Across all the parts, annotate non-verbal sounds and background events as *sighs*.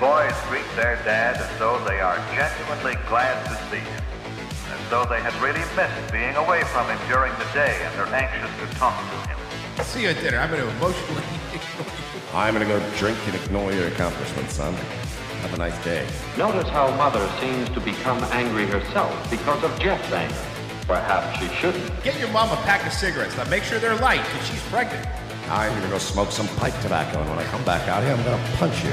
boys greet their dad as though they are genuinely glad to see him, as though they had really missed being away from him during the day and are anxious to talk to him. See you at dinner. I'm going to emotionally. *laughs* I'm gonna go drink and ignore your accomplishments, son. Have a nice day. Notice how Mother seems to become angry herself because of Jeff's anger. Perhaps she *sighs* shouldn't. Get your mom a pack of cigarettes. Now make sure they're light because she's pregnant. I'm gonna go smoke some pipe tobacco, and when I come back out here, I'm gonna punch you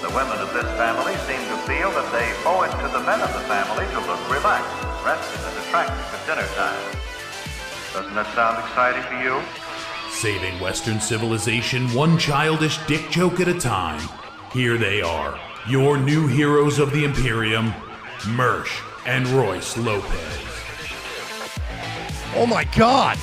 The women of this family seem to feel that they owe it to the men of the family to look relaxed, rested, and attractive at dinner time. Doesn't that sound exciting to you? Saving Western civilization one childish dick joke at a time. Here they are, your new heroes of the Imperium, Mersch and Royce Lopez. Oh my god!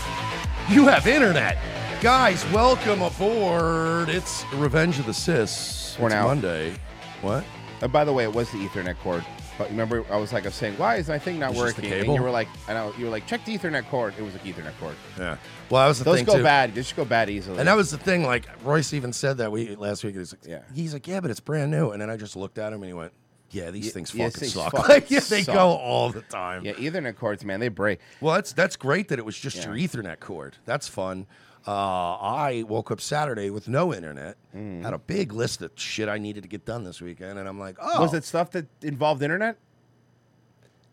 You have internet! Guys, welcome aboard. It's Revenge of the Sis. We're It's now. Monday. What? Uh, by the way, it was the Ethernet cord. But remember, I was like, I was saying, why is my thing not It's just the working? And cable? you were like, and I, you were like, check the Ethernet cord. It was the Ethernet cord. Yeah. Well, that was the Those thing go too. bad. They just go bad easily. And that was the thing. Like Royce even said that we last week. He's like, yeah. Yeah. He's like, yeah, but it's brand new. And then I just looked at him and he went, yeah, these Ye- things yeah, fucking these suck. fucking *laughs* like, yeah, they suck. go all the time. yeah, Ethernet cords, man, they break. Well, that's that's great that it was just Yeah. your Ethernet cord. That's fun. Uh, I woke up Saturday with no internet. Mm. Had a big list of shit I needed to get done this weekend, and I'm like, oh, Was it stuff that involved internet?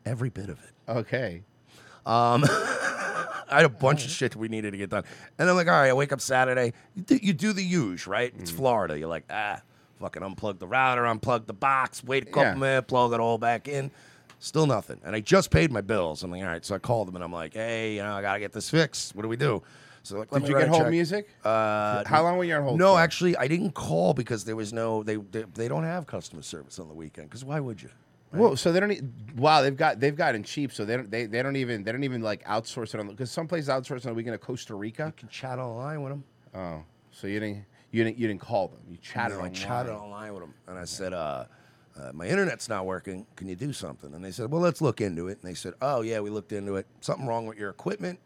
every bit of it. Okay. Um, *laughs* I had a bunch of shit we needed to get done. And I'm like, all right, I wake up Saturday. You do, you do the use, right? Mm. It's Florida. You're like, ah, fucking unplug the router, unplug the box, wait a couple Yeah. minutes, plug it all back in. Still nothing. And I just paid my bills. I'm like, all right. So I called them and I'm like, hey, you know, I got to get this fixed. What do we do? So like, Did you get home hold music? Uh, How long were you on hold? no, for? actually, I didn't call because there was no, they, they, they don't have customer service on the weekend. Because why would you? Whoa, so they don't. e- Wow, they've got they've gotten cheap. So they don't they, they don't even they don't even like outsource it on because some places outsource on the weekend to Costa Rica. You can chat online with them. Oh, so you didn't you didn't you didn't call them. You chatted. No, I online. chatted online with him, and I said, uh, uh, "My internet's not working. Can you do something?" And they said, "Well, let's look into it." And they said, "Oh yeah, we looked into it. Something wrong with your equipment.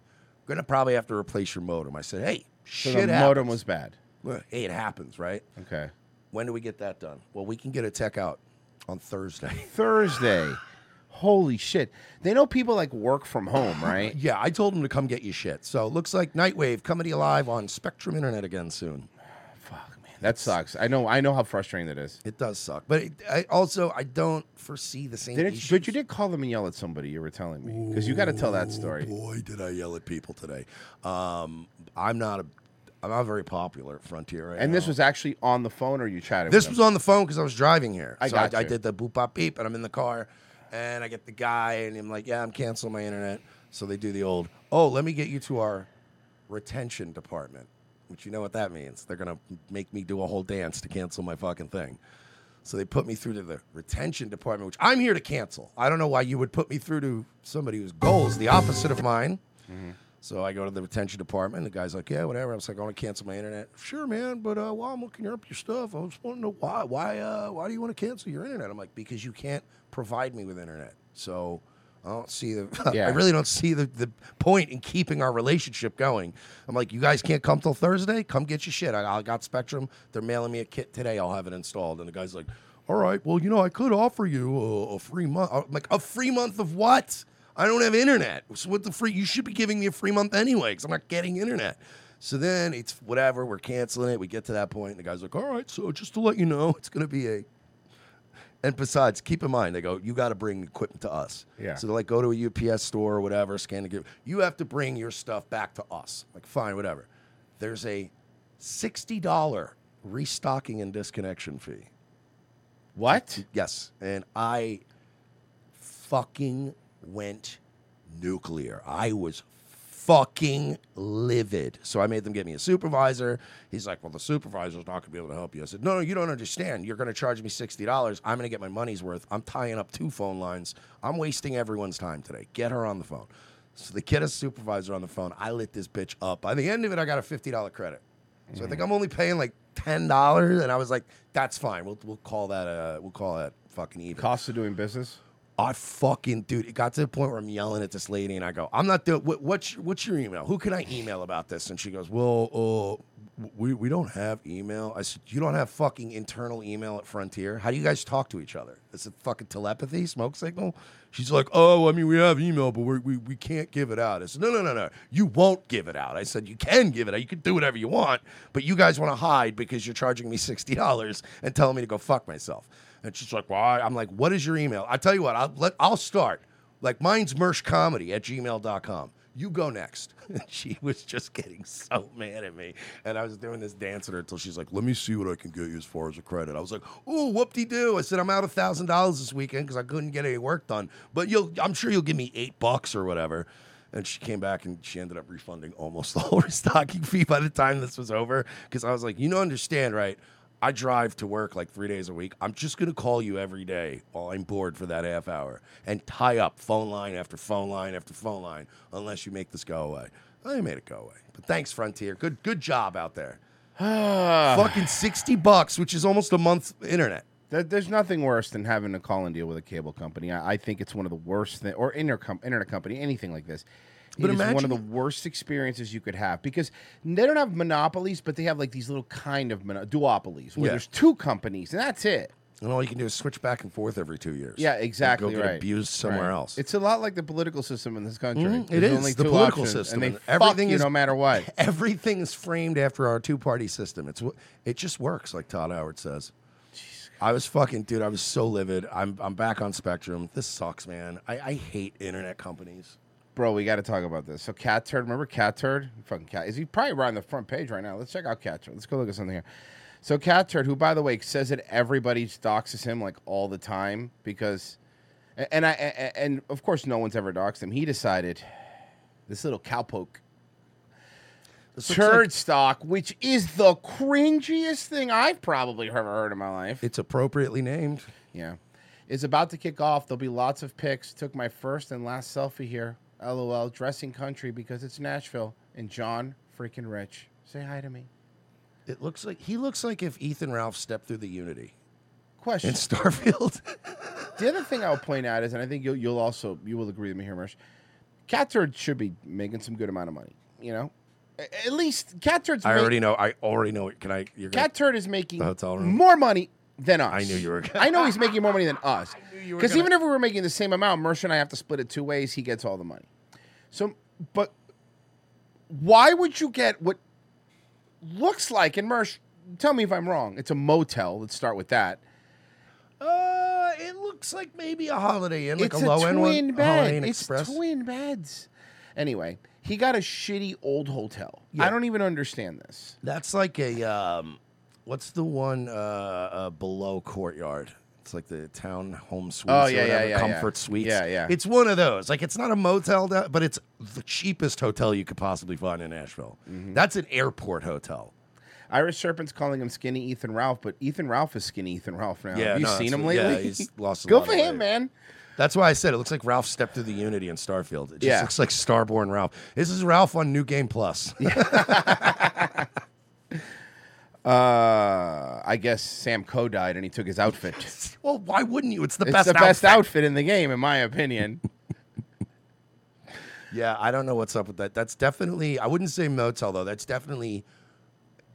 We're gonna probably have to replace your modem." I said, "Hey, So shit the happens. modem was bad. Well, hey, it happens, right? Okay. When do we get that done? Well, we can get a tech out on *laughs* Thursday." Thursday. Holy shit. They know people like work from *laughs* home, right? yeah, I told him to come get you shit. So it looks like Nightwave coming to you live on Spectrum Internet again soon. *sighs* Fuck, man. That sucks. I know I know how frustrating that is. It does suck, but it, I also I don't foresee the same. Didn't, issues. but you did call them and yell at somebody, you were telling me. Because you got to tell that story. Oh, Boy, did I yell at people today. Um, I'm not a, I'm not very popular at Frontier. Right And this now. was actually on the phone or you chatted this with was on the phone because I was driving here. I so got I, I you. did the boop bop beep, and I'm in the car, and I get the guy, and I'm like, yeah, I'm canceling my internet. So they do the old, oh, let me get you to our retention department, which you know what that means. They're gonna make me do a whole dance to cancel my fucking thing. So they put me through to the retention department, which I'm here to cancel. I don't know why you would put me through to somebody whose goal is the opposite of mine. So I go to the retention department. The guy's like, "Yeah, whatever." I was like, "I want to cancel my internet." Sure, man, but uh, while I'm looking up your stuff, I was wanting to know why. Why? Uh, why do you want to cancel your internet? I'm like, because you can't provide me with internet. So I don't see the. *laughs* Yeah. I really don't see the, the point in keeping our relationship going. I'm like, you guys can't come till Thursday. Come get your shit. I, I got Spectrum. They're mailing me a kit today. I'll have it installed. And the guy's like, "All right, well, you know, I could offer you a, a free month." I'm like, "A free month of what?" I don't have internet. So what the free? You should be giving me a free month anyway, because I'm not getting internet. So then it's whatever. We're canceling it. We get to that point, and the guy's like, "All right, so just to let you know, it's going to be a." And besides, keep in mind, they go, "You got to bring equipment to us." Yeah. So they're like, "Go to a UPS store or whatever, scan the gift. You have to bring your stuff back to us." Like, fine, whatever. There's a sixty dollar restocking and disconnection fee. What? Yes. And I fucking went nuclear. I was fucking livid. So I made them get me a supervisor. He's like, well, the supervisor's not going to be able to help you. I said, no, no, you don't understand. You're going to charge me $60. I'm going to get my money's worth. I'm tying up two phone lines. I'm wasting everyone's time today. Get her on the phone. So they get a supervisor on the phone. I lit this bitch up. By the end of it, I got a $50 credit. So I think I'm only paying like ten dollars, and I was like, "That's fine. We'll we'll call that uh we'll call that fucking even." Cost of doing business. I fucking dude, it got to the point where I'm yelling at this lady, and I go, "I'm not doing. What, what's your- what's your email? Who can I email about this?" And she goes, "Well, uh, we we don't have email." I said, "You don't have fucking internal email at Frontier. How do you guys talk to each other? Is it fucking telepathy, smoke signal?" She's like, "Oh, I mean, we have email, but we're, we we can't give it out." I said, "No, no, no, no. You won't give it out." I said, "You can give it out. You can do whatever you want, but you guys want to hide because you're charging me sixty dollars and telling me to go fuck myself." And she's like, well, I, I'm like, what is your email? I tell you what, I'll, let, I'll start. Like, mine's mershcomedy at gmail.com. You go next. *laughs* And she was just getting so mad at me. And I was doing this dance at her until she's like, let me see what I can get you as far as a credit. I was like, oh, whoop-de-doo. I said, I'm out $1,000 this weekend because I couldn't get any work done. But you'll, I'm sure you'll give me eight bucks or whatever. And she came back and she ended up refunding almost *laughs* the whole restocking fee by the time this was over. Because I was like, you don't understand, right? I drive to work like three days a week. I'm just going to call you every day while I'm bored for that half hour and tie up phone line after phone line after phone line unless you make this go away. I made it go away. But thanks, Frontier. Good, good job out there. Ah. Fucking 60 bucks, which is almost a month's internet. There- There's nothing worse than having to call and deal with a cable company. I, I think it's one of the worst thing, or intercom- internet company, anything like this. But But it is one imagine- of the worst experiences you could have because they don't have monopolies, but they have like these little kind of mono- duopolies where Yeah. there's two companies and that's it. And all you can do is switch back and forth every two years. Yeah, And exactly. Go get right. abused somewhere Right. else. It's a lot like the political system in this country. Mhm, it There's is, only the two political options, system, and and they everything everything you is- no matter what. *laughs* everything is framed after our two party system. It's wh- it just works, like Todd Howard says. I was fucking dude. I was so livid. I'm I'm back on Spectrum. This sucks, man. I, I hate internet companies. Bro, we got to talk about this. So, Cat Turd, remember Cat Turd? Fucking Cat. Is he probably right on the front page right now? Let's check out Cat Turd. Let's go look at something here. So, Cat Turd, who, by the way, says that everybody doxes him like all the time because, a- and I, a- a- and of course, no one's ever doxed him. He decided this little cowpoke This looks turd like- stock, which is the cringiest thing I've probably ever heard in my life. it's appropriately named. Yeah. Is about to kick off. There'll be lots of pics. Took my first and last selfie here. LOL. Dressing country because it's Nashville. And John freaking Rich. Say hi to me. It looks like he looks like if Ethan Ralph stepped through the Unity in Question. Starfield. *laughs* the other thing I'll point out is, and I think you'll, you'll also, you will agree with me here, Mersh. Cat Turd should be making some good amount of money, you know? A- At least Cat Turd's I ma- already know. I already know it. Can I? You're gonna, Cat Turd is making The hotel room. more money than us. I knew you were I know he's making more money *laughs* than us. were Because gonna- even if we were making the same amount, Mersh and I have to split it two ways. He gets all the money. So, but why would you get what looks like? And Mersh, tell me if I'm wrong. It's a motel. Let's start with that. Uh, it looks like maybe a Holiday Inn, like it's a low end twin one, a Holiday bed. Inn It's Express. twin beds. Anyway, he got a shitty old hotel. I don't even understand this. That's like a um, what's the one uh, uh below courtyard? It's like the town home suites. Oh, or yeah, yeah, whatever, yeah, yeah. Comfort suites. Yeah, yeah. It's one of those. Like it's not a motel, da- but it's the cheapest hotel you could possibly find in Nashville. Mm-hmm. That's an airport hotel. Irish Serpent's calling him skinny Ethan Ralph, but Ethan Ralph is skinny Ethan Ralph now. Yeah, Have you no, seen it's- him lately? yeah, *laughs* he's lost a Good lot for of him, weight. man. That's why I said it looks like Ralph stepped through the Unity in Starfield. It just Yeah. looks like Starborn Ralph. This is Ralph on New *laughs* Game Plus. *laughs* Uh, I guess Sam Coe died and he took his outfit. it's well, why wouldn't *laughs* you? It's the the best. best outfit. outfit in the game, in my opinion. Yeah, I don't know what's up with that. That's definitely I wouldn't say motel though. That's definitely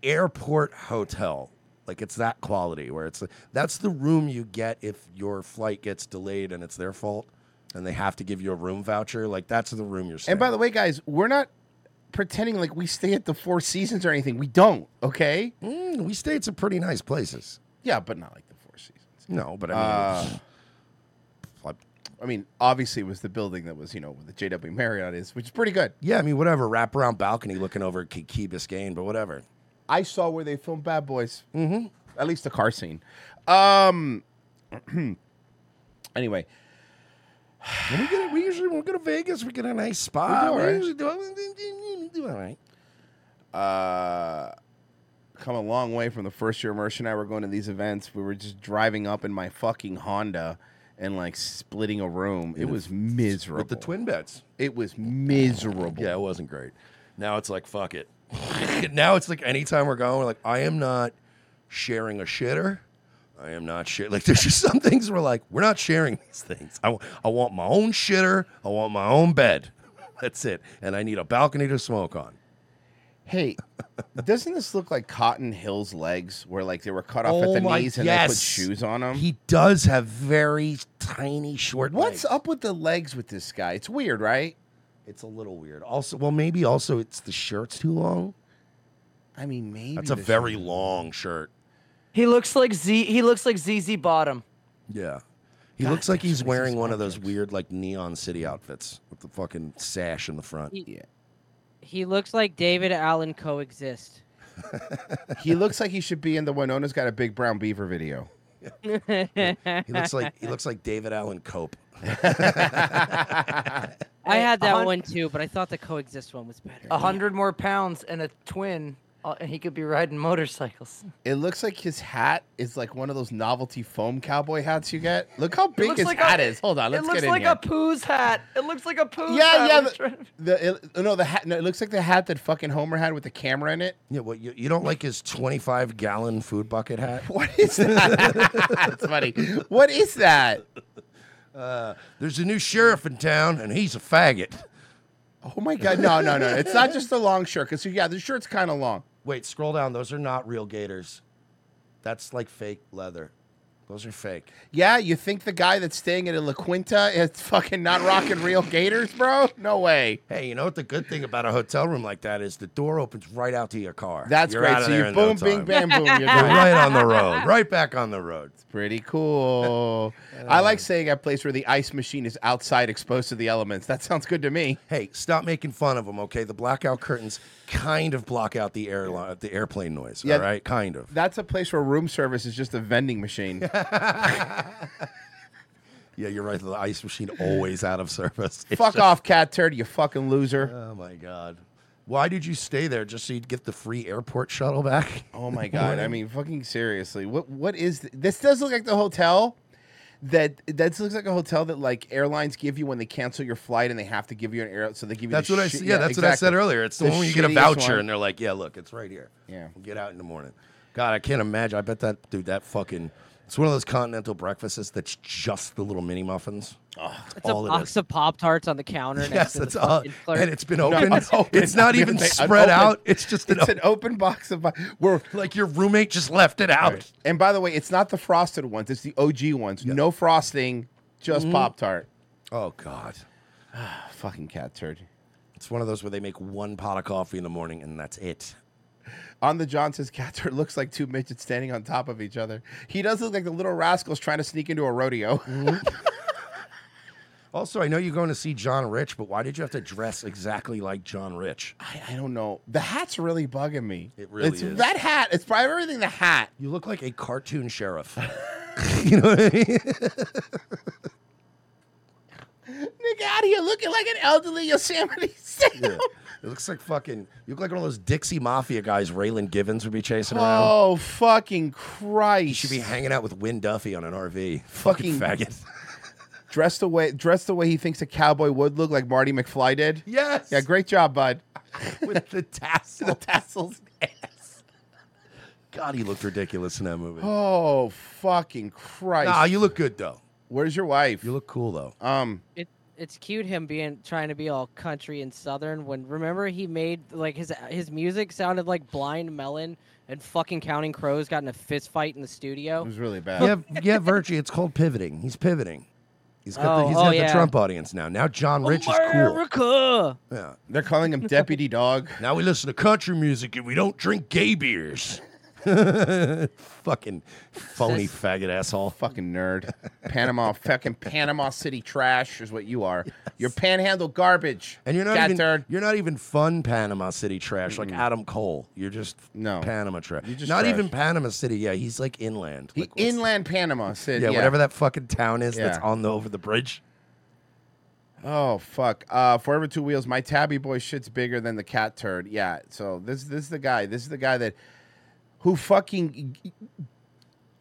airport hotel. Like it's that quality where it's that's the room you get if your flight gets delayed and it's their fault and they have to give you a room voucher. Like that's the room you're staying. and by the way, guys, we're not pretending like we stay at the Four Seasons or anything. We don't, okay? Mm, we stayed some pretty nice places. Yeah, but not like the Four Seasons. Uh, No, but I mean, I- I mean, obviously, it was the building that was, you know, where the JW Marriott is, which is pretty good. yeah, I mean whatever. Wraparound balcony looking over Key, Key Biscayne, but whatever. I saw where they filmed Bad Boys. Mm-hmm. At least *clears throat* the car scene. Um. anyway, When we get, we usually when we go to Vegas, we get a nice spa. all We right. usually do, we do all right. uh, come a long way from the first year Mersh and I were going to these events. We were just driving up in my fucking Honda and like splitting a room. It was miserable. With the twin beds. it was miserable. Yeah, it wasn't great. Now it's like fuck it. *laughs* now it's like anytime we're going, we're like, I am not sharing a shitter. I am not shit. Like *laughs* there's just some things we're like, we're not sharing these things. I, wa- I want my own shitter. I want my own bed. That's it. And I need a balcony to smoke on. Hey, doesn't this look like Cotton Hill's legs, where like they were cut off Oh at the my- knees and they put yes. shoes *laughs* on them? He does have very tiny short What's legs. up with the legs with this guy? It's weird, right? It's a little weird. Also, well, maybe also it's the shirt's too long. I mean, maybe That's a this- very long shirt. He looks like Z. He looks like ZZ Bottom. Yeah. He looks like he's wearing one of those weird, like neon city outfits with the fucking sash in the front. He, he looks like David Allen coexist. *laughs* he looks like he should be in the Winona's Got a Big Brown Beaver video. He looks like he looks like David *laughs* Allen Cope. I Hey, had a that hun- one too, but I thought the coexist one was better. A hundred more pounds and a twin, uh, and he could be riding motorcycles. It looks like his hat is like one of those novelty foam cowboy hats you get. Look how big his like a- hat is. Hold on, let's it looks get in like here. a poo's hat. It looks like a poo's yeah, hat. yeah. I'm The, trying- the it, oh, no, the hat. No, it looks like the hat that fucking Homer had with the camera in it. Yeah, well, you, you don't like his 25 gallon food bucket hat? *laughs* What is that? *laughs* That's funny. What is that? Uh, There's a new sheriff in town, and he's a faggot. Oh my god! No, no, no. It's not just the long shirt. Cause yeah, the shirt's kind of long. Wait, scroll down. Those are not real gators. That's like fake leather. Those are fake. Yeah, you think the guy that's staying at a La Quinta is fucking not rocking real gators, bro? No way. Hey, you know what the good thing about a hotel room like that is the door opens right out to your car. That's You're great. outta So there you in no boom, bing, bam, time. boom. *laughs* *laughs* You're You're done. right on the *laughs* road, right back on the road. Pretty *laughs* cool. I like saying a place where the ice machine is outside, exposed to the elements. That sounds good to me. Hey, stop making fun of them, okay? The blackout curtains kind of block out the airline, the airplane noise. Yeah. All right, kind of. That's a place where room service is just a vending machine. *laughs* *laughs* Yeah, you're right. The ice machine always out of service. It's Fuck just- off, cat turd, you fucking loser. Oh my god. Why did you stay there just so you'd get the free airport shuttle back? Oh *laughs* my god! I mean, fucking seriously, what what is th- this? Does look like the hotel that that looks like a hotel that like airlines give you when they cancel your flight and they have to give you an air. So they give you. That's the what I. shi- Yeah, that's what I said exactly. earlier. It's the, The one where you get a shittiest voucher one. and they're like, "Yeah, look, it's right here. Yeah. get out in the morning." God, I can't imagine. I bet that dude, that fucking. It's one of those continental breakfasts that's just the little mini muffins. It's a box of Pop Tarts on the counter Yes, next to that's the all. fucking clerk. And it's been open. it's open. *laughs* It's not An even open- an open- spread out. It's just an, It's o- an open box of. We're like your roommate just left it out. And by the way, it's not the frosted ones; it's the OG ones. No frosting, just Mm-hmm. Mm-hmm. Pop Tart. Oh God. Fucking cat turd. It's one of those where they make one pot of coffee in the morning and that's it. On the John says cat turd looks like two midgets standing on top of each other. He does look like the little rascals trying to sneak into a rodeo. Mm-hmm. *laughs* Also, I know you're going to see John Rich, but why did you have to dress exactly like John Rich? I, I don't know. The hat's really bugging me. It really it's is. That hat. It's probably everything. The hat. You look like a *laughs* cartoon sheriff. *laughs* you know what I mean? Nigga out here looking like an elderly Yosemite Sam. It looks like fucking. You look like one of those Dixie Mafia guys. Raylan Givens would be chasing around. Oh fucking Christ! You should be hanging out with Win Duffy on an RV. Fucking- Fucking faggot. *laughs* dressed the way dressed the way he thinks a cowboy would look, like Marty McFly did. Yes. Yeah, great job, bud. *laughs* With the tassel. the tassels. God, he looked ridiculous in that movie. Oh fucking Christ! Nah, you look good though. Where's your wife? You look cool though. um, it, it's cute him being trying to be all country and southern when remember he made like his his music sounded like Blind Melon and fucking Counting Crows got in a fist fight in the it studio. was really bad. yeah, yeah, Virgie. It's called pivoting. He's pivoting. He's got, the, Oh, he's oh, got the yeah. Trump audience now. Now John Rich is America. cool. Yeah. They're calling him Deputy Dog. *laughs* Now we listen to country music and we don't drink gay beers. *laughs* *laughs* Fucking phony faggot asshole. Fucking *laughs* nerd. Panama, fucking Panama City trash is what you are. You're panhandle garbage. And you're not Cat even turd. you're not even fun Panama City trash like Adam Cole. You're just No. Panama trash. You're just not trash. even Panama City. Yeah, he's like inland. The Like, what's- inland Panama City. yeah, whatever that fucking town is that's Yeah. on the over the bridge. Oh fuck! Uh, Forever Two Wheels. My tabby boy shit's bigger than the cat turd. Yeah. So this this is the guy. This is the guy that who fucking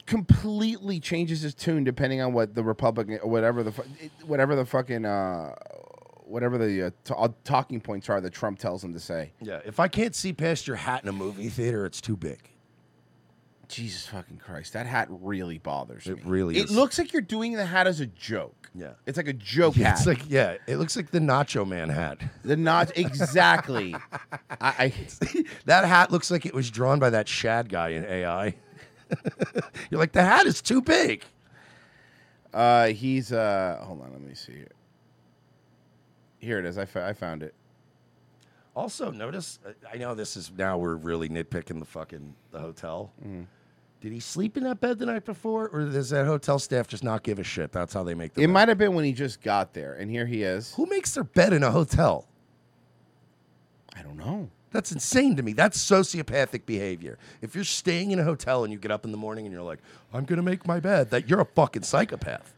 completely changes his tune depending on what the Republican, whatever the fu- it- whatever the fucking uh, whatever the uh, t- uh, talking points are that Trump tells him to say. Yeah, if I can't see past your hat in a movie theater, it's too big. Jesus fucking Christ, that hat really bothers me. It really It is. looks like you're doing the hat as a joke. Yeah. It's like a joke Yeah, hat. It's like yeah, it looks like the Nacho Man hat. the not *laughs* exactly. I, I that hat looks like it was drawn by that Shad guy in AI. *laughs* You're like the hat is too big. Uh, he's uh, hold on, let me see here. Here it is. I, fo- I found it. Also, notice uh, I know this is now we're really nitpicking the fucking the hotel. Mm. Did he sleep in that bed the night before, or does that hotel staff just not give a shit? That's how they make the. It bed? might have been when he just got there, and here he is. Who makes their bed in a hotel? I don't know. That's insane to me. That's sociopathic behavior. If you're staying in a hotel and you get up in the morning and you're like, I'm gonna make my bed, that you're a fucking psychopath.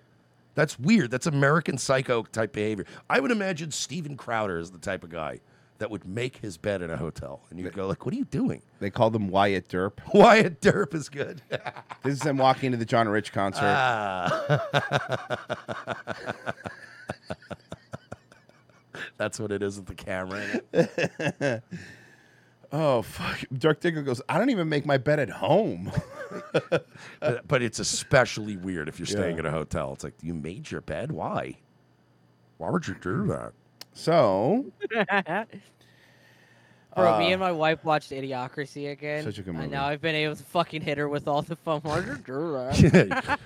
That's weird. That's American psycho type behavior. I would imagine Steven Crowder is the type of guy that would make his bed in a hotel, and you'd go like, "What are you doing?" They called him Wyatt Derp. *laughs* Wyatt Derp is good. This is him walking into the John Rich concert. Ah. *laughs* That's what it is with the camera. in it. *laughs* oh fuck! Dirk Diggler goes. I don't even make my bed at home. *laughs* but, but it's especially weird if you're staying Yeah. at a hotel. It's like you made your bed. Why? Why would you do that? so Bro, me and my wife watched Idiocracy again. Uh, Such a good And movie. now I've been able to fucking hit her with all the fun *laughs* words.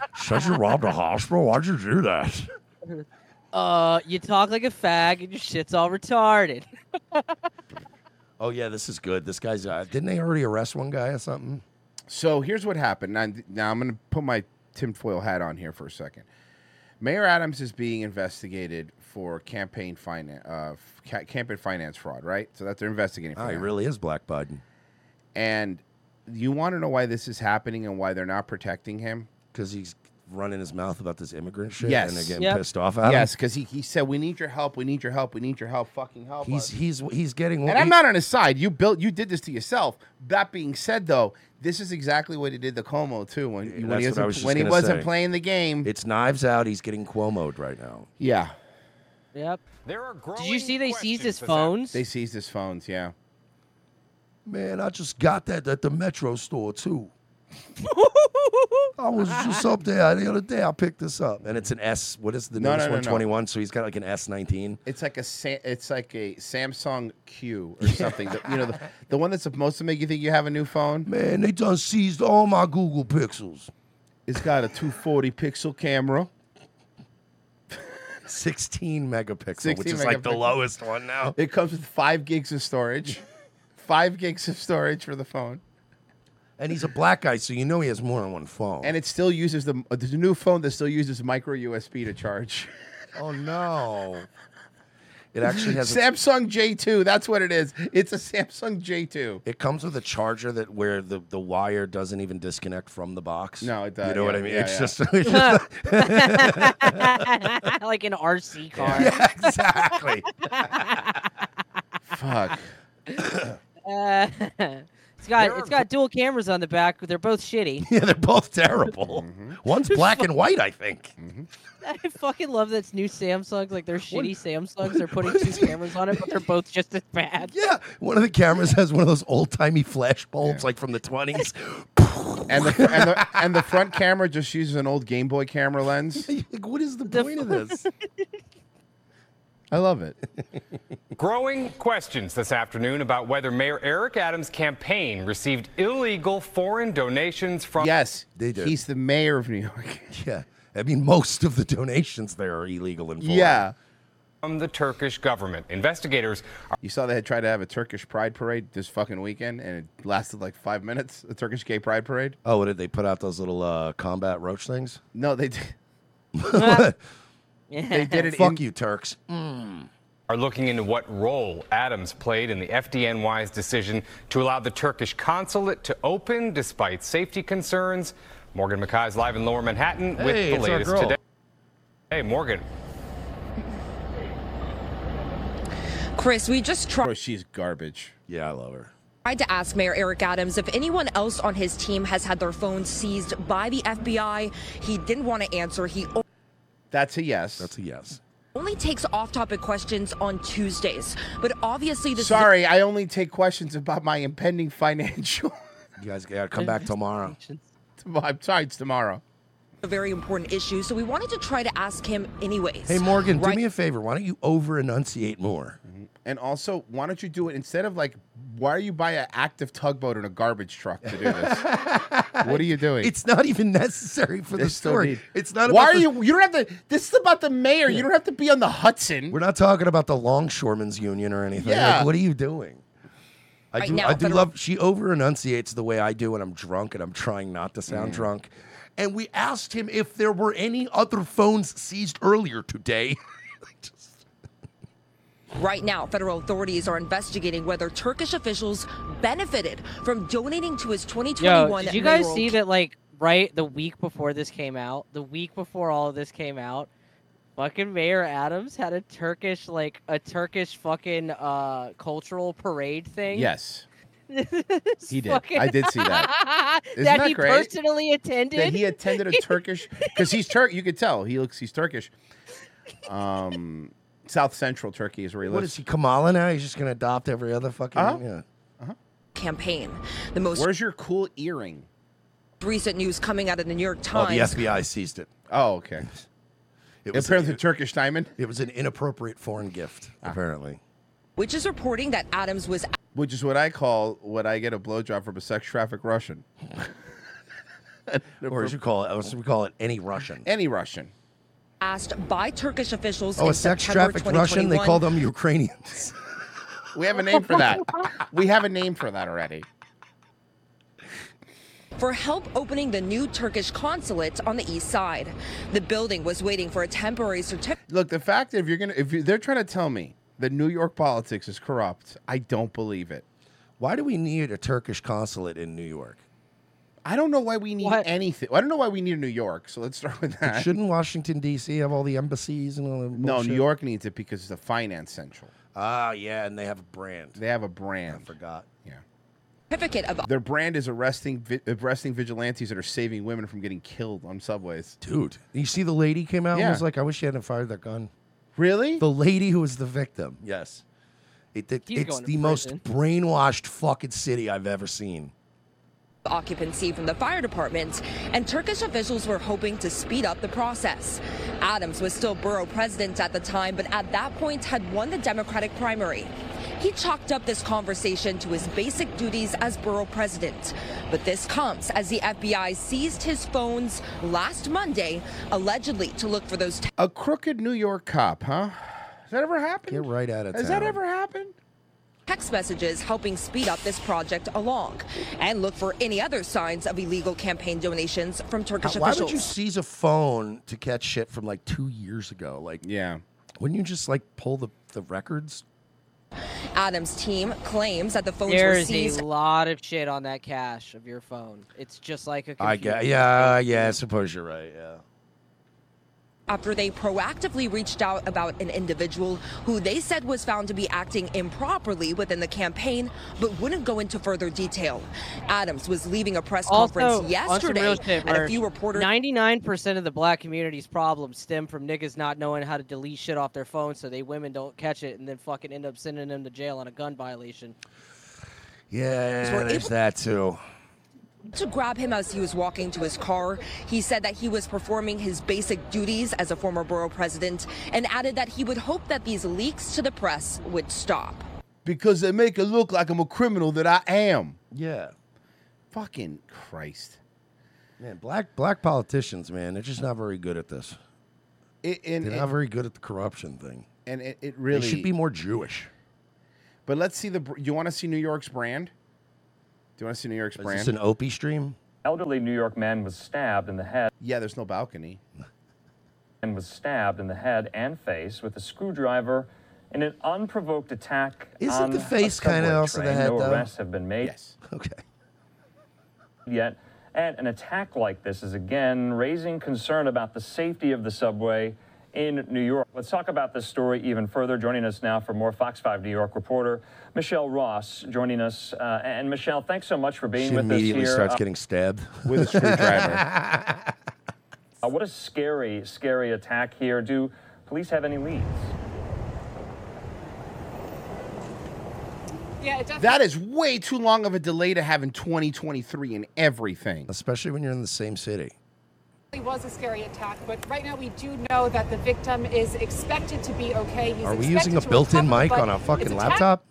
*laughs* Says you robbed a hospital. Why'd you do that? *laughs* uh, you talk like a fag and your shit's all retarded. *laughs* Oh yeah, this is good. This guy's. Uh, didn't they already arrest one guy or something? So here's what happened. Now, now I'm going to put my tinfoil hat on here for a second. Mayor Adams is being investigated for campaign finance, uh, ca- campaign finance fraud, right? So that they're investigating. For Oh, he that. really is Black Biden And you want to know why this is happening and why they're not protecting him? because he's running his mouth about this immigrant shit, Yes. and they're getting Yep. pissed off at yes, because he, he said, "We need your help. We need your help. We need your help. Fucking help him. He's us." he's he's getting. what and I'm he- not on his side. You built, you did this to yourself. That being said, though, this is exactly what he did to Como too. When, Yeah, when he that's what wasn't, I was just when he gonna wasn't say. playing the game, It's knives out. He's getting Cuomo'd right now. yeah, Yep. There are Did you see they seized his phone? phones? they seized his phones. Yeah. Man, I just got that at the Metro store too. I was just up there the other day. I picked this up, and it's an S. What is the No, newest no, no, no. one? Twenty one. So he's got like an S nineteen. It's like a Sa- it's like a Samsung Q or something. The- you know, the, the one that's supposed to make you think you have a new phone. Man, they done seized all my Google Pixels. It's got a 240 pixel camera. *laughs* Sixteen megapixel, 16 which is like the megapixel. lowest one now. It comes with five gigs of storage. Five gigs of storage for the phone, And he's a black guy, so you know he has more than one phone. and it still uses the uh, the new phone that still uses micro USB to *laughs* charge. oh no, it actually has. A, Samsung J2, that's what it is. It's a Samsung J2. it comes with a charger that where the, the wire doesn't even disconnect from the box. No, it does, You know what yeah, I mean? yeah, it's yeah. just. *laughs* It's just like an RC car. yeah, *laughs* exactly. Fuck. Uh, *laughs* it's got it's got dual cameras on the back. They're both shitty. *laughs* Yeah, *laughs* they're both terrible. Mm-hmm. One's black and white, I think. I fucking love this new Samsungs. Like they're *laughs* shitty Samsungs. They're putting what two did you- cameras on it, but they're both just as bad. Yeah, one of the cameras has one of those old timey flash bulbs, like from *laughs* the twenties. And the, and the and the front camera just uses an old Game Boy camera *laughs* lens. like, what is the The point of this? I love it. Growing questions this afternoon about whether Mayor Eric Adams' campaign received illegal foreign donations from. Yes, They do. he's the mayor of New York. Yeah, I mean, most of the donations there are illegal and foreign. Yeah. from the Turkish government. Investigators are You saw they had tried to have a Turkish pride parade this fucking weekend, and it lasted like five minutes. A Turkish gay pride parade? Oh, what did they put out those little uh, combat roach things? No, *laughs* they did. *laughs* Yeah. They did it. Fuck in, Mm. you, Turks. are looking into what role Adams played in the FDNY's decision to allow the Turkish consulate to open despite safety concerns. Morgan Mackay is live in Lower Manhattan with Hey, the it's our latest girl. today. Hey, Morgan. Chris, we just tried. Bro, she's garbage. Yeah, I love her. tried to ask Mayor Eric Adams if anyone else on his team has had their phones seized by the FBI. He didn't want to answer. He o- That's a yes. That's a yes. only takes off topic questions on Tuesdays. But obviously, this Sorry, I only take questions about my impending financial. *laughs* You guys gotta come back tomorrow. Tomorrow- I'm sorry, it's tomorrow. is a very important issue. So we wanted to try to ask him anyways. Hey Morgan, right? do me a favor. Why don't you over enunciate more? Mm-hmm. And also, why don't you do it instead of like, why are you buy an active tugboat and a garbage truck to do *laughs* this? what are you doing? It's not even necessary for the There's no story. need. it's not. Why about are the- you? You don't have to. This is about the mayor. You don't have to be on the Hudson. We're not talking about the longshoremen's union or anything. Like, Yeah. what are you doing? I Right do. now, I do federal- love. She over enunciates the way I do when I'm drunk and I'm trying not to sound Mm. drunk. And we asked him if there were any other phones seized earlier today. Right now, federal authorities are investigating whether Turkish officials benefited from donating to his 2021. Yo, did you guys mayoral see that? Like, right the week before this came out, the week before all of this came out, fucking Mayor Adams had a Turkish, like a Turkish fucking uh cultural parade thing. *laughs* Yes. It's *laughs* He did. fucking- I did see that. Isn't that he great? personally attended. That he *laughs* attended a Turkish because he's Turk. You could tell he looks. He's Turkish. Um, South Central Turkey is where he lives. what is he, Kamala? Now he's just gonna adopt every other fucking. Uh-huh. Yeah. Campaign. The most. Where's your cool earring? Recent news coming out of the New York Oh, Times. the FBI seized it. Oh, okay. It was apparently Turkish diamond. Ah. It was an inappropriate foreign gift. Apparently, Which is reporting that Adams was Which is what I call what I get a blowjob from a sex traffic Russian. *laughs* or as you call it, or as we call it, any Russian. Any Russian. asked by Turkish officials. Oh, in a sex September trafficked Russian. They 2021. call *laughs* them Ukrainians. We have a name for that. we have a name for that already. *laughs* for help opening the new Turkish consulate on the east side. The building was waiting for a temporary certificate. Look, the fact that if you're gonna, if you, they're trying to tell me that New York politics is corrupt, I don't believe it. Why do we need a Turkish consulate in New York? I don't know why we need anything. I don't know why we need New York. So let's start with that. Shouldn't Washington D.C. have all the embassies and all the no, bullshit? New York needs it because it's a finance central. Ah, yeah, and they have a brand. They have a brand. I forgot. Yeah. Certificate of Their brand is arresting vi- arresting vigilantes that are saving women from getting killed on subways. Dude, you see the lady came out Yeah. and was like, "I wish she hadn't fired that gun." Really? The lady who was the victim. Yes. It, it- He's it's going to the most prison. brainwashed fucking city I've ever seen. occupancy from the fire department, and Turkish officials were hoping to speed up the process. Adams was still borough president at the time, but at that point had won the Democratic primary. He chalked up this conversation to his basic duties as borough president. But this comes as the FBI seized his phones last Monday, allegedly to look for those. A crooked New York cop, huh? Has that ever happened? Get right out of Has town. that ever happened? text messages helping speed up this project along and look for any other signs of illegal campaign donations from Turkish Why officials. would you seize a phone to catch shit from like two years ago? Like, yeah, wouldn't you just like pull the, the records? Adams' team claims that the phones were There's seized a lot of shit on that cache of your phone. It's just like a computer. I guess. Yeah, yeah. I suppose you're right. Yeah. after they proactively reached out about an individual who they said was found to be acting improperly within the campaign, but wouldn't go into further detail. Adams was leaving a press Also, conference yesterday, and a few reporters. Ninety-nine percent of the black community's problems stem from niggas not knowing how to delete shit off their phone, so they women don't catch it, and then fucking end up sending them to jail on a gun violation. Yeah, we're there's able- that too. to grab him as he was walking to his car. He said that he was performing his basic duties as a former borough president and added that he would hope that these leaks to the press would stop. Because they make it look like I'm a criminal that I am. Yeah. Fucking Christ. Man, black black politicians, man, they're just not very good at this. It, and, they're it- not very good at the corruption thing. and it, it really they should be more Jewish. But let's see the. br- You want to see New York's brand? Do you want to see New York's brand? Is this an Opie stream? *laughs* elderly New York man was stabbed in the head. Yeah, there's no balcony. And was stabbed in the head and face with a screwdriver in an unprovoked attack. Isn't on the face a subway kinda also the train. head, No though? arrests have been made. Yes. Okay. Yet, and an attack like this is again raising concern about the safety of the subway in New York. Let's talk about this story even further. Joining us now for more Fox 5 New York reporter Michelle Ross joining us. Uh, and Michelle, thanks so much for being She with us immediately here. starts Uh, getting stabbed with a screwdriver. uh, what a scary, scary attack here. Do police have any leads? Yeah, it definitely. That is way too long of a delay to have in 2023 in everything. Especially when you're in the same city. It was a scary attack, but right now we do know that the victim is expected to be okay. He's *laughs* Are we expected using a to built-in recover, mic but on a it's fucking attacks laptop?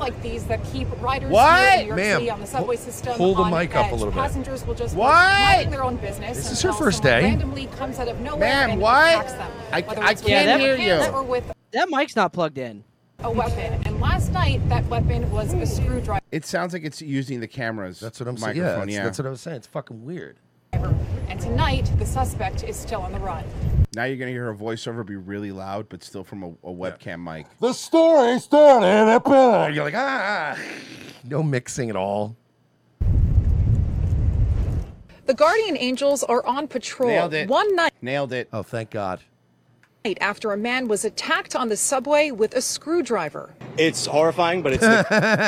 like these that keep riders What? here in New York Ma'am, City on the subway system pull the on mic up a edge. little bit. Passengers will just What? mind their own business. This and is her until first someone day. Randomly comes out of nowhere Ma'am, and what? attacks them. I- whether I it's with can't their hear hands you. Or with That mic's not plugged in. a weapon. And last night that weapon was a screwdriver. It sounds like it's using the cameras. That's what I'm saying. Yeah, microphone, that's- yeah. that's what I was saying. It's fucking weird. And tonight the suspect is still on the run. Now you're gonna hear a voiceover be really loud, but still from a, a webcam mic. The story started at Pillar. You're like, ah. *sighs* No mixing at all. The guardian angels are on patrol. Nailed it. One night Nailed it. Oh, thank God. after a man was attacked on the subway with a screwdriver. It's horrifying, but it's *laughs*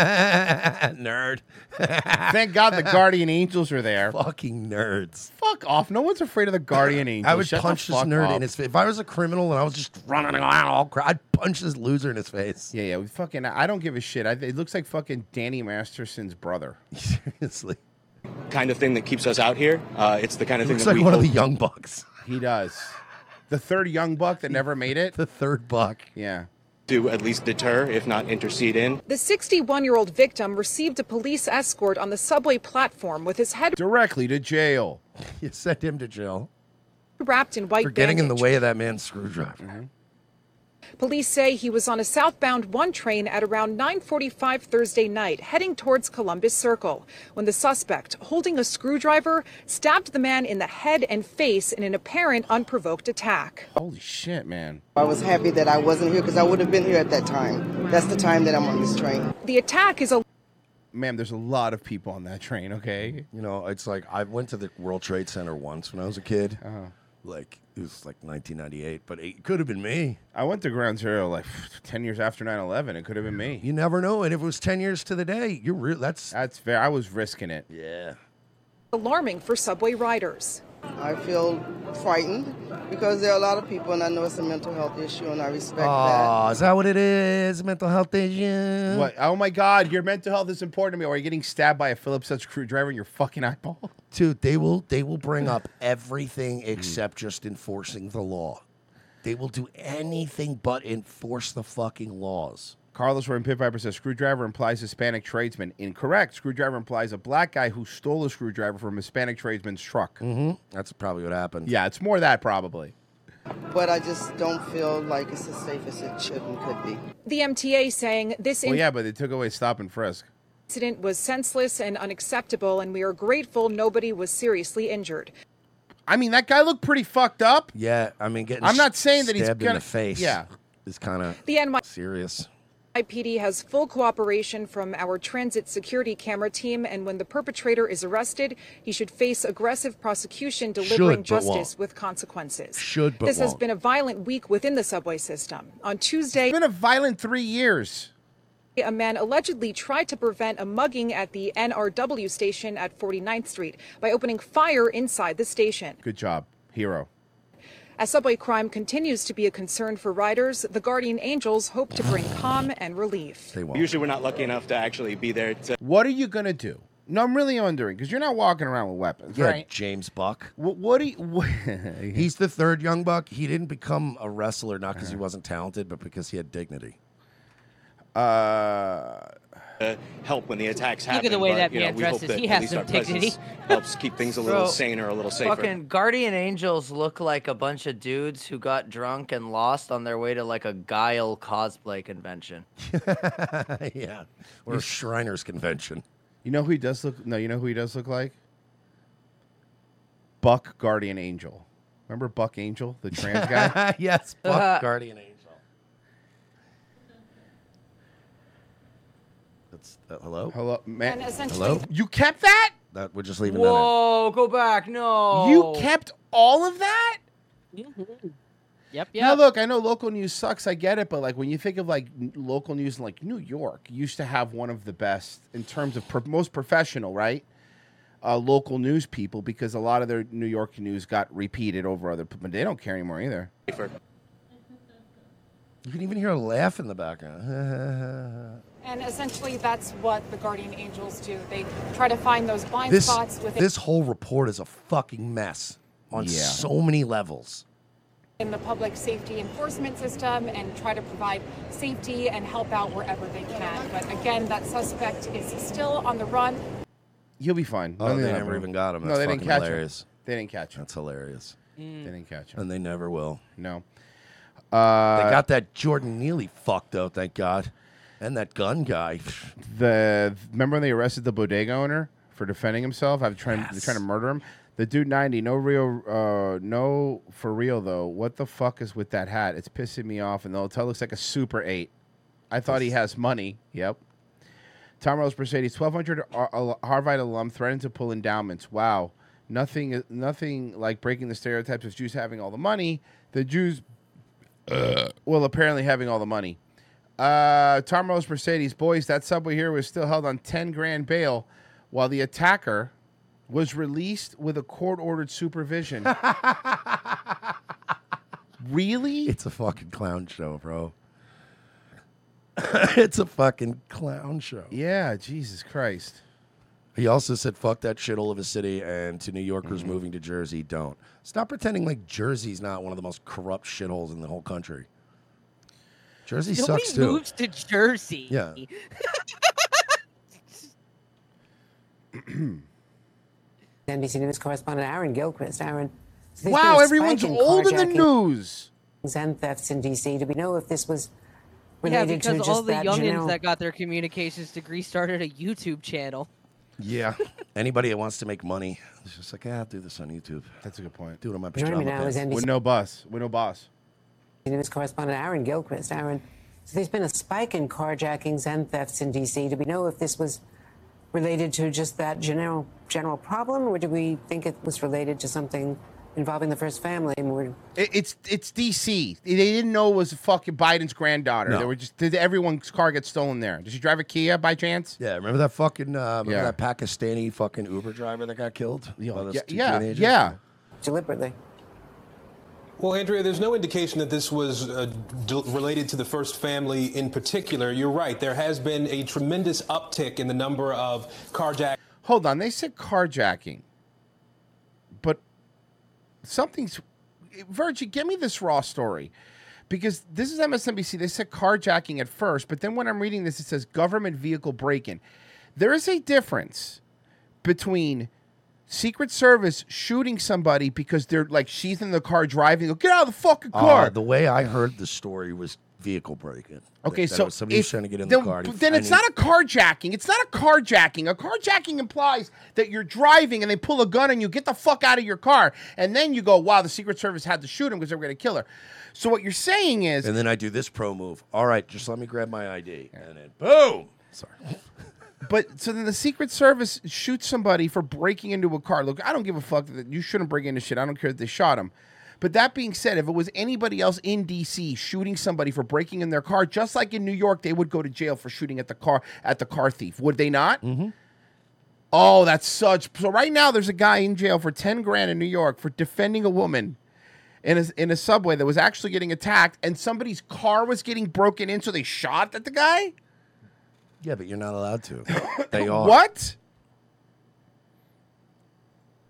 nerd. *laughs* Thank God the guardian angels are there. Fucking nerds. Fuck off. No one's afraid of the guardian angels. *laughs* I would Shut the punch this fuck nerd up. in his face. If I was a criminal and I was just running around all cra- I'd punch this loser in his face. Yeah, yeah. We fucking. I don't give a shit. I, it looks like fucking Danny Masterson's brother. *laughs* Seriously. kind of thing that keeps us out here. Uh, it's the kind of He thing looks that like we one of hope- the young bucks. He does. The third young buck that never made it. the third buck. Yeah. to at least deter, if not intercede in. The 61 year old victim received a police escort on the subway platform with his head Directly to jail. *laughs* You sent him to jail wrapped in white for getting in the bandage. way of that man's screwdriver. Mm-hmm. Police say he was on a southbound 1 train at around 9:45 Thursday night heading towards Columbus Circle when the suspect, holding a screwdriver, stabbed the man in the head and face in an apparent unprovoked attack. Holy shit, man. I was happy that I wasn't here because I would have been here at that time. That's the time that I'm on this train. The attack is a Ma'am, there's a lot of people on that train, okay? You know, it's like I went to the World Trade Center once when I was a kid. Uh-huh. Like it was like 1998, but it could have been me. I went to Ground Zero like 10 years after 9 11. It could have been me. You never know. And if it was 10 years to the day, you're real. That's that's fair. I was risking it. Yeah. alarming for subway riders. I feel frightened because there are a lot of people, and I know it's a mental health issue, and I respect that. Oh, is that what it is? Mental health issue. What? Oh my God, your mental health is important to me. Or you're getting stabbed by a Phillips head screwdriver in your fucking eyeball? Dude, they will they will *laughs* bring up everything Mm. except just enforcing the law. They will do anything but enforce the fucking laws. Carlos Warren Pit Viper says screwdriver implies Hispanic tradesman. Incorrect. Screwdriver implies a black guy who stole a screwdriver from a Hispanic tradesman's truck. Mm-hmm. That's probably what happened. Yeah, it's more that probably. But I just don't feel like it's as safe as it should and could be. The MTA saying this Well, yeah, but they took away stop and frisk. incident was senseless and unacceptable, and we are grateful nobody was seriously injured. I mean, that guy looked pretty fucked up. Yeah, I mean, getting I'm s- not saying that he's stabbed in gonna- the face. yeah. is kind of The NY serious. IPD has full cooperation from our transit security camera team, and when the perpetrator is arrested, he should face aggressive prosecution delivering but justice won't. with consequences. Should, but this has won't. been a violent week within the subway system. On Tuesday, it's been a violent three years. A man allegedly tried to prevent a mugging at the NRW station at 49th Street by opening fire inside the station. Good job, hero. As subway crime continues to be a concern for riders, the Guardian Angels hope to bring calm and relief. Usually, we're not lucky enough to actually be there to. What are you gonna do? No, I'm really wondering because you're not walking around with weapons, Yeah, right? *laughs* James Buck. What, what do you? He's the third young buck. He didn't become a wrestler not Uh-huh. because he wasn't talented, but because he had dignity. Uh, help when the attacks Look at happen. the way but, that you know, man we hope dresses. that He at has least some our presence dignity. helps keep things a little Bro, saner, a little safer. Fucking guardian angels look like a bunch of dudes who got drunk and lost on their way to like a guile cosplay *laughs* convention. yeah, or a Shriners convention. You know who he does look? No, you know who he does look like? Buck Guardian Angel. Remember Buck Angel, the trans guy? *laughs* yes, Uh, Buck Guardian Angel. That's uh, hello. Hello, man. And essentially- Hello. You kept that? That we're just leaving that Whoa, go back. in. No. Mm-hmm. You kept all of that? Yep, Now look, I know local news sucks. I get it, but like when you think of like n- local news in like New York, used to have one of the best in terms of pro- most professional, right? Uh, local news people because a lot of their New York news got repeated over other, but they don't care anymore either. You can even hear a laugh in the background. *laughs* And essentially, that's what the guardian angels do. They try to find those blind this spots within this whole report is a fucking mess on Yeah. so many levels. in the public safety enforcement system and try to provide safety and help out wherever they can. But again, that suspect is still on the run. You'll be fine. Oh, Nothing they happened. never even got him. No, That's they didn't fucking catch him. hilarious. They didn't catch him. That's hilarious. They didn't catch him. And they never will. No. Uh, they got that Jordan Neely fuck though, thank God. And that gun guy. the remember when they arrested the bodega owner for defending himself? I'm trying they're trying to murder him. The dude ninety, no real, uh, no for real though. What the fuck is with that hat? It's pissing me off, and the hotel looks like a super eight. I thought he has money. Yep. Tom Rose Mercedes, twelve hundred uh, Harvard alum threatened to pull endowments. Wow, nothing, nothing like breaking the stereotypes of Jews having all the money. The Jews Uh, well, apparently having all the money. Uh, Tom Rose Mercedes, boys, that subway here was still held on 10 grand bail while the attacker was released with a court ordered *laughs* supervision. really? It's a fucking clown show, bro. *laughs* it's a fucking clown show. Yeah, Jesus Christ. He also said, fuck that shit all over city and to New Yorkers Mm-hmm. moving to Jersey, don't. Stop pretending like Jersey's not one of the most corrupt shitholes in the whole country. Jersey Nobody sucks *laughs* too. moves to Jersey. Yeah. NBC News correspondent Aaron Gilchrist. Aaron, so there's Wow, been a everyone's spike in old in the carjackings news. And thefts in D.C. Do we know if this was Yeah, related to because just all the that youngins general- that got their communications degree started a YouTube channel. Yeah. *laughs* Anybody that wants to make money, it's just like, ah, I'll do this on YouTube. That's a good point. Do it on my Joining pajama me now is pants. NBC With no bus. With no boss. News correspondent Aaron Gilchrist. Aaron, so there's been a spike in carjackings and thefts in D.C. Do we know if this was related to just that general general problem, or do we think it was related to something involving the first family? And we're- It, it's it's DC. They didn't know it was fucking Biden's granddaughter. No. They were just did everyone's car get stolen there? Did she drive a Kia by chance? Yeah, remember that fucking uh, remember Yeah. that Pakistani fucking Uber driver that got killed? By those yeah, two yeah, teenagers? yeah. deliberately. Well, Andrea, there's no indication that this was uh, d- related to the first family in particular. You're right. There has been a tremendous uptick in the number of carjack. Hold on, they said carjacking, but something's. Virgie, give me this raw story, because this is MSNBC. They said carjacking at first, but then when I'm reading this, it says government vehicle break-in. There is a difference between Secret Service shooting somebody because they're like she's in the car driving. Go, Get out of the fucking Uh, car. the way I heard the story was vehicle breaking. Okay, That it so was somebody was if- trying to get in then, the car. and he- but Then and it's he- not a carjacking. It's not a carjacking. A carjacking implies that you're driving and they pull a gun on you, get the fuck out of your car, and then you go, "Wow, the Secret Service had to shoot him because they were going to kill her." So what you're saying is, *laughs* And then I do this pro move. All right, just let me grab my ID. And then boom. Sorry. *laughs* but so then the Secret Service shoots somebody for breaking into a car. Look, I don't give a fuck that you shouldn't break into shit. I don't care that they shot him. But that being said, if it was anybody else in D.C. shooting somebody for breaking in their car, just like in New York, they would go to jail for shooting at the car at the car thief, would they not? Mm-hmm. Oh, that's such. So right now, there's a guy in jail for ten grand in New York for defending a woman in a, in a subway that was actually getting attacked, and somebody's car was getting broken in, so they shot at the guy. Yeah, but you're not *coughs* allowed to. *laughs* They are. What?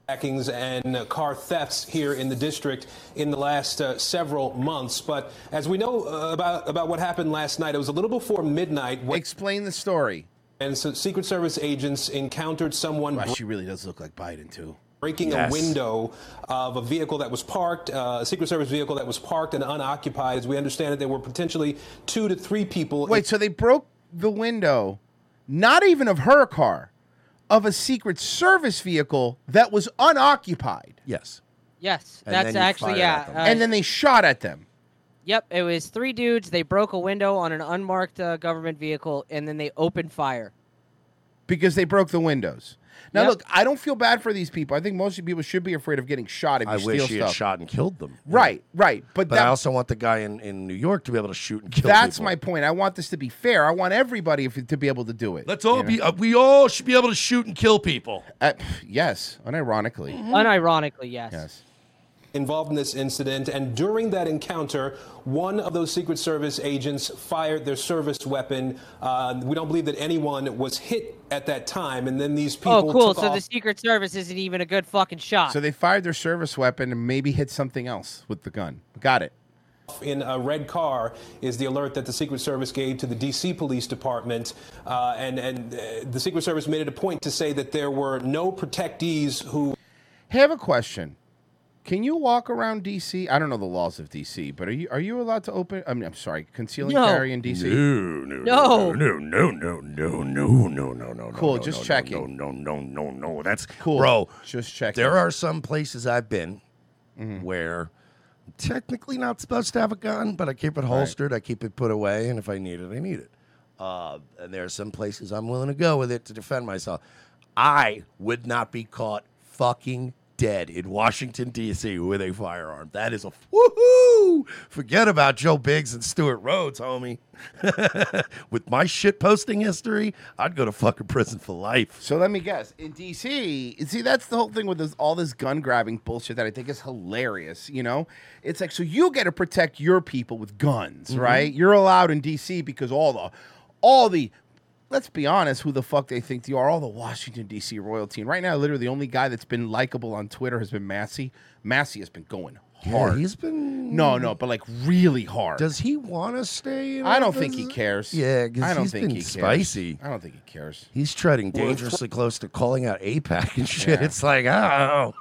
Hackings and uh, car thefts here in the district in the last uh, several months. But as we know uh, about about what happened last night, it was a little before midnight. When Explain the story. And so Secret Service agents encountered someone. Wow, she really does look like Biden too. Breaking Yes. a window of a vehicle that was parked, uh, a Secret Service vehicle that was parked and unoccupied. As we understand it, there were potentially two to three people. Wait, so they broke the window, not even of her car, of a Secret Service vehicle that was unoccupied. Yes. Yes, that's actually yeah. uh, and then they shot at them. Yep, it was three dudes. They broke a window on an unmarked uh, government vehicle, and then they opened fire. because they broke the windows. Now, Yep. look, I don't feel bad for these people. I think most people should be afraid of getting shot if you I steal wish stuff. he had shot and killed them. Right, right. But, But that, I also want the guy in, in New York to be able to shoot and kill that's people. my point. I want this to be fair. I want everybody if, to be able to do it. Let's all be. Uh, we all should be able to shoot and kill people. Uh, pff, *sighs* yes, unironically. Mm-hmm. Unironically, yes. Involved in this incident, and during that encounter, one of those Secret Service agents fired their service weapon. Uh, we don't believe that anyone was hit at that time, and then these people oh, cool. took So off. the Secret Service isn't even a good fucking shot. So they fired their service weapon and maybe hit something else with the gun. Got it. in a red car is the alert that the Secret Service gave to the D.C. Police Department, uh, and and uh, the Secret Service made it a point to say that there were no protectees who Hey, I have a question. Can you walk around DC? I don't know the laws of DC, but are you are you allowed to open? I mean, I'm sorry, conceal and No. carry in DC? No, no, no, no, no, no, no, no, no, no. Cool, no, just no, checking. No, no, no, no, no. That's Cool, bro. Just checking. Mm-hmm. There are some places I've been where I'm technically not supposed to have a gun, but I keep it holstered. I keep it put away, and if I need it, I need it. Uh, and there are some places I'm willing to go with it to defend myself. I would not be caught fucking dead in Washington D.C. with a firearm. That is a woohoo! Forget about Joe Biggs and Stuart Rhodes, homie. *laughs* with my shit posting history, I'd go to fucking prison for life. So let me guess. In DC, see that's the whole thing with this, all this gun grabbing bullshit that I think is hilarious. You know, it's like so you get to protect your people with guns, Mm-hmm. Mhm. right? You're allowed in DC because all the, all the, let's be honest, who the fuck they think you are? All the Washington DC royalty, and right now, literally the only guy that's been likable on Twitter has been Massey. Massey has been going hard. he's been no, no, but like really hard. Does he want to stay? in I don't office? think he cares. Yeah, 'cause I don't he's think been he cares. spicy. I don't think he cares. He's treading Well, it's- dangerously close to calling out APAC and *laughs* shit. Yeah. It's like, oh.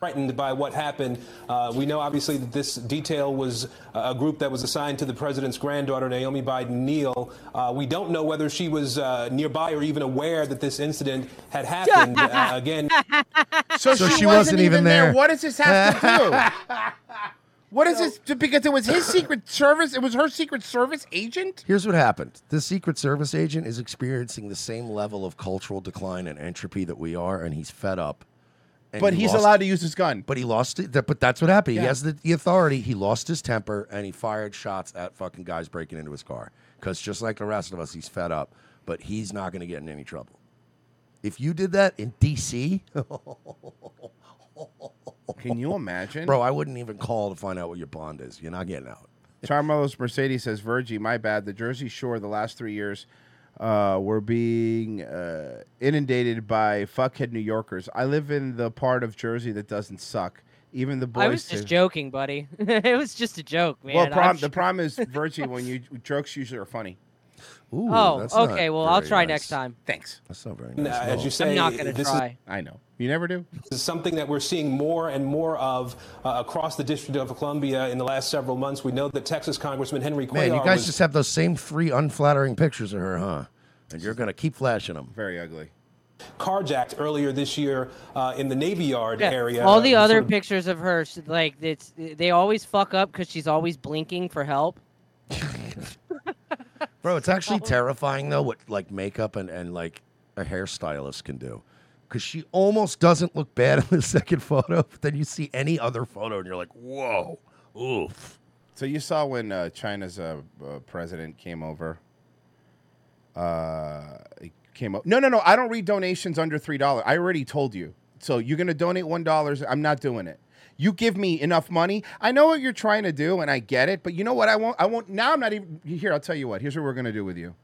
frightened by what happened. Uh, we know, obviously, that this detail was uh, a group that was assigned to the president's granddaughter, Naomi Biden Neal. Uh, we don't know whether she was uh, nearby or even aware that this incident had happened. *laughs* uh, again, So, So she, she wasn't, wasn't even, even there. there. What does this have to *laughs* do? What is this? Because it was his Secret Service. It was her Secret Service agent. Here's what happened. The Secret Service agent is experiencing the same level of cultural decline and entropy that we are, and he's fed up. And But he he's lost- allowed to use his gun. But he lost it. that- But that's what happened. Yeah. He has the, the authority. He lost his temper and he fired shots at fucking guys breaking into his car. Because just like the rest of us, he's fed up. But he's not going to get in any trouble. If you did that in *laughs* D.C., can you imagine, bro? I wouldn't even call to find out what your bond is. You're not getting out. *laughs* Charmelos Mercedes says, "Virgie, my bad. The Jersey Shore the last three years uh, were being uh, inundated by fuckhead New Yorkers. I live in the part of Jersey that doesn't suck. Even the boys." I was just do." joking, buddy. *laughs* it was just a joke, man. Well, I'm prom, sh- the *laughs* problem is, Virgie, when you jokes usually are funny. Ooh, Oh, that's not okay, well, I'll very try nice. next time. Thanks. That's not very nice at all. as you say, this is- I know. You never do. This is something that we're seeing more and more of uh, across the District of Columbia in the last several months. We know that Texas Congressman Henry Cuellar Man, you guys was just have those same three unflattering pictures of her, huh? And you're going to keep flashing them. Very ugly. carjacked earlier this year uh, in the Navy Yard Yeah, area. All the Uh, other sort of- pictures of her, she- like it's they always fuck up because she's always blinking for help. Bro, it's actually terrifying though what like makeup and, and like a hairstylist can do. Cause she almost doesn't look bad *laughs* in the second photo, but then you see any other photo and you're like, whoa, oof. So you saw when uh, China's uh, uh, president came over. Uh, he came up. No, no, no. I don't read donations under three dollars. I already told you. So you're gonna donate one dollars. I'm not doing it. You give me enough money. I know what you're trying to do, and I get it. But you know what? I won't. I won't. Now I'm not even here. I'll tell you what. Here's what we're gonna do with you.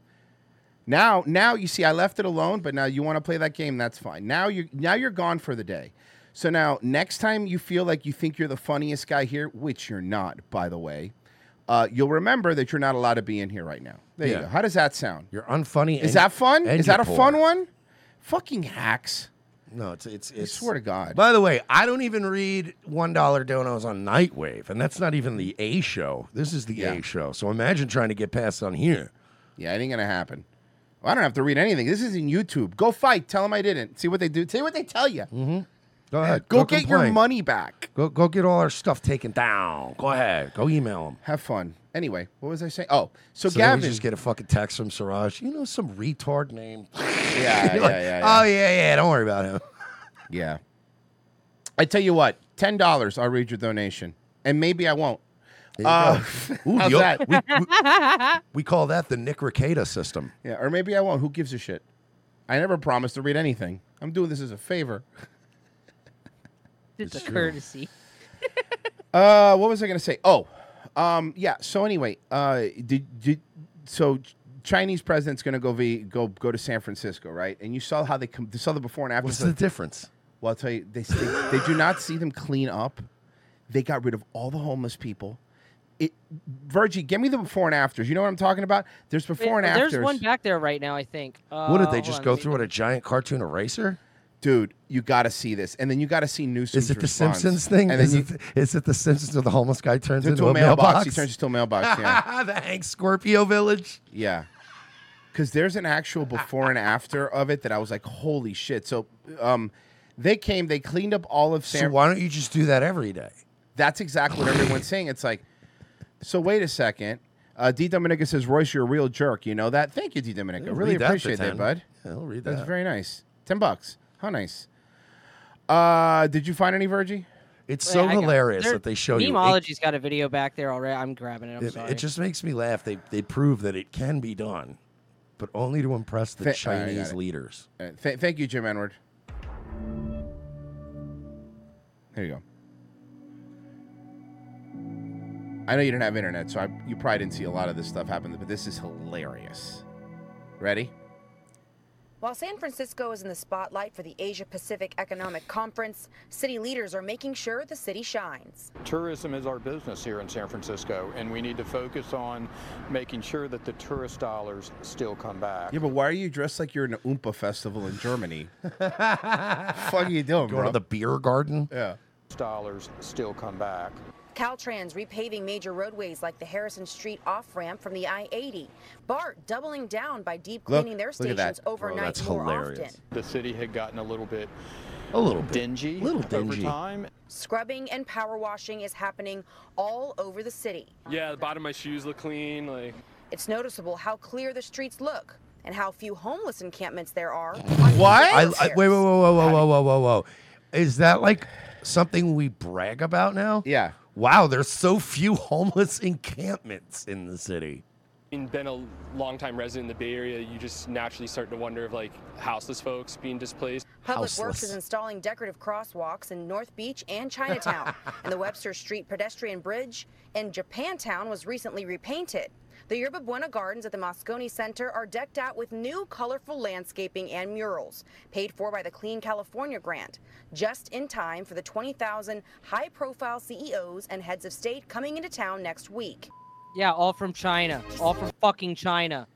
Now, now you see, I left it alone, but now you want to play that game. That's fine. Now you, now you're gone for the day. So now, next time you feel like you think you're the funniest guy here, which you're not, by the way, uh, you'll remember that you're not allowed to be in here right now. There Yeah. you go. How does that sound? You're unfunny. Is and- that fun? and Is that you're a poor. fun one? Fucking hacks. No, it's it's. it's swear to God. By the way, I don't even read one dollar donos on Nightwave, and that's not even the A show. This is the A show. So imagine trying to get past on here. Yeah, it ain't gonna happen. Well, I don't have to read anything. This is in YouTube. Go fight. Tell them I didn't. See what they do. See what they tell you. Mm-hmm. Go ahead. Go, get your complain. money back. Go go get all our stuff taken down. Go ahead. Go email them. Have fun. Anyway, what was I saying? Oh, so, then we Gavin. just get a fucking text from Siraj. You know some retard name. *laughs* yeah, yeah, *laughs* You're like, yeah, Oh yeah, yeah. Don't worry about him. *laughs* Yeah. I tell you what, ten dollars. I'll read your donation, and maybe I won't. There you Uh, go. *laughs* Ooh, how's yo- that? we- We call that the Nick Ricada system. yeah, or maybe I won't. Who gives a shit? I never promised to read anything. I'm doing this as a favor. It's a true. courtesy. Uh, what was I gonna say? Oh, um, yeah. So anyway, uh, did, did so Ch- Chinese president's gonna go v, go go to San Francisco, right? And you saw how they com- you saw the before and after. What's It's like- the difference? Well, I'll tell you, they, they they do not see them clean up. They got rid of all the homeless people. It, Virgie, give me the before and afters. You know what I'm talking about? There's before and Wait, afters. There's one back there right now, I think. Uh, what did they hold just on, go let me- through in a giant cartoon eraser? Dude, you got to see this, and then you got to see Newsom's Is it the response. Simpsons thing? And then is, you it, is it the Simpsons where the homeless guy turns turn into, to a mailbox. He turns into a mailbox. Yeah. *laughs* the Hank Scorpio Village. Yeah. Because there's an actual before and after of it that I was like, holy shit. So um, they came, they cleaned up all of San So why don't you just do that every day? That's exactly what everyone's saying. It's like, so wait a second. Uh, D. Dominica says, Royce, you're a real jerk. You know that? Thank you, D. Dominica. Yeah, really read that for appreciate that, 10. bud. Yeah, I'll read That's that. very nice. 10 bucks. How nice. Uh, did you find any, Virgie? It's Wait, so I got- hilarious there- that they show you. It, Memology's got a video back there already. I'm grabbing it. I'm it- sorry. it just makes me laugh. They they prove that it can be done, but only to impress the Fa- all right, I got Chinese it. leaders. Uh, th- thank you, Jim Enward. There you go. I know you didn't have internet, so I, you probably didn't see a lot of this stuff happen, but this is hilarious. Ready? While San Francisco is in the spotlight for the Asia Pacific Economic Conference, city leaders are making sure the city shines. Tourism is our business here in San Francisco, and we need to focus on making sure that the tourist dollars still come back. Yeah, but why are you dressed like you're in an Oompa festival in *laughs* Germany? fuck are you doing, Going bro? to the beer garden. Yeah. Dollars still come back. Caltrans repaving major roadways like the Harrison Street off ramp from the I 80. BART doubling down by deep Look- cleaning their look at stations that. Bro, overnight that's more hilarious. often. The city had gotten a little bit A little bit. dingy, Little over dingy. time. Scrubbing and power washing is happening all over the city. Yeah, the bottom of my shoes look clean. Like It's noticeable how clear the streets look and how few homeless encampments there are. What? I, I, wait, wait, whoa, whoa, whoa, whoa, whoa, whoa, whoa. Is that like something we brag about now? Yeah. Wow, there's so few *laughs* homeless encampments in the city. being been a longtime resident in the Bay Area, you just naturally start to wonder of like houseless folks being displaced. Public Works is installing decorative crosswalks in North Beach and Chinatown, and the Webster Street pedestrian bridge in Japantown was recently repainted. The Yerba Buena Gardens at the Moscone Center are decked out with new colorful landscaping and murals, paid for by the Clean California grant, just in time for the 20,000 high-profile CEOs and heads of state coming into town next week. Yeah, all from China. All from fucking China.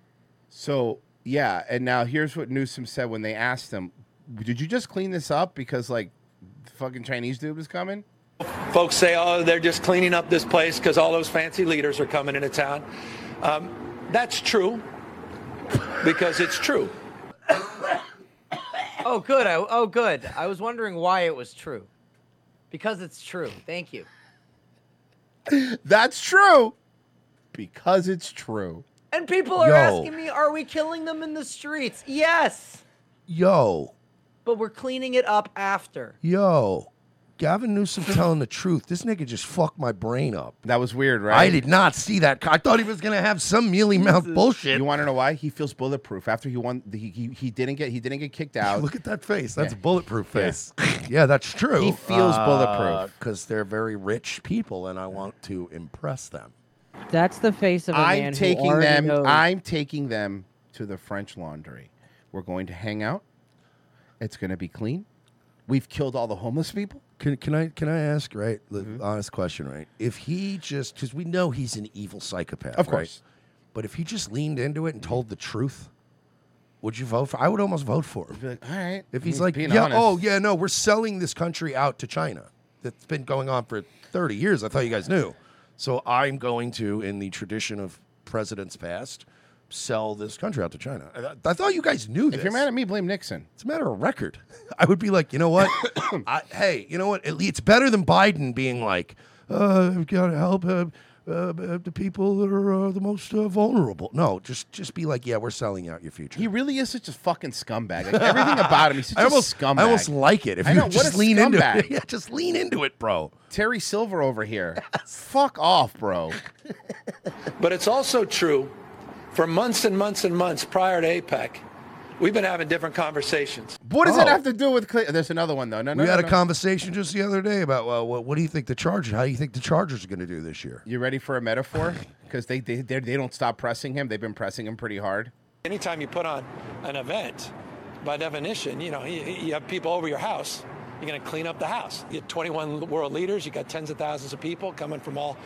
So yeah, and now here's what Newsom said when they asked him, "Did you just clean this up because like the fucking Chinese dude was coming?" Folks say, oh, they're just cleaning up this place because all those fancy leaders are coming into town. Um, that's true because it's true. Oh, good. I, oh, good. I was wondering why it was true. Because it's true. Thank you. *laughs* That's true, because it's true. And people are Yo. asking me, are we killing them in the streets? Yes. Yo, But we're cleaning it up after. yo, Gavin Newsom telling the truth. This nigga just fucked my brain up. That was weird, right? I did not see that. co- I thought he was gonna have some mealy mouth bullshit. You want to know why he feels bulletproof after he won? He, he, he didn't get he didn't get *laughs* kicked out. Look at that face. *laughs* That's Yeah. a bulletproof Yeah. face. yeah, that's true. He feels bulletproof. because they're very rich people, and I want to impress them. That's the face of a I'm man who taking already them. knows. I'm taking them to the French Laundry. We're going to hang out. It's going to be clean. We've killed all the homeless people. Mm-hmm. Can, can I can I ask right the honest question right? If he just because we know he's an evil psychopath, Of right? course. Mm-hmm. But if he just leaned into it and told the truth, would you vote for? I would almost vote for him. all right. If he's He's like, being yeah, honest. oh yeah, no, we're selling this country out to China. That's been going on for thirty years. I thought you guys knew. So I'm going to, in the tradition of presidents past, sell this country out to China. I, th- I thought you guys knew this. If you're mad at me, blame Nixon. It's a matter of record. *laughs* I would be like, you *coughs* know what? I, hey, you know what? At least it's better than Biden being like, uh, I've got to help uh, uh, uh, the people that are uh, the most uh, vulnerable. No, just just be like, yeah, we're selling out your future. He really is such a fucking scumbag. Like, everything about *laughs* him, he's such I almost, a scumbag. I almost like it. If I you know, what just a lean into scumbag. it. *laughs* Yeah, just lean into it, bro. Terry Silver over here. Fuck off, bro. But it's also true for months and months and months prior to APEC, we've been having different conversations. What Oh. does that have to do with Clinton? There's another one though. No, no. we no, had a no. conversation just the other day about well, what, what do you think the Chargers? How do you think the Chargers are going to do this year? You ready for a metaphor? Because they they they're- they don't stop pressing him. They've been pressing him pretty hard. Anytime you put on an event, by definition, you know, you, you have people over your house. You're going to clean up the house. You have 21 world leaders. You got tens of thousands of people coming from all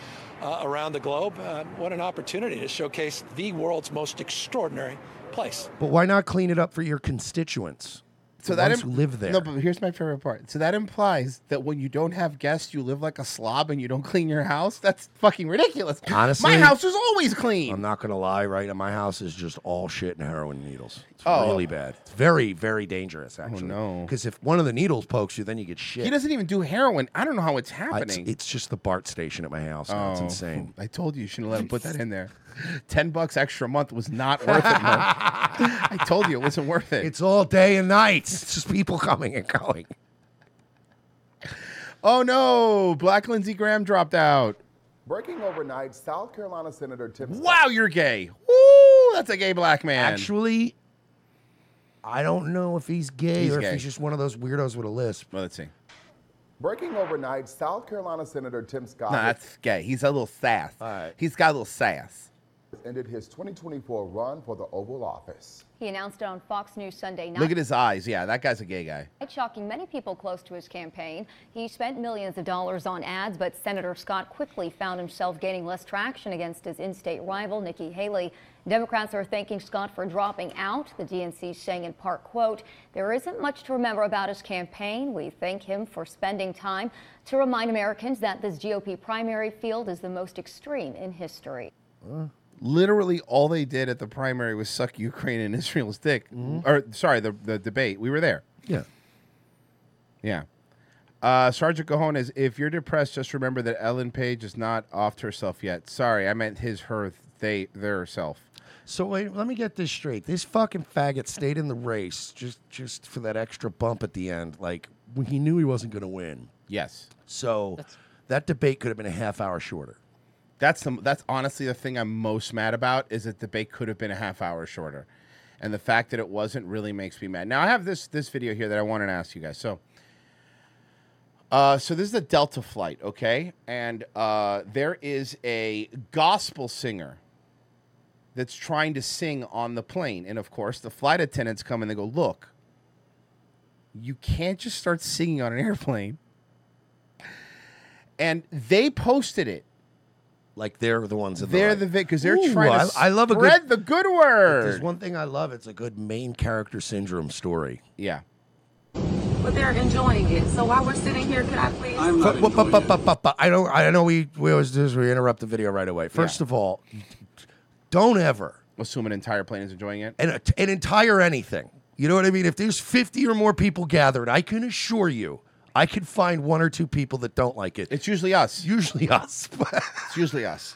uh, around the globe. Uh, what an opportunity to showcase the world's most extraordinary place. But why not clean it up for your constituents? So the that ones im- who live there. No, but here's my favorite part. So that implies that when you don't have guests, you live like a slob and you don't *laughs* clean your house. That's fucking ridiculous. Honestly, my house is always clean. I'm not gonna lie, right? now, My house is just all shit and heroin needles. It's Oh. really bad. It's very, very dangerous, actually. no. Because if one of the needles pokes you, then you get shit. He doesn't even do heroin. I don't know how it's I- it's, happening. it's just the BART station at my house. now. It's Oh, insane. I told you you shouldn't let him put that in *laughs* there. Ten bucks extra a month was not worth it. Mo. I told you it wasn't worth it. It's all day and night. It's just people coming and going. Oh no, Black Lindsey Graham dropped out. Breaking overnight, South Carolina Senator Tim Scott- Wow, you're gay. Woo, that's a gay black man. Actually, I don't know if he's gay He's or gay. if he's just one of those weirdos with a lisp. Well, let's see. Breaking overnight, South Carolina Senator Tim Scott no, that's gay. He's a little sass. He's got a little sass. has ended his 2024 run for the Oval Office. He announced it on Fox News Sunday night. Look at his eyes. Yeah, that guy's a gay guy. Shocking many people close to his campaign. He spent millions of dollars on ads, but Senator Scott quickly found himself gaining less traction against his in state rival, Nikki Haley. Democrats are thanking Scott for dropping out. The DNC saying in part, quote, there isn't much to remember about his campaign. We thank him for spending time to remind Americans that this GOP primary field is the most extreme in history. Literally, all they did at the primary was suck Ukraine and *laughs* Israel's dick. Mm-hmm. Or sorry, the, the debate. We were there. Yeah. Yeah. Uh, Sergeant Cajones, if you're depressed, just remember that Ellen Page is not offed herself yet. Sorry, I meant his, her, they, their self. So wait, let me get this straight. This fucking faggot stayed in the race just just for that extra bump at the end. Like when he knew he wasn't going to win. Yes. So that debate could have been a half hour shorter. That's the that's honestly the thing I'm most mad about is that the debate could have been a half hour shorter, and the fact that it wasn't really makes me mad. Now I have this this video here that I wanted to ask you guys. So, uh, so this is a Delta flight, okay, and uh, there is a gospel singer that's trying to sing on the plane, and of course the flight attendants come and they go, look, you can't just start singing on an *laughs* airplane, and they posted it. Like they're the ones in They're the the vic because they're Ooh, trying to I- I love a good- spread the good word. There's one thing I love. It's a good main character syndrome story. Yeah. But they're enjoying it. So while we're sitting here, could I please? But- but- but- but- but- but I don't. I know we we always do is we interrupt the video right away. First of all, don't ever assume an entire plane is enjoying it. An an entire anything. You know what I mean? If there's 50 or more people gathered, I can assure you, I can find one or two people that don't like it. It's usually us. Usually us. it's usually us.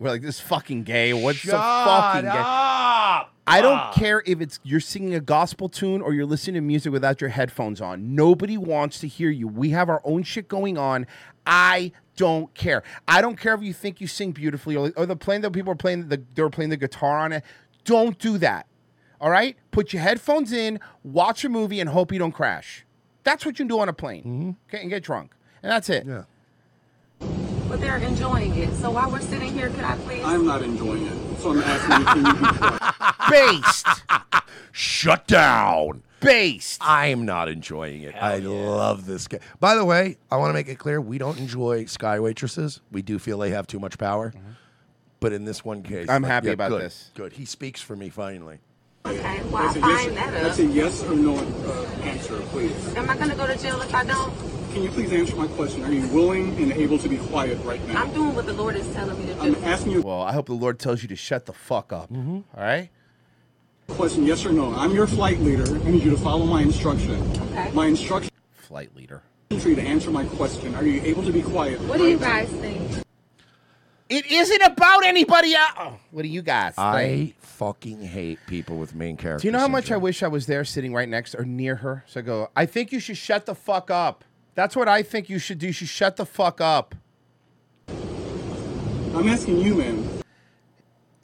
We're like this fucking gay. What's so Shut fucking gay? up! I don't Ah. care if it's you're singing a gospel tune or you're listening to music without your headphones on. Nobody wants to hear you. We have our own shit going on. I don't care. I don't care if you think you sing beautifully or, or the plane that people are playing the they were playing the guitar on it. Don't do that. All right? Put your headphones in, watch a movie, and hope you don't crash. That's what you do on a plane. Okay, and get drunk. And that's it. Yeah. But they're enjoying it. So while we're sitting here, could I please? I'm not enjoying it, so I'm asking you, can you be quiet? Based. Shut down. Based. I'm not enjoying it. I love this guy. By the way, I want to make it clear we don't enjoy sky waitresses. We do feel they have too much power. Mm-hmm. But in this one case, I'm like, happy yeah, about good, this. Good. He speaks for me finally. Okay. Well, I That's a find yes, that that's up. a yes or no uh, answer, please. Am I gonna go to jail if I don't? Can you please answer my question? Are you willing and able to be quiet right now? I'm doing what the Lord is telling me to do. I'm asking you Well, I hope the Lord tells you to shut the fuck up. All right? a question, yes or no. I'm your flight leader. I need you to follow my instruction. Okay. My instruction Flight leader. for you to answer my question. Are you able to be quiet? What do you guys think? It isn't about anybody else. Oh, what do you guys think? I fucking hate people with main characters. Do you know how much I wish I was there sitting right next or near her? So I go, I think you should shut the fuck up. That's what I think you should do. You should shut the fuck up. I'm asking you, man.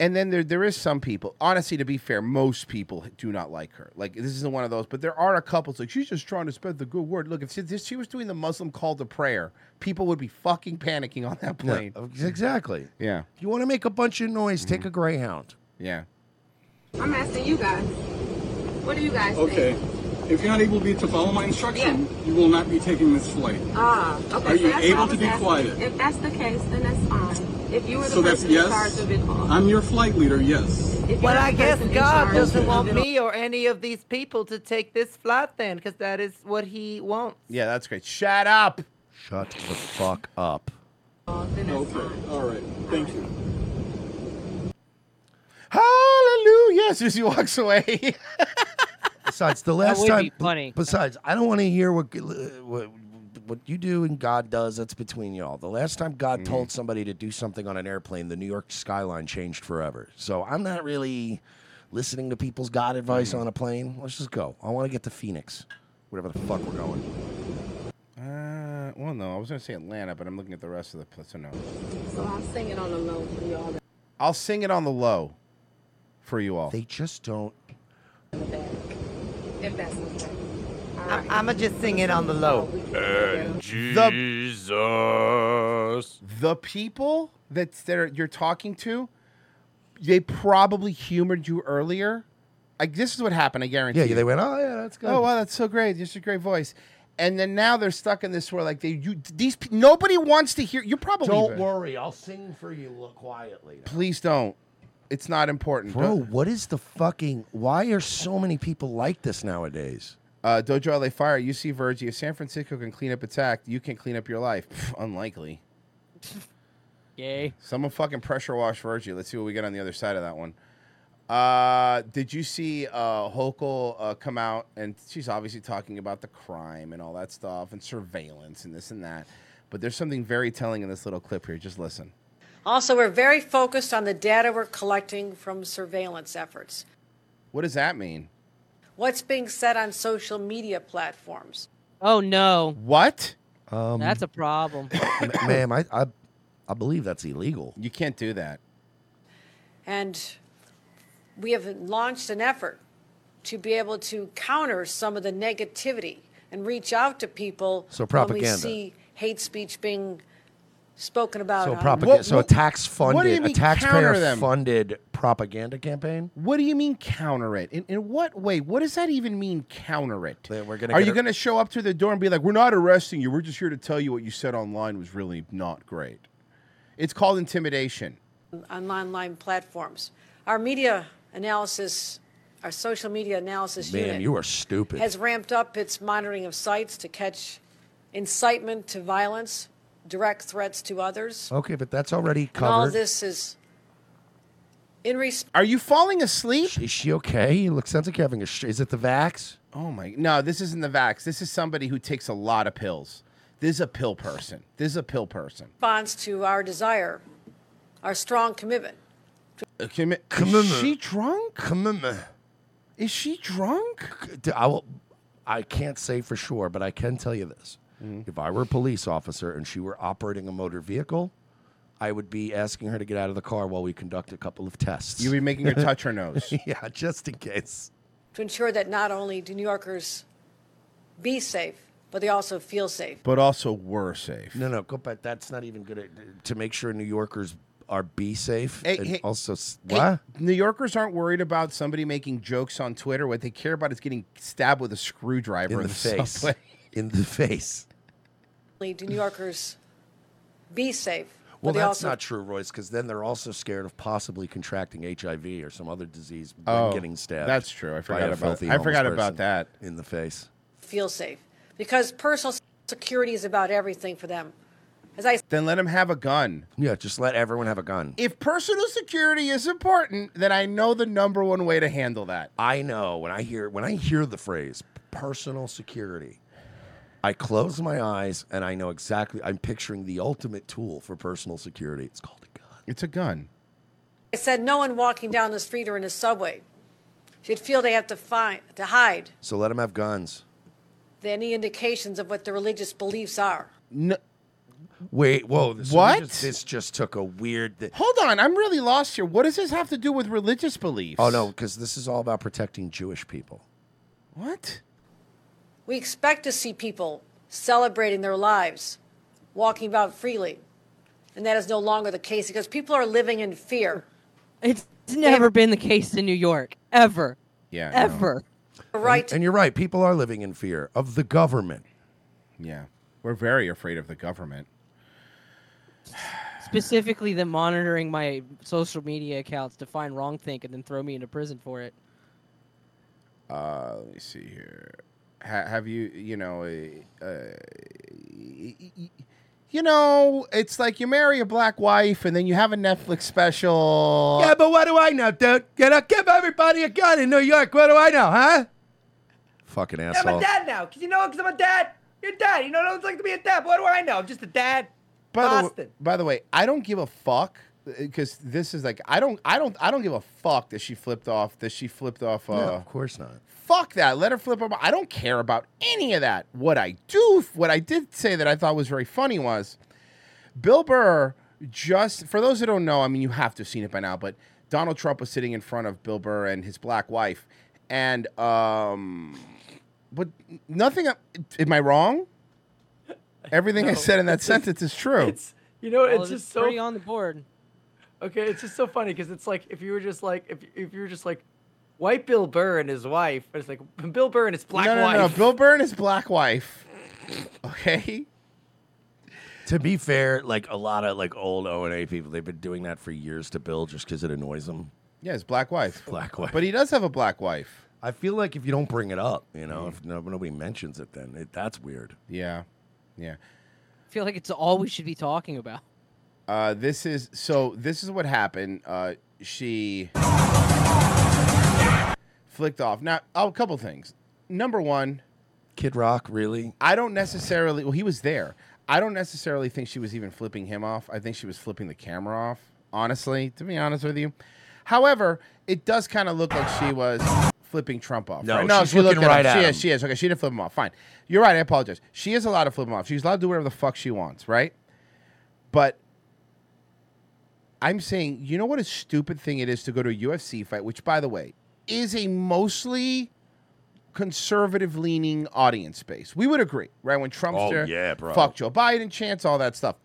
And then there there is some people. Honestly, to be fair, most people do not like her. Like this isn't one of those, but there are a couple. It's like she's just trying to spread the good word. Look, if she, if she was doing the Muslim call to prayer, people would be fucking panicking on that Yeah, plane. oh, exactly. Yeah. If you want to make a bunch of noise, Mm-hmm. take a greyhound. Yeah. I'm asking you guys. What do you guys Okay. think? If you're not able to, be, to follow my instruction, you will not be taking this flight. Ah, okay. Are so you that's able what I to was be asking. quiet? If that's the case, then that's fine. If you were the So that's person in charge yes. of it all. I'm your flight leader. Yes. Well, I guess God doesn't want Okay. me or any of these people to take this flight then, because that is what He wants. Yeah, that's great. Shut up. Shut the fuck up. Okay. All right. Thank you. Hallelujah. As soon as he walks away. *laughs* Besides, the That last would time. be funny. Besides, I don't want to hear what, what what you do and God does. That's between y'all. The last time God Mm-hmm. told somebody to do something on an airplane, the New York skyline changed forever. So I'm not really listening to people's God advice Mm-hmm. on a plane. Let's just go. I want to get to Phoenix, wherever the fuck we're going. Uh, well, no, I was gonna say Atlanta, but I'm looking at the rest of the place. So no, So I'm singing on the low for y'all. I'll sing it on the low for you all. They just don't. If that's okay. I'm, I'ma just sing it on the low. Jesus. The people that that are, you're talking to, they probably humored you earlier. Like this is what happened. I guarantee. Yeah, you. they went, "Oh, yeah, that's good." Oh wow, that's so great. Just a great voice. And then now they're stuck in this where like they you these pe- nobody wants to hear. You probably Don't worry, I'll sing for you look, quietly. Please don't. It's not important. Bro, what is the fucking? Why are so many people like this nowadays? Uh, Dojo LA Fire, UC Verge, if San Francisco can clean up its act, you can clean up your life. Pff, unlikely. Yay. Someone fucking pressure wash Virgie. Let's see what we get on the other side of that one. Uh, did you see uh, Hochul uh, come out and she's obviously talking about the crime and all that stuff and surveillance and this and that. But there's something very telling in this little clip here. Just listen. Also, we're very focused on the data we're collecting from surveillance efforts, What does that mean? what's being said on social media platforms. Oh no. What? Um, That's a problem. *coughs* ma- ma'am. I, I I believe that's illegal. You can't do that. And we have launched an effort to be able to counter some of the negativity and reach out to people So when we propaganda. see hate speech being spoken about. So on- propaganda. so a tax funded, what do you a mean taxpayer counter them? funded propaganda campaign. What do you mean counter it? In, in what way? What does that even mean counter it? We're gonna. Are get you a- going to show up to the door and be like, "We're not arresting you. We're just here to tell you what you said online was really not great"? It's called intimidation. on online platforms. Our media analysis, our social media analysis Ma'am, unit you are stupid. has ramped up its monitoring of sites to catch incitement to violence, direct threats to others. Okay, but that's already And all covered. this is in response. Are you falling asleep? Is she okay? You look sounds like you're having a. Sh- is it the vax? Oh my! No, this isn't the vax. This is somebody who takes a lot of pills. This is a pill person. This is a pill person. response to our desire, our strong commitment. Uh, commi- Commitment. Is she drunk? Commitment. Is she drunk? D- I will. I can't say for sure, but I can tell you this: Mm-hmm. if I were a police officer and she were operating a motor vehicle, I would be asking her to get out of the car while we conduct a couple of tests. You'd be making her touch *laughs* her nose. yeah, just in case. to ensure that not only do New Yorkers be safe, but they also feel safe. But also, we're safe. No, no, go back. That's not even good. At, to make sure New Yorkers are be safe Hey, and hey, also s- Hey, what? New Yorkers aren't worried about somebody making jokes on Twitter. What they care about is getting stabbed with a screwdriver in, the face. subway. In the face. Only do New Yorkers be safe, but Well, they that's also not true, Royce, because then they're also scared of possibly contracting HIV or some other disease when Oh, getting stabbed. that's true. I by forgot a about- filthy I forgot homeless about person in the face. feel safe because personal security is about everything for them. As I Then let him have a gun. Yeah, just let everyone have a gun. If personal security is important, then I know the number one way to handle that. I know when I hear when I hear the phrase personal security, I close my eyes and I know exactly. I'm picturing the ultimate tool for personal security. It's called a gun. It's a gun. I said, no one walking down the street or in the subway should feel they have to find to hide So let them have guns. any indications of what their religious beliefs are. No. Wait, whoa! This, we What? just- this just took a weird. Th- Hold on, I'm really lost here. What does this have to do with religious beliefs? oh no, because this is all about protecting Jewish people. What? We expect to see people celebrating their lives, walking about freely. And that is no longer the case because people are living in fear. It's never been the case in New York ever. Yeah, I know. Ever. Right. And, and you're right. People are living in fear of the government. Yeah, we're very afraid of the government. Specifically, them monitoring my social media accounts to find wrong think and then throw me into prison for it. Uh, let me see here. Ha- have you, you know, uh, uh, y- y- y- you know, it's like you marry a black wife and then you have a Netflix special. Yeah, but what do I know, dude? You know, give everybody a gun in New York. What do I know, huh? Fucking Yeah, I'm a asshole. dad now. Cause you know, cause I'm a dad. You're a dad. You know what it's like to be a dad. What do I know? I'm just a dad. by the, Boston. w- by the way, I don't give a fuck because this is like I don't I don't I don't give a fuck that she flipped off that she flipped off. Uh, No, of course not. Fuck that. Let her flip up. I don't care about any of that. What I do, what I did say that I thought was very funny was Bill Burr just, for those who don't know, I mean, you have to have seen it by now, but Donald Trump was sitting in front of Bill Burr and his black wife. And, um, but nothing, uh, am I wrong? Everything I No. said in that sentence is true. It's- You know, All it's of just so pretty on the board. Okay, it's just so funny because it's like if you were just like if if you were just like White Bill Burr and his wife. It's like Bill Burr and his black no, no, wife. no. *laughs* Bill Burr and his black wife. Okay. To be fair, like a lot of like old O and A people, they've been doing that for years to Bill just because it annoys them. Yeah, his black wife. Black wife. But he does have a black wife. Mm. I feel like if you don't bring it up, you know, if no, nobody mentions it, then it, that's weird. Yeah, *laughs* yeah. I feel like it's all we should be talking about. Uh, this is so. This is what happened. Uh, she flicked off. Now, oh, a couple things. Number one, Kid Rock, really? I don't necessarily. Well, he was there. I don't necessarily think she was even flipping him off. I think she was flipping the camera off. Honestly, to be honest with you. However, it does kind of look like she was flipping Trump off. No, right? she's looking him. right at She him. is. She is. Okay, she didn't flip him off. Fine. You're right. I apologize. She is allowed to flip him off. She's allowed to do whatever the fuck she wants. Right. But I'm saying, you know what a stupid thing it is to go to a UFC fight, which, by the way, is a mostly conservative leaning audience base. We would agree, right? When Trump's Oh, there, yeah, bro. fuck Joe Biden, chance, all that stuff.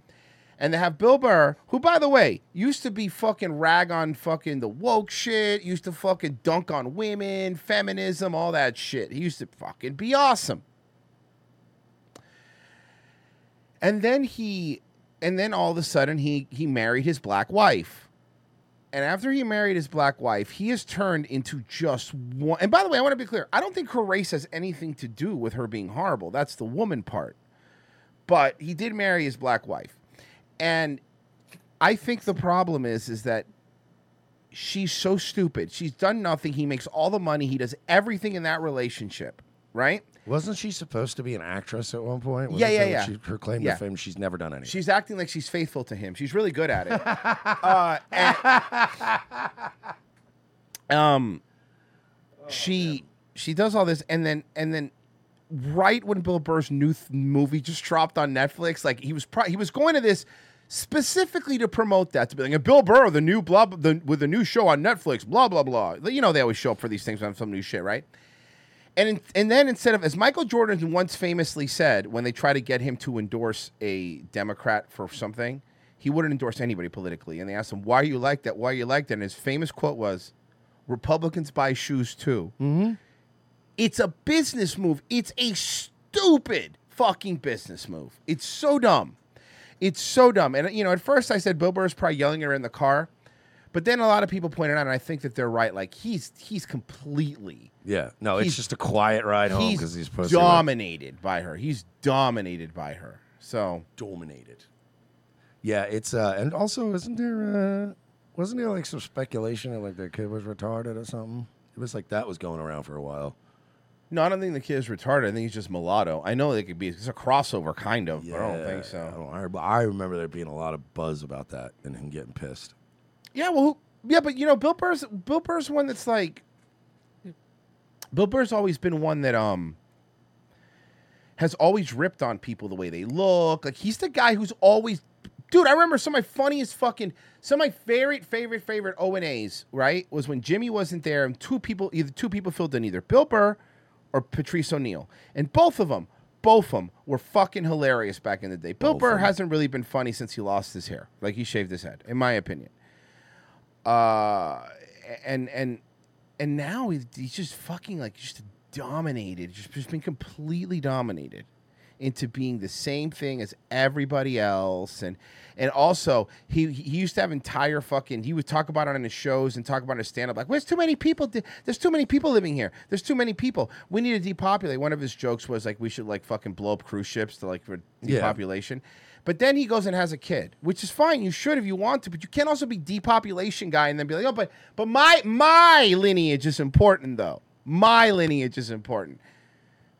And they have Bill Burr, who, by the way, used to be fucking rag on fucking the woke shit, used to fucking dunk on women, feminism, all that shit. He used to fucking be awesome. And then he, and then all of a sudden he he married his black wife. And after he married his black wife, he has turned into just one. And by the way, I want to be clear. I don't think her race has anything to do with her being horrible. That's the woman part. But he did marry his black wife. And I think the problem is is that she's so stupid. She's done nothing. He makes all the money. He does everything in that relationship, right? Wasn't she supposed to be an actress at one point? Yeah, Wasn't yeah, that yeah. what She, her claim Yeah. to fame, she's never done anything. She's acting like she's faithful to him. She's really good at it. Uh, um she she does all this and then and then right when bill burr's new th- movie just dropped on netflix like he was pro- he was going to this specifically to promote that to be like and bill burr the new blah blah- the, with the new show on netflix blah blah blah you know they always show up for these things on some new shit right and in, and then instead of as Michael Jordan once famously said when they try to get him to endorse a Democrat for something, he wouldn't endorse anybody politically. And they asked him, "Why are you like that? Why are you like that?" And his famous quote was, "Republicans buy shoes too." Mm-hmm. It's a business move. It's a stupid fucking business move. It's so dumb. It's so dumb. And you know, at first I said Bill Burr's probably yelling at her in the car, But then a lot of people pointed out, and I think that they're right. Like he's he's completely Yeah. No, He's- it's just a quiet ride home he's because he's pussy. right? dominated by her. He's dominated by her. So dominated. Yeah, it's uh, and also isn't there uh, wasn't there like some speculation that like the kid was retarded or something? It was like that was going around for a while. No, I don't think the kid is retarded. I think he's just mulatto. I know they could be. It's a crossover, kind of, but I don't think so. I, don't, I, re- I remember there being a lot of buzz about that and him getting pissed. Yeah, well, who, yeah, but you know, Bill Burr's Bill Burr's one that's like Bill Burr's always been one that um has always ripped on people the way they look. Like he's the guy who's always dude, I remember some of my funniest fucking some of my favorite, favorite, favorite O and A's, right? Was when Jimmy wasn't there and two people either two people filled in either Bill Burr or Patrice O'Neill. And both of them, both of them were fucking hilarious back in the day. Bill Both of Burr 'em. hasn't really been funny since he lost his hair. Like he shaved his head, in my opinion uh, and and and now he's, he's just fucking like just dominated, just, just been completely dominated into being the same thing as everybody else, and and also he he used to have entire fucking he would talk about it on his shows and talk about his stand up like, "Well, there's too many people, di- there's too many people living here, there's too many people, we need to depopulate. One of his jokes was like, we should like fucking blow up cruise ships to like for Yeah. depopulation. But then he goes and has a kid, which is fine. You should if you want to, but you can't also be depopulation guy and then be like, oh, but but my my lineage is important though. My lineage is important.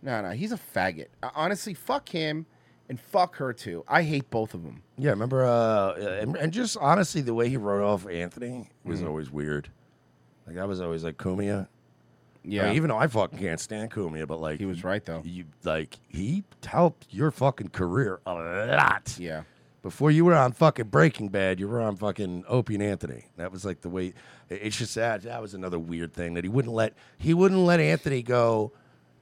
No, no, he's a faggot. Uh, Honestly, fuck him and fuck her too. I hate both of them. Yeah, remember uh, and, and just honestly the way he wrote off Anthony was Mm-hmm. always weird. Like I was always like Kumia. Yeah. I mean, even though I fucking can't stand Kumia, but like he was right though. You like he helped your fucking career a lot. Yeah. Before you were on fucking Breaking Bad, you were on fucking Opie and Anthony. That was like the way. it- It's just that that was another weird thing that he wouldn't let he wouldn't let Anthony go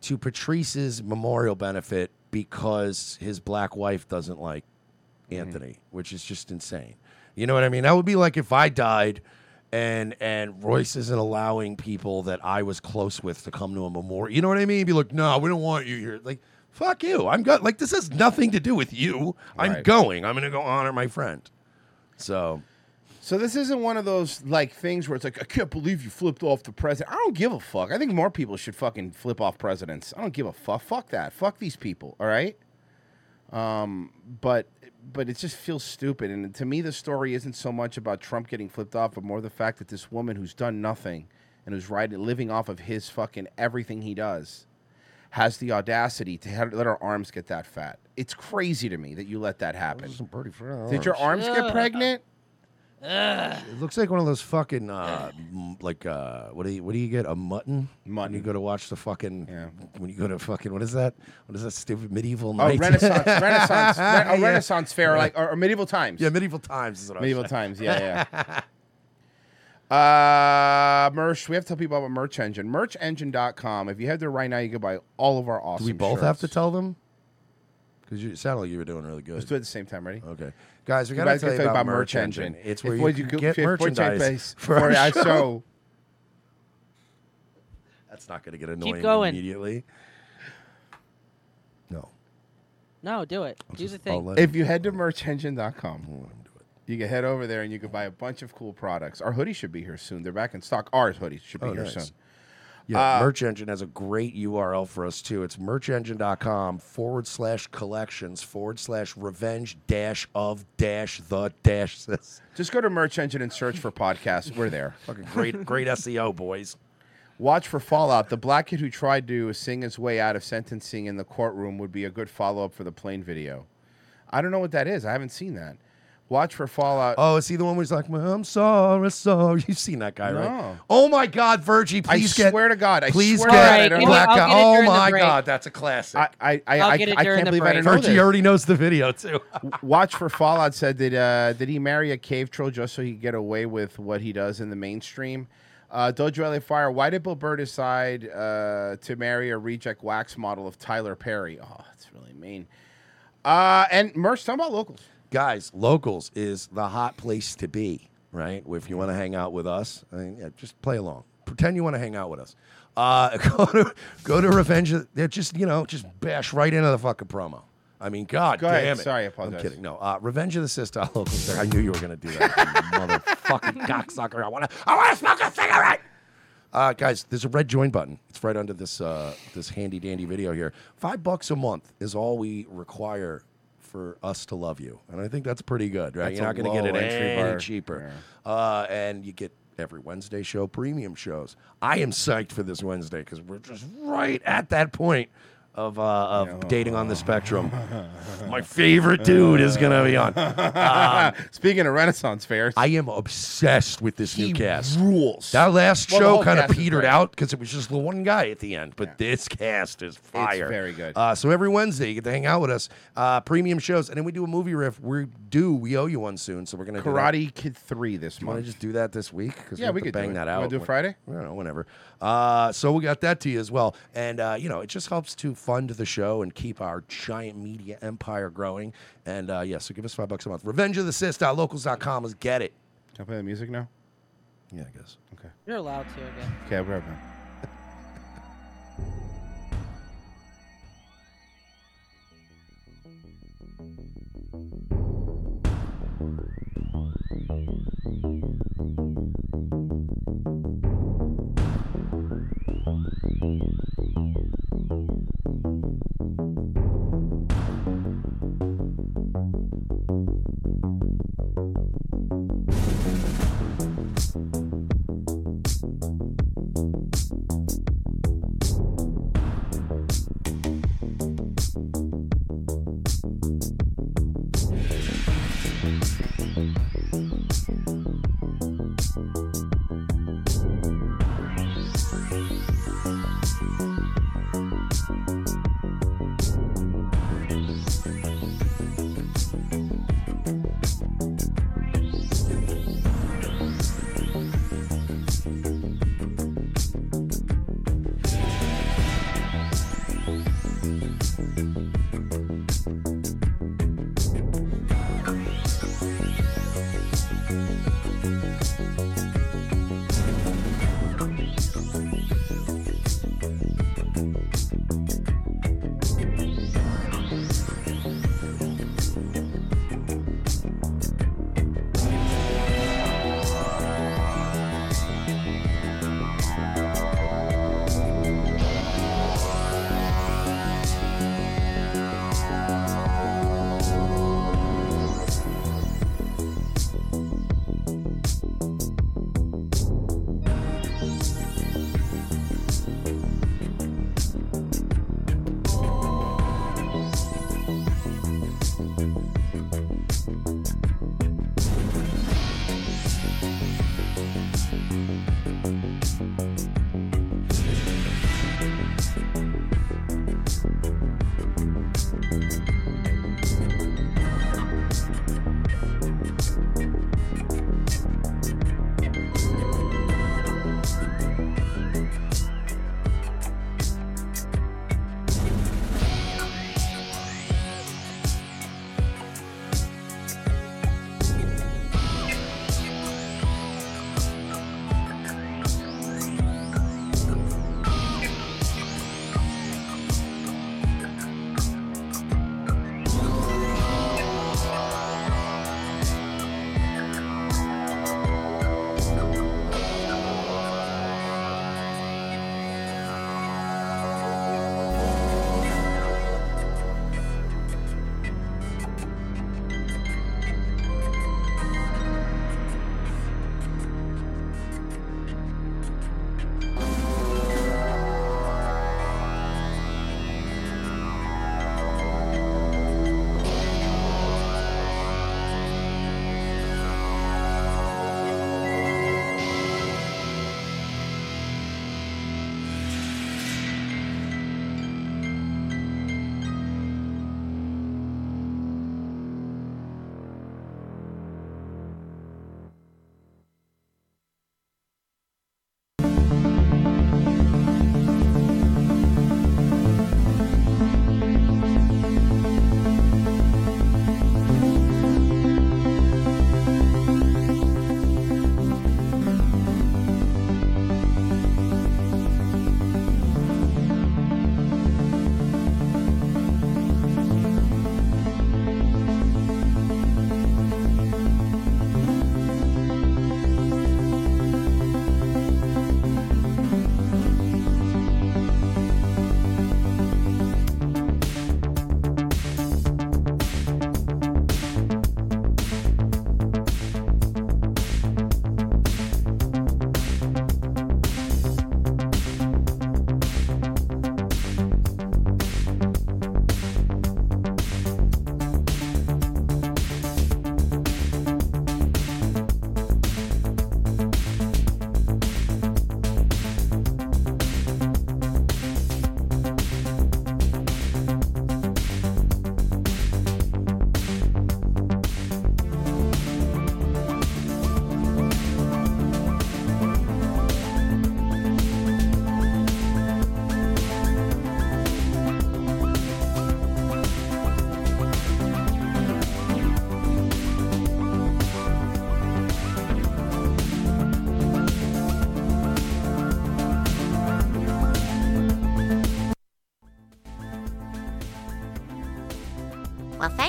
to Patrice's memorial benefit because his black wife doesn't like Anthony, which is just insane. You know what I mean? That would be like if I died and and Royce isn't allowing people that I was close with to come to a memorial. You know what I mean? He'd Be like, no, we don't want you here. Like, fuck you. I'm go- like this has nothing to do with you. I'm Right. going. I'm gonna go honor my friend. So So this isn't one of those like things where it's like I can't believe you flipped off the president. I don't give a fuck. I think more people should fucking flip off presidents. I don't give a fuck. Fuck that. Fuck these people. All right. Um, but but it just feels stupid. And to me, the story isn't so much about Trump getting flipped off, but more the fact that this woman who's done nothing and who's riding living off of his fucking everything he does has the audacity to ha- let her arms get that fat. It's crazy to me that you let that happen. Did your arms get pregnant? It looks like one of those fucking uh, m- like uh, what do you what do you get a mutton? Mutton. you go to watch the fucking when you go to fucking what is that? What is that stupid medieval Oh, night? *laughs* Renaissance, Renaissance, re- a Yeah. Renaissance fair, Yeah. like or, or medieval times. Yeah, medieval times is what I was medieval saying. times. Yeah, yeah. *laughs* Uh, merch. We have to tell people about Merch Engine. Merchengine.com. If you head there right now, you can buy all of our awesome. Do we both shirts. have to tell them? Because you it sounded like you were doing really good. Let's do it at the same time. Ready? Okay, guys, we You gotta guys tell can you about Merch Engine. It's where If you what can go- get if what you merchandise *laughs* face for our our show. show. That's not gonna get annoying going. immediately. No, do it. do the I'll thing. let If you head to merchengine.com, you can head over there and you can buy a bunch of cool products. Our hoodies should be here soon. They're back in stock. Ours hoodies should be Oh, here nice. soon. Yeah, Uh, Merch Engine has a great URL for us too. It's merchengine.com forward slash collections forward slash revenge dash of dash the dash. That's Just go to Merch Engine and search for podcasts. We're there. *laughs* Fucking great, great SEO, boys. Watch for Fallout. The black kid who tried to sing his way out of sentencing in the courtroom would be a good follow up for the plane video. I don't know what that is. I haven't seen that. Watch for Fallout. Oh, is he the one who's like, well, I'm sorry, sorry. *laughs* You've seen that guy, right? No. Oh my God, Virgie, I please get. swear to God, I please swear to God, I get don't know. black I'll guy. get it Oh during the my break. God, that's a classic. I, I, I, I'll I, get it I during can't the believe I break. didn't know Virgie this. already knows the video too. *laughs* Watch for Fallout said that uh, did he marry a cave troll just so he could get away with what he does in the mainstream? Uh, Dojo LA Fire, why did Bill Burr decide uh, to marry a reject wax model of Tyler Perry? Oh, that's really mean. Uh, and merch, talking about locals. guys, locals is the hot place to be, right? If you want to hang out with us, I mean, yeah, just play along. Pretend you want to hang out with us. *laughs* Uh, go to go to Revenge. of- They're just you know just bash right into the fucking promo. I mean, God Go damn ahead. it. Sorry, I apologize. I'm kidding. No, uh, Revenge of the Sith style local sir. I knew you were gonna do that, *laughs* you motherfucking cocksucker. I wanna, I wanna smoke a cigarette. Uh, guys, there's a red join button. It's right under this uh, this handy dandy video here. Five bucks a month is all we require for us to love you, and I think that's pretty good, right? That's You're a not going to get low it entry any bar. cheaper, uh, and you get every Wednesday show premium shows. I am psyched for this Wednesday because we're just right at that point of uh, of dating on the *laughs* spectrum. *laughs* My favorite dude is going to be on. *laughs* Um, Speaking of Renaissance fairs, I am obsessed with this new cast. Rules. That last Well, the show whole kind of cast is petered great. out because it was just the one guy at the end. But this cast is fire. very good. Uh, so every Wednesday you get to hang out with us. Uh, premium shows, and then we do a movie riff. We do. We owe you one soon, so we're gonna do Karate Kid Three this Do you want month. to just do that this week? 'Cause Yeah, have we to could do bang it. that You out. wanna do it When- Friday? I don't know, whenever. Uh, so we got that to you as well, and uh, you know, it just helps to fund the show and keep our giant media empire growing. And uh, yeah, so give us five bucks a month. Revenge of the Sith.locals.com is get it. Can I play the music now? Yeah, I guess. Okay. You're allowed to again. Okay, I'll be right back.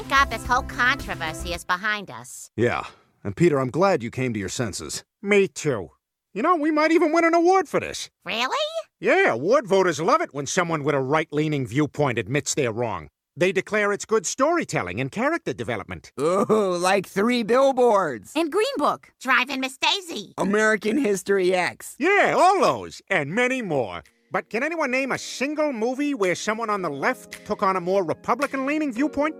that this whole controversy is behind us. Yeah. And Peter, I'm glad you came to your senses. Me too. You know, we might even win an award for this. Really? Yeah, award voters love it when someone with a right leaning viewpoint admits they're wrong. They declare it's good storytelling and character development. Ooh, like three billboards. And Green Book, Driving Miss Daisy. American History X. Yeah, all those, and many more. But can anyone name a single movie where someone on the left took on a more Republican leaning viewpoint?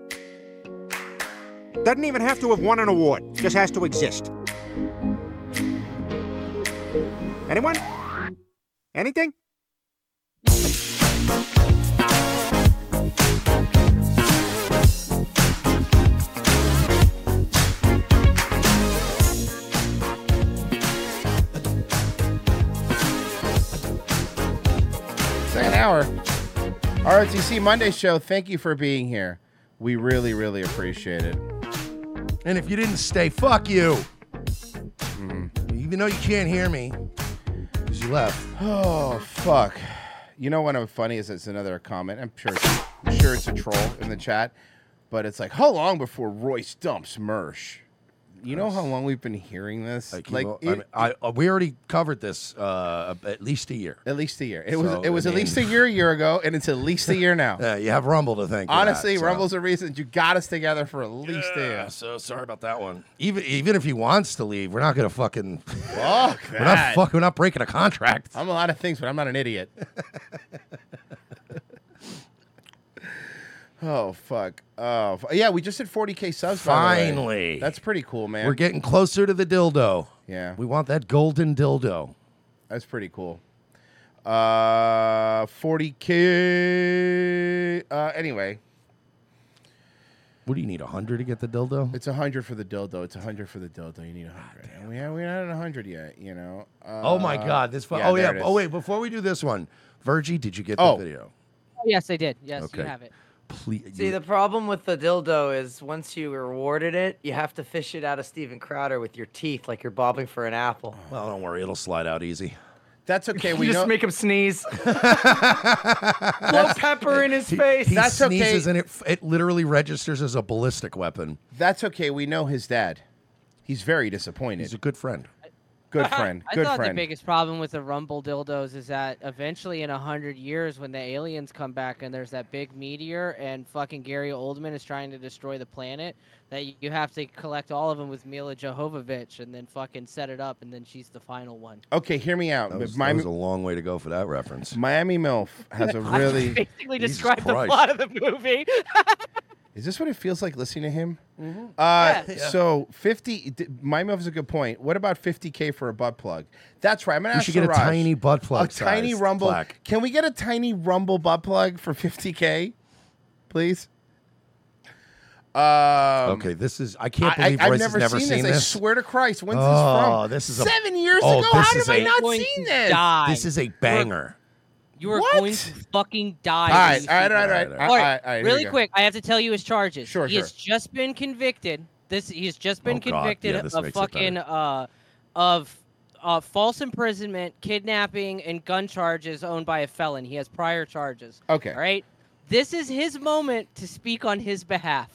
Doesn't even have to have won an award, just has to exist. Anyone? Anything? Second hour. ROTC Monday show. Thank you for being here. We really, really appreciate it. And if you didn't stay, fuck you. Mm-hmm. Even though you can't hear me, because you left. Oh fuck! You know what? I'm funny is it's another comment. I'm sure, it's, I'm sure it's a troll in the chat, but it's like how long before Royce dumps Mersh? You know how long we've been hearing this? Like, well, I it- mean, I, uh, we already covered this uh, at least a year. At least a year. it was it was at least a year a year ago, and it's at least a *laughs* year now. Yeah, you have Rumble to thank. for that, Honestly, so. Rumble's a reason you got us together for at least a year. So sorry about that one. Even even if he wants to leave, we're not gonna fucking. *laughs* Fuck we're not that. Oh, fuck, We're not breaking a contract. I'm a lot of things, but I'm not an idiot. *laughs* oh fuck! Oh fu- yeah, we just hit 40k subs. by the way. Finally. that's pretty cool, man. We're getting closer to the dildo. Yeah. We want that golden dildo. That's pretty cool. Uh, 40k. Uh, anyway, What do you need? hundred to get the dildo? It's hundred for the dildo. It's hundred for the dildo. You need hundred. And we we not at hundred yet. You know. Uh, oh my god! This. Fu- oh there yeah. it is. Oh wait. Before we do this one, Virgie, did you get Oh. the video? Oh, yes, I did. Yes, you Okay. have it. Please. See, the problem with the dildo is once you rewarded it, you have to fish it out of Steven Crowder with your teeth like you're bobbing for an apple. Well, don't worry. It'll slide out easy. Oh, That's okay. You we just know- *laughs* make him *laughs* sneeze. Blow *laughs* pepper in his He- face. He sneezes and it f- it literally registers as a ballistic weapon. That's okay. We know his dad. He's very disappointed. He's a good friend. Good friend. *laughs* I Good thought friend. the biggest problem with the Rumble dildos is that eventually, in a hundred years, when the aliens come back and there's that big meteor and fucking Gary Oldman is trying to destroy the planet, that you- you have to collect all of them with Mila Jovovich and then fucking set it up, and then she's the final one. Okay, hear me out. That was, that Miami, was a long way to go for that reference. Miami MILF *laughs* has a I just really. basically Jesus described the Christ. plot of the movie. Is this what it feels like listening to him? Mhm. Uh, Yeah. So fifty. d- Miami MILF is a good point. What about fifty k for a butt plug? That's right. I'm gonna We ask should get a Siraj. tiny butt plug. A tiny size rumble. plaque. Can we get a tiny rumble butt plug for 50k, please? Um, okay, this is. I can't I, believe I, have Royce never, has never seen, seen this. this. I swear to Christ, when's oh, this is from? a, Seven years oh, ago. How This have I is not going to seen this? die. This is a banger. You are What? going to fucking die. All right, when you all see right, all right, that. all right, all right, all right, here we really go. quick, I have to tell you his charges. Sure, he has sure. just been convicted. This he has just been Oh, God. Yeah, convicted this of makes it better. fucking uh, of uh, false imprisonment, kidnapping, and gun charges owned by a felon. He has prior charges. Okay. All right. This is his moment to speak on his behalf.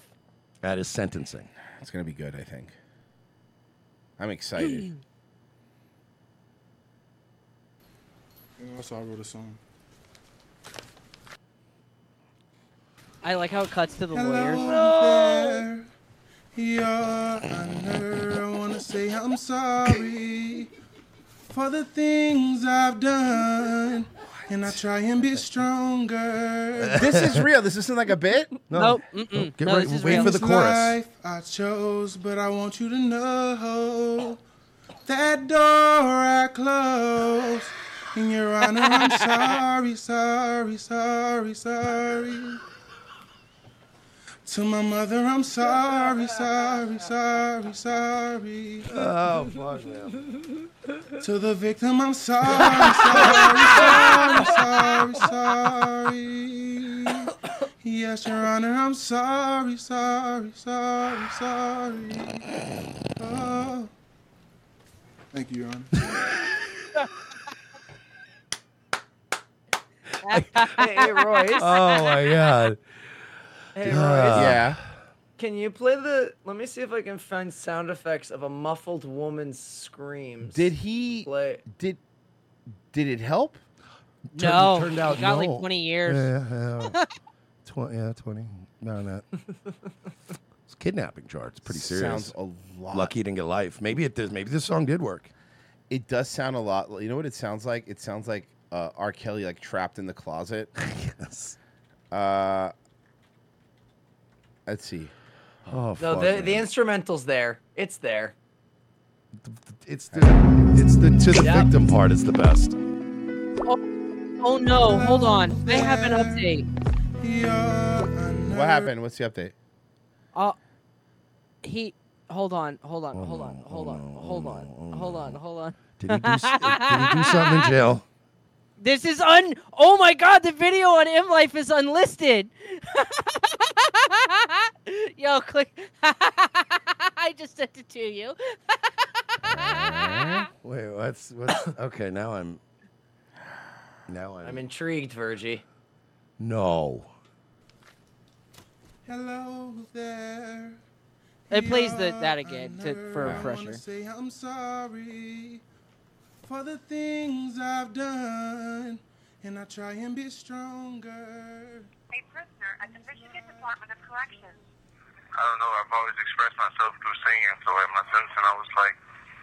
That is sentencing. It's gonna be good, I think. I'm excited. Also, I wrote a song. I like how it cuts to the Hello lawyers. there, Your Honor, I wanna say I'm sorry for the things I've done, and I try and be stronger. this is real. This isn't like a bit. No. No, get No, ready- this is wait real. for the This chorus. Life I chose, but I want you to know that door I closed. In your honor, I'm sorry, sorry, sorry, sorry. To my mother, I'm sorry, sorry, sorry, sorry. Oh, fuck, To the victim, I'm sorry, sorry, sorry, sorry, sorry. Yes, Your Honor, I'm sorry, sorry, sorry, sorry. Oh. Thank you, Your Honor. hey, Royce. Oh my god. Hey, Royce. Ah. Yeah. Can you play the? Let me see if I can find sound effects of a muffled woman screams. Did he play? Did did it help? Turned- No, turned he out got like no. 20 years. Yeah, *laughs* yeah. Twen- yeah, 20. No, not. It's kidnapping charge. It's pretty serious. Sounds a lot. Lucky he didn't get life. Maybe it did. Maybe this song did work. It does sound a lot. You know what it sounds like? It sounds like uh, R. Kelly like trapped in the closet. *laughs* yes. Uh, let's see. Oh, No, fuck, the, man. the instrumental's there. It's there. It's the it's the to the Yeah. victim part is the best. Oh no, hold on. I have an update. What happened? What's the update? Uh, he. Hold on, hold on, hold on, hold on, hold on, hold on, hold on. Did he *laughs* do, s- did he do something in jail? This is un. Oh my god, the video on M Life is unlisted. *laughs* Yo, click. *laughs* I just sent it to you. Wait, what's what's okay? Now I'm now I'm I'm intrigued, Virgie. no. Hello there. It plays the Yeah, that again to, for I wanna refresher. say I'm sorry for the things I've done, and I try and be stronger. A prisoner at the Michigan Department of Corrections. I don't know. I've always expressed myself through singing. So at my sentencing, I was like,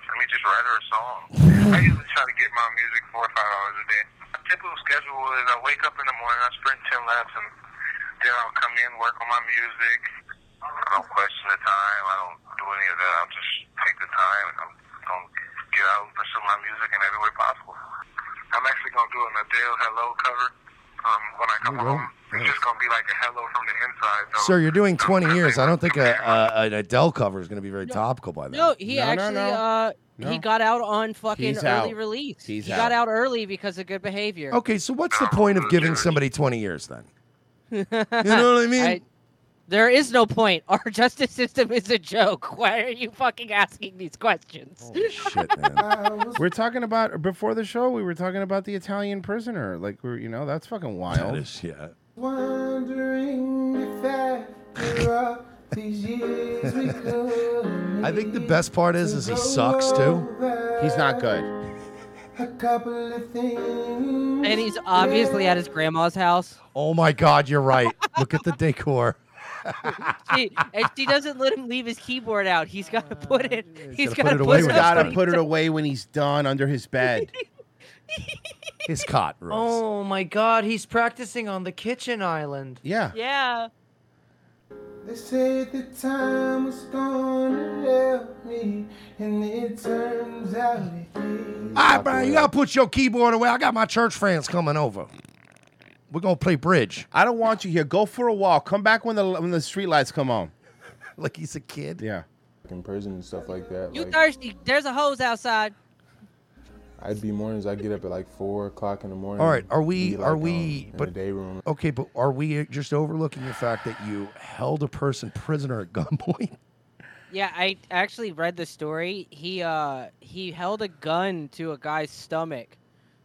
let me just write her a song. I usually try to get my music four or five hours a day. My typical schedule is I wake up in the morning, I sprint 10 laps, and then I'll come in, work on my music. I don't question the time. I don't do any of that. I'll just take the time and I'm going to get out and pursue my music in every way possible. I'm actually going to do an Adele Hello cover um, when I come You will? home. It's just going to be like a hello from the inside. So Sir, you're doing 20 years. I don't think a, a an Adele cover is going to be very topical by then. No, he No, no, actually no. uh he No. got out on fucking He's early out. release. He's he got out early because of good behavior. Okay, so what's the point of giving somebody 20 years then? you know *laughs* what I mean? there is no point. *laughs* Our justice system is a joke. *laughs* Why are you fucking asking these questions? Shit, man. We're talking about before the show. We were talking about the Italian prisoner. Like we're you know that's fucking wild. yeah. Wondering if after all these years we could I think the best part is, is he sucks too. He's not good. a couple of things. *laughs* And he's obviously at his grandma's *laughs* house. Oh my God, you're right. Look at the *laughs* decor. She, and she doesn't let him leave his keyboard out. He's got to put it. He's got to gotta put put Uh, He's it gotta away. put it away when he's done under his bed. his cot Oh my God, he's practicing on the kitchen island. Yeah. Yeah. They say the time was gonna help me, and it turns out it did. All right, Brian, Ah, you gotta put your keyboard away. I got my church friends coming over. We're gonna play bridge. I don't want you here. Go for a walk. Come back when the when the street lights *laughs* come on. like he's a kid. Yeah. in prison and stuff like that. You like, thirsty? There's a hose outside. I'd be mornings. I get up at like four o'clock in the morning. All right, are we? be, like, are um, we? in but the day room? okay, but are we just overlooking the fact that you held a person prisoner at gunpoint? Yeah, I actually read the story. He uh he held a gun to a guy's stomach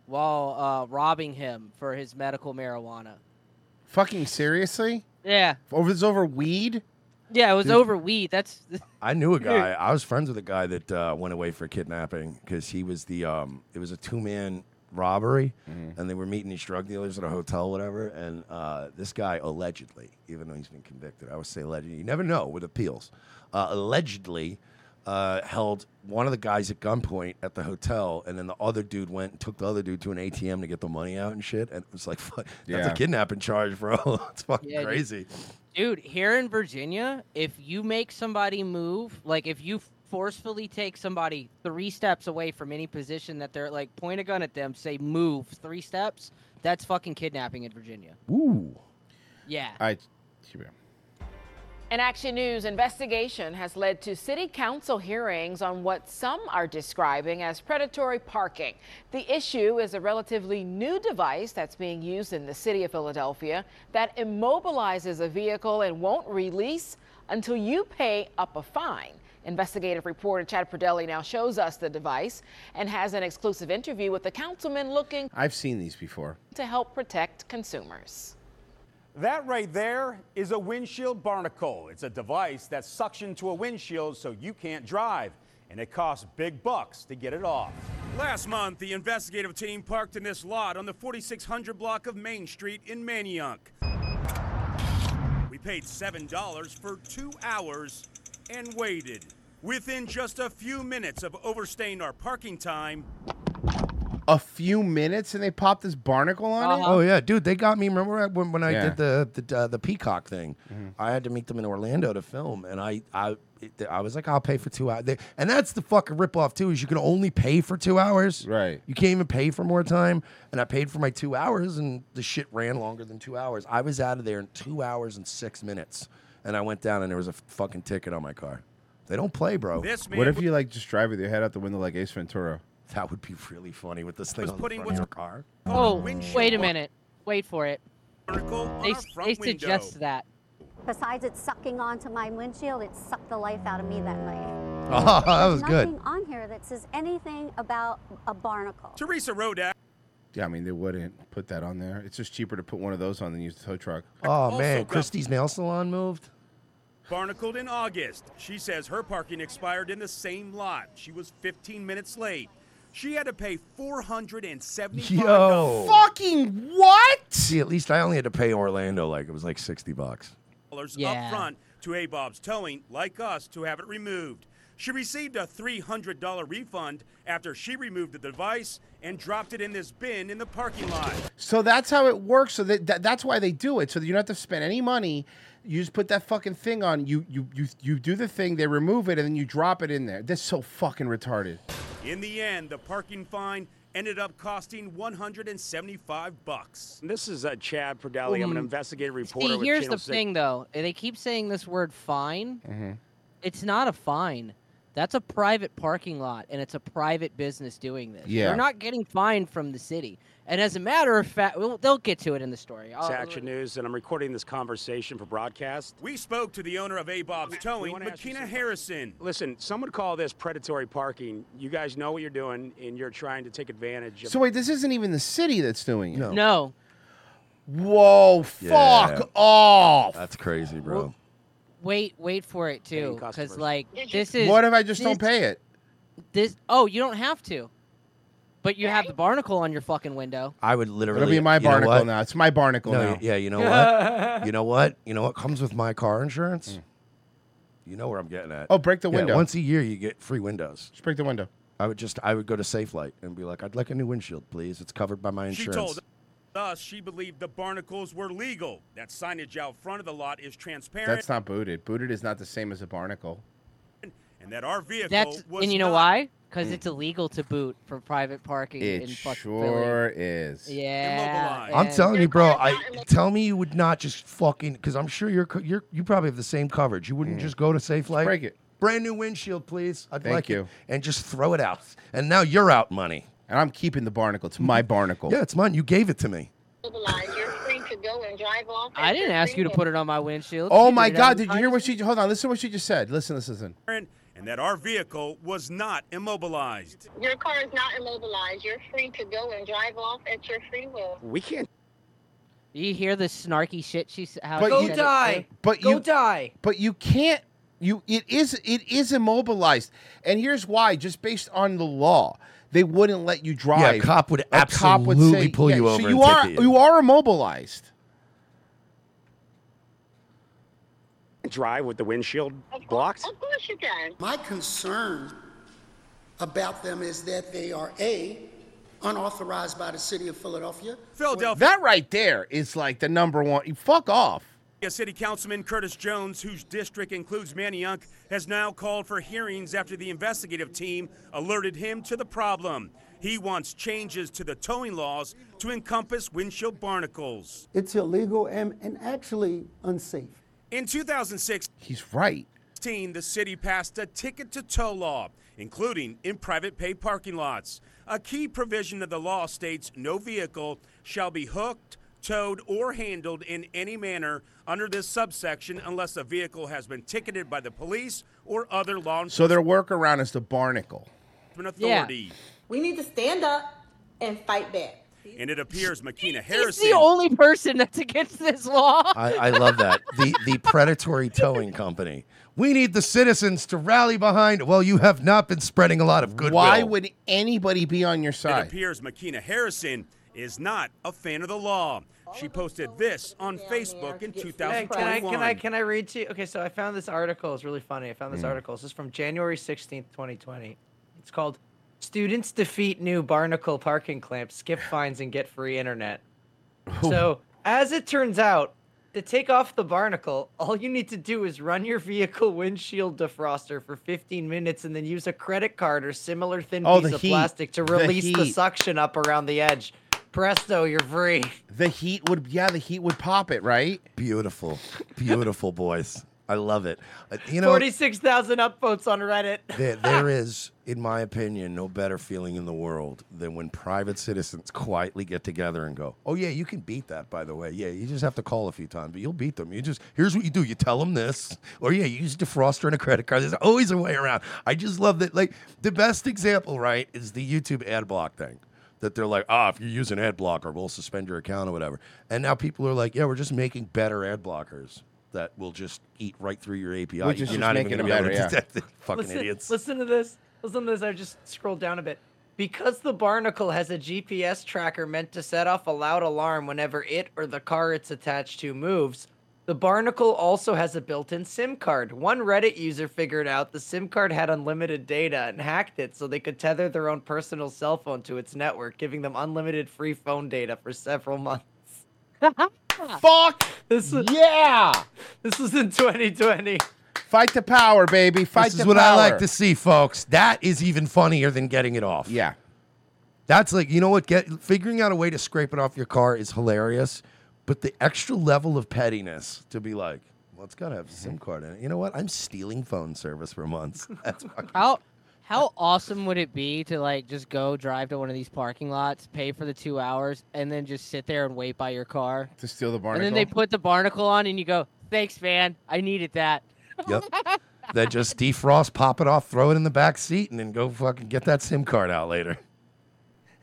while uh robbing him for his medical marijuana. Fucking seriously? Yeah. Over it's over weed? Yeah, it was Dude. over weed. That's *laughs* I knew a guy. I was friends with a guy that uh, went away for kidnapping because he was the. Um, it was a two man robbery, and they were meeting these drug dealers at a hotel, whatever. And uh, this guy allegedly, even though he's been convicted, I would say allegedly. You never know with appeals. Uh, allegedly, uh, held one of the guys at gunpoint at the hotel, and then the other dude went and took the other dude to an ATM to get the money out and shit. And it was like, *laughs* fuck, that's Yeah. a kidnapping charge, bro. *laughs* it's fucking Yeah, dude. crazy. Dude, here in Virginia, if you make somebody move, like if you forcefully take somebody three steps away from any position that they're like, point a gun at them, say move three steps, that's fucking kidnapping in Virginia. Ooh. Yeah. I keep it. An Action News investigation has led to city council hearings on what some are describing as predatory parking. The issue is a relatively new device that's being used in the city of Philadelphia that immobilizes a vehicle and won't release until you pay up a fine. Investigative reporter Chad Perdelli now shows us the device and has an exclusive interview with the councilman looking I've seen these before. to help protect consumers. That right there is a windshield barnacle. It's a device that suction to a windshield so you can't drive, and it costs big bucks to get it off. Last month, the investigative team parked in this lot on the 4600 block of Main Street in Manayunk. We paid $7 for two hours and waited. Within just a few minutes of overstaying our parking time, A few minutes and they popped this barnacle on it. Oh yeah, dude, they got me. Remember when, when I Yeah. Mm-hmm. did the the, uh, the peacock thing? I had to meet them in Orlando to film, and I I it- I was like, I'll pay for two hours. They, and that's the fucking ripoff too. Is you can only pay for two hours. Right. You can't even pay for more time. And I paid for my two hours, and the shit ran longer than two hours. I was out of there in two hours and six minutes, and I went down, and there was a fucking ticket on my car. They don't play, bro. This What if you like just drive with your head out the window like Ace Ventura? That would be really funny with this thing Was on the putting front of what's- your car. Oh, windshield wait a bar- minute. Wait for it. They, they window. suggest that. Besides it sucking onto my windshield, it sucked the life out of me that night. *laughs* Oh, that was There's good. Nothing on here that says anything about a barnacle. Teresa Rodak. Yeah, I mean they wouldn't put that on there. It's just cheaper to put one of those on than use the tow truck. Oh man, Christie's nail salon moved. barnacled in August. She says her parking expired in the same lot. She was 15 minutes late. She had to pay 475 Yo. Fucking what? See, at least I only had to pay Orlando like it was like sixty bucks. dollars Yeah. up front to A Bob's Towing, like us, to have it removed. She received a $300 refund after she removed the device and dropped it in this bin in the parking lot. So that's how it works. So that, that that's why they do it. So that you don't have to spend any money. You just put that fucking thing on. You you you you do the thing. They remove it and then you drop it in there. That's so fucking retarded. In the end, the parking fine ended up costing 175 bucks. This is uh, Chad Perdelli. I'm an Mm. investigative reporter. See, with here's Channel the thing, though. They keep saying this word fine. Mm-hmm. It's not a fine. That's a private parking lot, and it's a private business doing this. Yeah. They're not getting fined from the city. And as a matter of fact, we'll, they'll get to it in the story. I'll- It's Action News, and I'm recording this conversation for broadcast. We spoke to the owner of A Bob's Towing, wanna ask you Makina something. Harrison. Listen, some would call this predatory parking. You guys know what you're doing, and you're trying to take advantage of. So wait, this isn't even the city that's doing it. No. No. Whoa! Fuck Yeah. off. That's crazy, bro. wait, wait for it too, because like this is. What if I just don't this- pay it? This. Oh, you don't have to. But you have the barnacle on your fucking window. I would literally. It'll be my you know barnacle what? now. It's my barnacle No, now. y- Yeah, you know *laughs* what? you know what? You know what comes with my car insurance? You know where I'm getting at. Hmm. Oh, break the Yeah, window. once a year, you get free windows. Just break the window. I would just, I would go to SafeLight and be like, I'd like a new windshield, please. It's covered by my She insurance. told us she believed the barnacles were legal. That signage out front of the lot is transparent, That's not booted. Booted is not the same as a barnacle. and that our vehicle That's was and you know not. Hmm. why? Because it's illegal to boot for private parking It in fucking sure Philly. is. Yeah. I'm and- telling you, bro. I tell me you would not just fucking because I'm sure you're co- you're you probably have the same coverage. You wouldn't just go to SafeLight. Mm. break it. Brand new windshield, please. I'd Thank like you. it. And just throw it out. And now you're out money. And I'm keeping the barnacle. It's my barnacle. Yeah, it's mine. You gave it to me. You're free to go and drive off. I didn't ask you to put it on my windshield. Oh You my did it on God! the Did you hear what she? Hold on. Listen to what she just said. Listen. Listen. Listen. And that our vehicle was not immobilized. Your car is not immobilized. You're free to go and drive off at your free will. We can't. You hear the snarky shit she s- how But she you- said it die. too? But you die. But you can't. You it is it is immobilized, and here's why. Just based on the law, they wouldn't let you drive. Yeah, a cop would A cop would absolutely say- pull yeah, you So over you and are ticket you. you are immobilized. Drive with the windshield blocks. Of course you can. My concern about them is that they are A, unauthorized by the city of Philadelphia. Philadelphia. That right there is like the number one. Fuck off. City Councilman Curtis Jones, whose district includes Manayunk, has now called for hearings after the investigative team alerted him to the problem. He wants changes to the towing laws to encompass windshield barnacles. It's illegal and, and actually unsafe. In 2006, he's right. 2016, the city passed a ticket to tow law, including in private pay parking lots. A key provision of the law states no vehicle shall be hooked, towed, or handled in any manner under this subsection unless the vehicle has been ticketed by the police or other law So their workaround is the barnacle. enforcement authority. We need to stand up and fight back. and it appears Makina He's Harrison. the only person that's against this law. I, I *laughs* love that. The the predatory towing company. We need the citizens to rally behind. Well, you have not been spreading a lot of goodwill. Why would anybody be on your It *laughs* side? appears Makina Harrison is not a fan of the law. She posted this on Facebook in Hey, can I 2021. can I can I read to you? Okay, so I found this article. It's really funny. I found this Mm. article. This is from January sixteenth, twenty twenty. It's called "Students Defeat New Barnacle Parking Clamp, Skip Fines, and Get Free Internet." so, as it turns out, to take off the barnacle, all you need to do is run your vehicle windshield defroster for fifteen minutes, and then use a credit card or similar thin Oh, piece the of heat. plastic to The release the heat. suction up around the edge. Presto, you're free. The heat would, yeah, the heat would pop it, right? Beautiful, beautiful boys. I love it. Uh, You know, 46,000 upvotes on Reddit. *laughs* there, there is, in my opinion, no better feeling in the world than when private citizens quietly get together and go, "Oh yeah, you can beat that." By the way, yeah, you just have to call a few times, but you'll beat them. You just here's what you do: you tell them this, or yeah, you use defroster and a credit card. There's always a way around. I just love that. Like the best example, right, is the YouTube ad block thing. That they're like, ah, if you use an ad blocker, we'll suspend your account or whatever. And now people are like, yeah, we're just making better ad blockers that will just eat right through your API. We're just- You're just not even making going it to be able to better, yeah. detect it. *laughs* Fucking listen, idiots. Listen to this. Listen to this. I just scrolled down a bit. Because the barnacle has a GPS tracker meant to set off a loud alarm whenever it or the car it's attached to moves, the barnacle also has a built in SIM card. One Reddit user figured out the SIM card had unlimited data and hacked it so they could tether their own personal cell phone to its network, giving them unlimited free phone data for several months. Fuck! This is, yeah! *laughs* This was in 2020. Fight the power, baby. Fight this is the what I like power. to see, folks. That is even funnier than getting it off. Yeah. That's like, you know what? Get figuring out a way to scrape it off your car is hilarious, but the extra level of pettiness to be like, well, it's got to have a SIM card in it. You know what? I'm stealing phone service for months. *laughs* That's fucking- How *laughs* how awesome would it be to like just go drive to one of these parking lots, pay for the two hours, and then just sit there and wait by your car? To steal the And barnacle. then they put the barnacle on, and you go, "Thanks, man. I needed that." yep. Then just defrost, pop it off, throw it in the back seat, and then go fucking get that SIM card out later.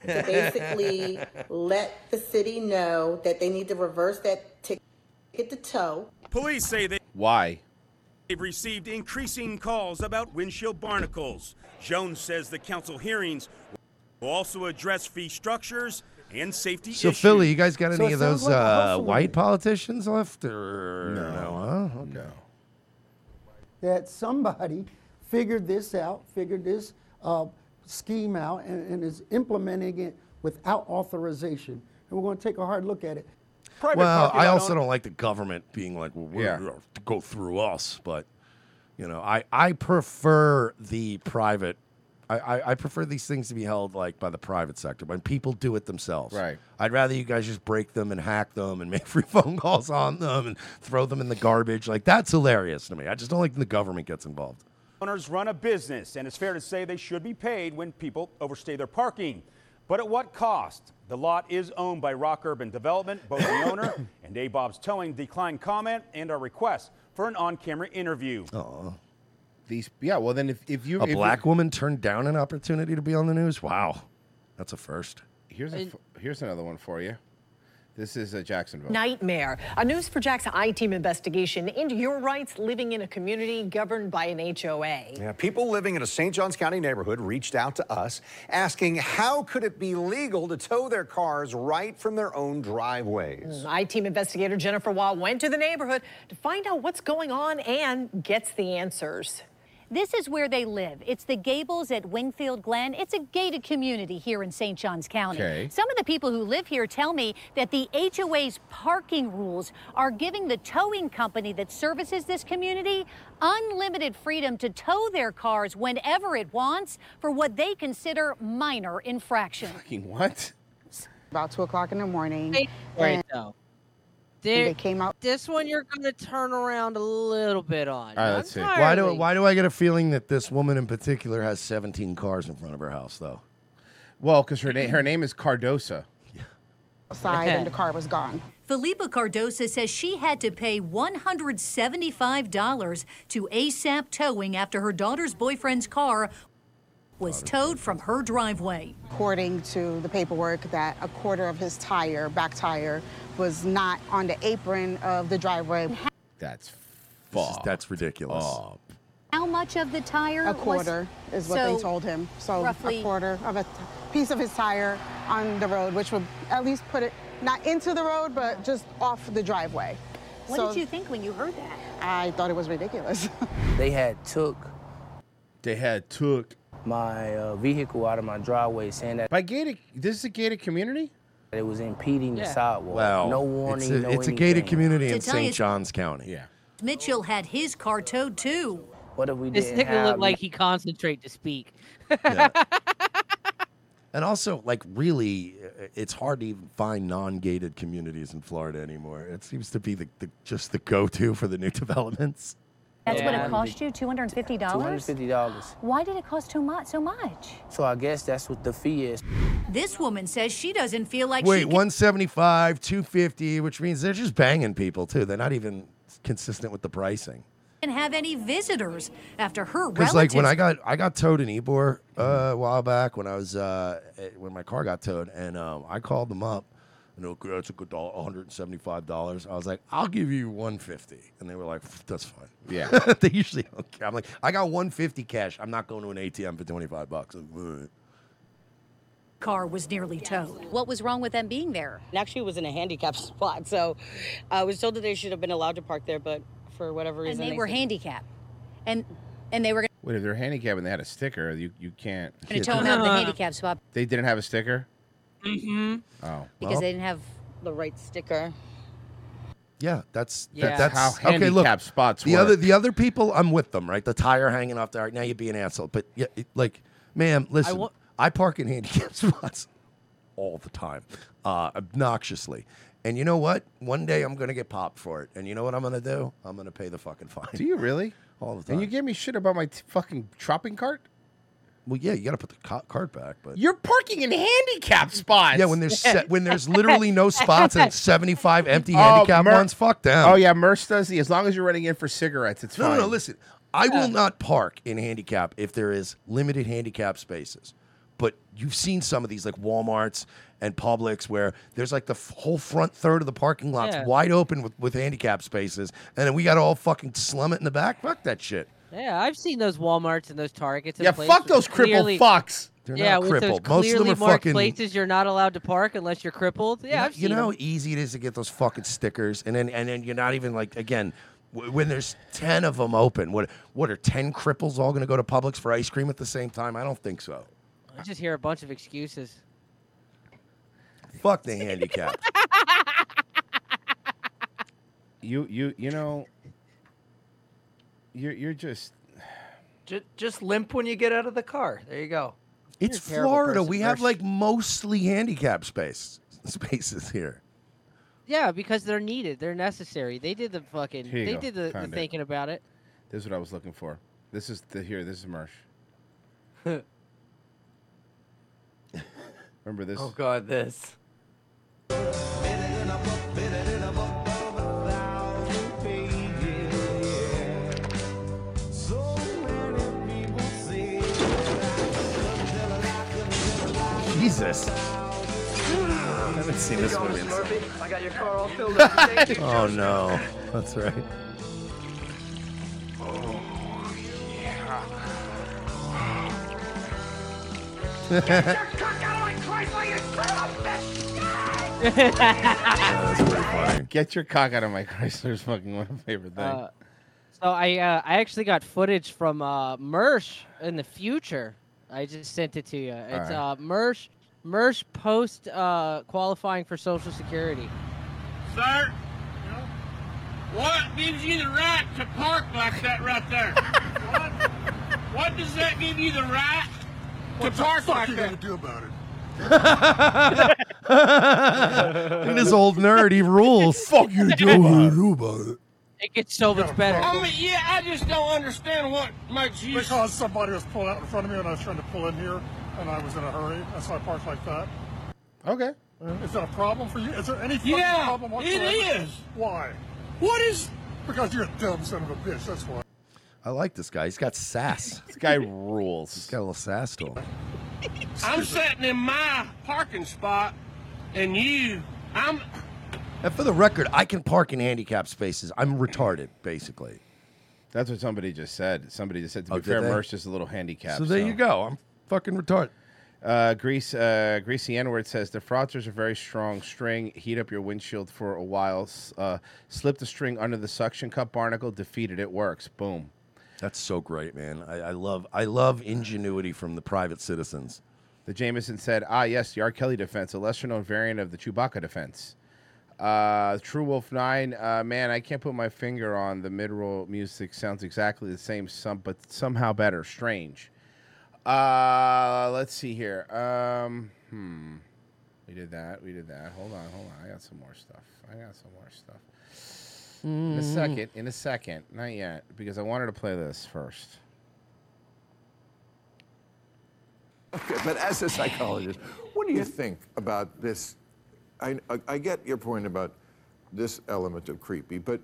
to basically let the city know that they need to reverse that ticket to tow. Police say they. Why? They've received increasing calls about windshield barnacles. Jones says the council hearings will also address fee structures and safety So, issues. Philly, you guys got So any it of sounds those like a uh, hustle to me. white politicians left? Or no, huh? Okay. that somebody figured this out, figured this uh, scheme out, and, and is implementing it without authorization. And we're going to take a hard look at it. well, I also don't like the government being like, well, we're, Yeah. we're- go through us, but you know, I I prefer the private. I, I, I prefer these things to be held like by the private sector when people do it themselves. Right. I'd rather you guys just break them and hack them and *laughs* make free phone calls on them and throw them in the garbage. Like that's hilarious to me. I just don't like when the government gets involved. Owners run a business, and it's fair to say they should be paid when people overstay their parking. But at what cost? The lot is owned by Rock Urban Development. Both the *coughs* owner and ABOB's Towing declined comment and our request for an on camera interview. Oh. Uh-uh. These, yeah, well, then if, if you. A if you- black woman turned down an opportunity to be on the news. Wow, that's a first. Here's, a, f- here's another one for you. This is uh, Jacksonville. Nightmare. A News for Jack's I-Team investigation into your rights living in a community governed by an HOA. Yeah, people living in a St. Johns County neighborhood reached out to us asking how could it be legal to tow their cars right from their own driveways. I-Team investigator Jennifer Waugh went to the neighborhood to find out what's going on and gets the answers. This is where they live. It's the Gables at Wingfield Glen. It's a gated community here in St. Johns County. Okay. Some of the people who live here tell me that the HOA's parking rules are giving the towing company that services this community unlimited freedom to tow their cars whenever it wants for what they consider minor infractions. Fucking what? About two o'clock in the morning. Right and now. They came out. This one you're gonna turn around a little bit on. All right, Not let's see. Why do entirely. why do I get a feeling that this woman in particular has 17 cars in front of her house though? Well, because her, na- her name is Cardosa. outside and the car was gone. Felipa Cardosa says she had to pay $175 to ASAP Towing after her daughter's boyfriend's car was towed from her driveway. According to the paperwork, that a quarter of his tire, back tire, was not on the apron of the driveway. That's This is- that's ridiculous. How much of the tire? A was- quarter is what they So, told him. So roughly- a quarter of a t- piece of his tire on the road, which would at least put it not into the road, but just off the driveway. What did you think when you heard that? I thought it was ridiculous. They had took. They had took my uh, vehicle out of my driveway, saying that by gated. This is a gated community. It was impeding the Yeah. sidewalk. Well, no warning. It's a, no it's a gated anything. community To in tell you- St. John's County. Yeah. Mitchell had his car towed too. What have we This nigga looked *laughs* like he concentrate to speak. And also, like, really, uh, it's hard to even find non-gated communities in Florida anymore. It seems to be the, the just the go-to for the new *laughs* developments. That's what Yeah. it cost you, two hundred and fifty Two hundred dollars. fifty dollars. Why did it cost too much? So much. So I guess that's what the fee is. This woman says she doesn't feel like Wait, she can 175, 250, which means they're just banging people too. They're not even consistent with the pricing. have any visitors after her Because Oh, relatives. like when I got I got towed in Ebor uh, a while back when I was uh, eh, when my car got towed and um, I called them up and they were, it's a good one hundred and seventy five dollars. I was like, I'll give you one fifty, and they were like, that's fine. Yeah. *laughs* they usually don't care. I'm like, I got one fifty cash. I'm not going to an ATM for twenty five bucks. Ugh. car was nearly towed. What was wrong with them being there? It actually was in a handicapped *laughs* spot, so I was told that they should have been allowed to park there, but for whatever And reason, they were said- handicapped, and and they were Wait, if they're handicapped and they had a sticker, you you can't. going to tow them out of the handicap spot They didn't have a sticker. Mm-hmm. Oh. because they didn't have the right sticker. Yeah, that's Yeah. That, that's How okay. Look, handicap spots the work. other the other people, I'm with them, right? The tire hanging off the. All right, now you're being an asshole, but yeah, it- like, ma'am, listen, I wa- park in handicap *laughs* spots all the time, uh, obnoxiously. And you know what? One day I'm gonna get popped for it. And you know what I'm gonna do? I'm gonna pay the fucking fine. Do you really? All the time. And you gave me shit about my t- fucking shopping cart. Well, yeah, you gotta put the co- cart back, but You're parking in handicap spots. yeah, when there's se- when there's literally no spots and *laughs* 75 empty handicap Oh, Mer- ones, fuck them. Oh yeah, Merce does the. As long as you're running in for cigarettes, it's No, fine. no, no. Listen, I will not park in handicap if there is limited handicap spaces. But you've seen some of these, like Walmart's and Publix, where there's like the f- whole front third of the parking lots Yeah. wide open with, with handicap spaces, and then we got to all fucking slum it in the back. Fuck that shit. Yeah, I've seen those WalMarts and those Targets. and Yeah, places fuck with those crippled clearly- fucks. They're yeah, not with crippled. those Most of them clearly are marked fucking- places you're not allowed to park unless you're crippled. Yeah, you know, I've seen you know how them. easy it is to get those fucking stickers, and then and then you're not even like again. w- When there's ten of them open, what what are ten cripples all going to go to Publix for ice cream at the same time? I don't think so. I just hear a bunch of excuses. Fuck the *laughs* handicap. You you you know. You're you're just Ju- just limp when you get out of the car. There you go. It's You're a terrible Florida. person, We have Mersh. *laughs* like mostly handicapped space spaces here. Yeah, because they're needed. They're necessary. They did the fucking. Here you They go. did the, the Found it. thinking about it. This is what I was looking for. This is the here. This is *laughs* Mersh. Remember this? Oh god, this. Jesus. I haven't seen this movie. *laughs* in so- I got your car all filled *laughs* Oh no, that's *laughs* right. *laughs* Get your cock out of my Chrysler's fucking one of my favorite things. Uh, so I uh, I actually got footage from uh, Mersh in the future. I just sent it to you. It's right. uh, Mersh Mersh post uh, qualifying for Social Security. Sir? What gives you the right to park like that right there? what? what does that give you the right to park like that? do about it? Look at this old nerd. He rules. Fuck you, dude. It gets so much better. I mean, Oh, yeah, I just don't understand what makes you. Because somebody was pulling out in front of me when I was trying to pull in here, and I was in a hurry, and so I parked like that. Okay. Is that a problem for you? Is there any fucking Yeah, problem it whatsoever? is. Why? What is? Because you're a dumb son of a bitch. That's why. I like this guy. He's got sass. this guy rules. He's got a little sass to him. *laughs* I'm sitting in my parking spot, and you, I'm And for the record, I can park in handicap spaces. I'm retarded, basically. That's what somebody just said. Somebody just said to Oh, be did fair, they? Murph's just a little handicapped. So there you go. I'm fucking retarded. Uh, Grease, uh, Greasy N-word says the fraudsters are very strong string. Heat up your windshield for a while. S- Uh, slip the string under the suction cup barnacle. Defeat it. It works. Boom. That's so great, man. I, I love I love ingenuity from the private citizens. The Jameson said, "Ah, yes, the R. Kelly defense, a lesser-known variant of the Chewbacca defense." Uh, True Wolf Nine, uh, man, I can't put my finger on the mid-roll music. Sounds exactly the same, some but somehow better. Strange. Uh, let's see here. Um, hmm. We did that. We did that. Hold on. Hold on. I got some more stuff. I got some more stuff. In a second. In a second. Not yet, because I wanted to play this first. Okay, but as a psychologist, what do you think about this? I, I, I get your point about this element of creepy, but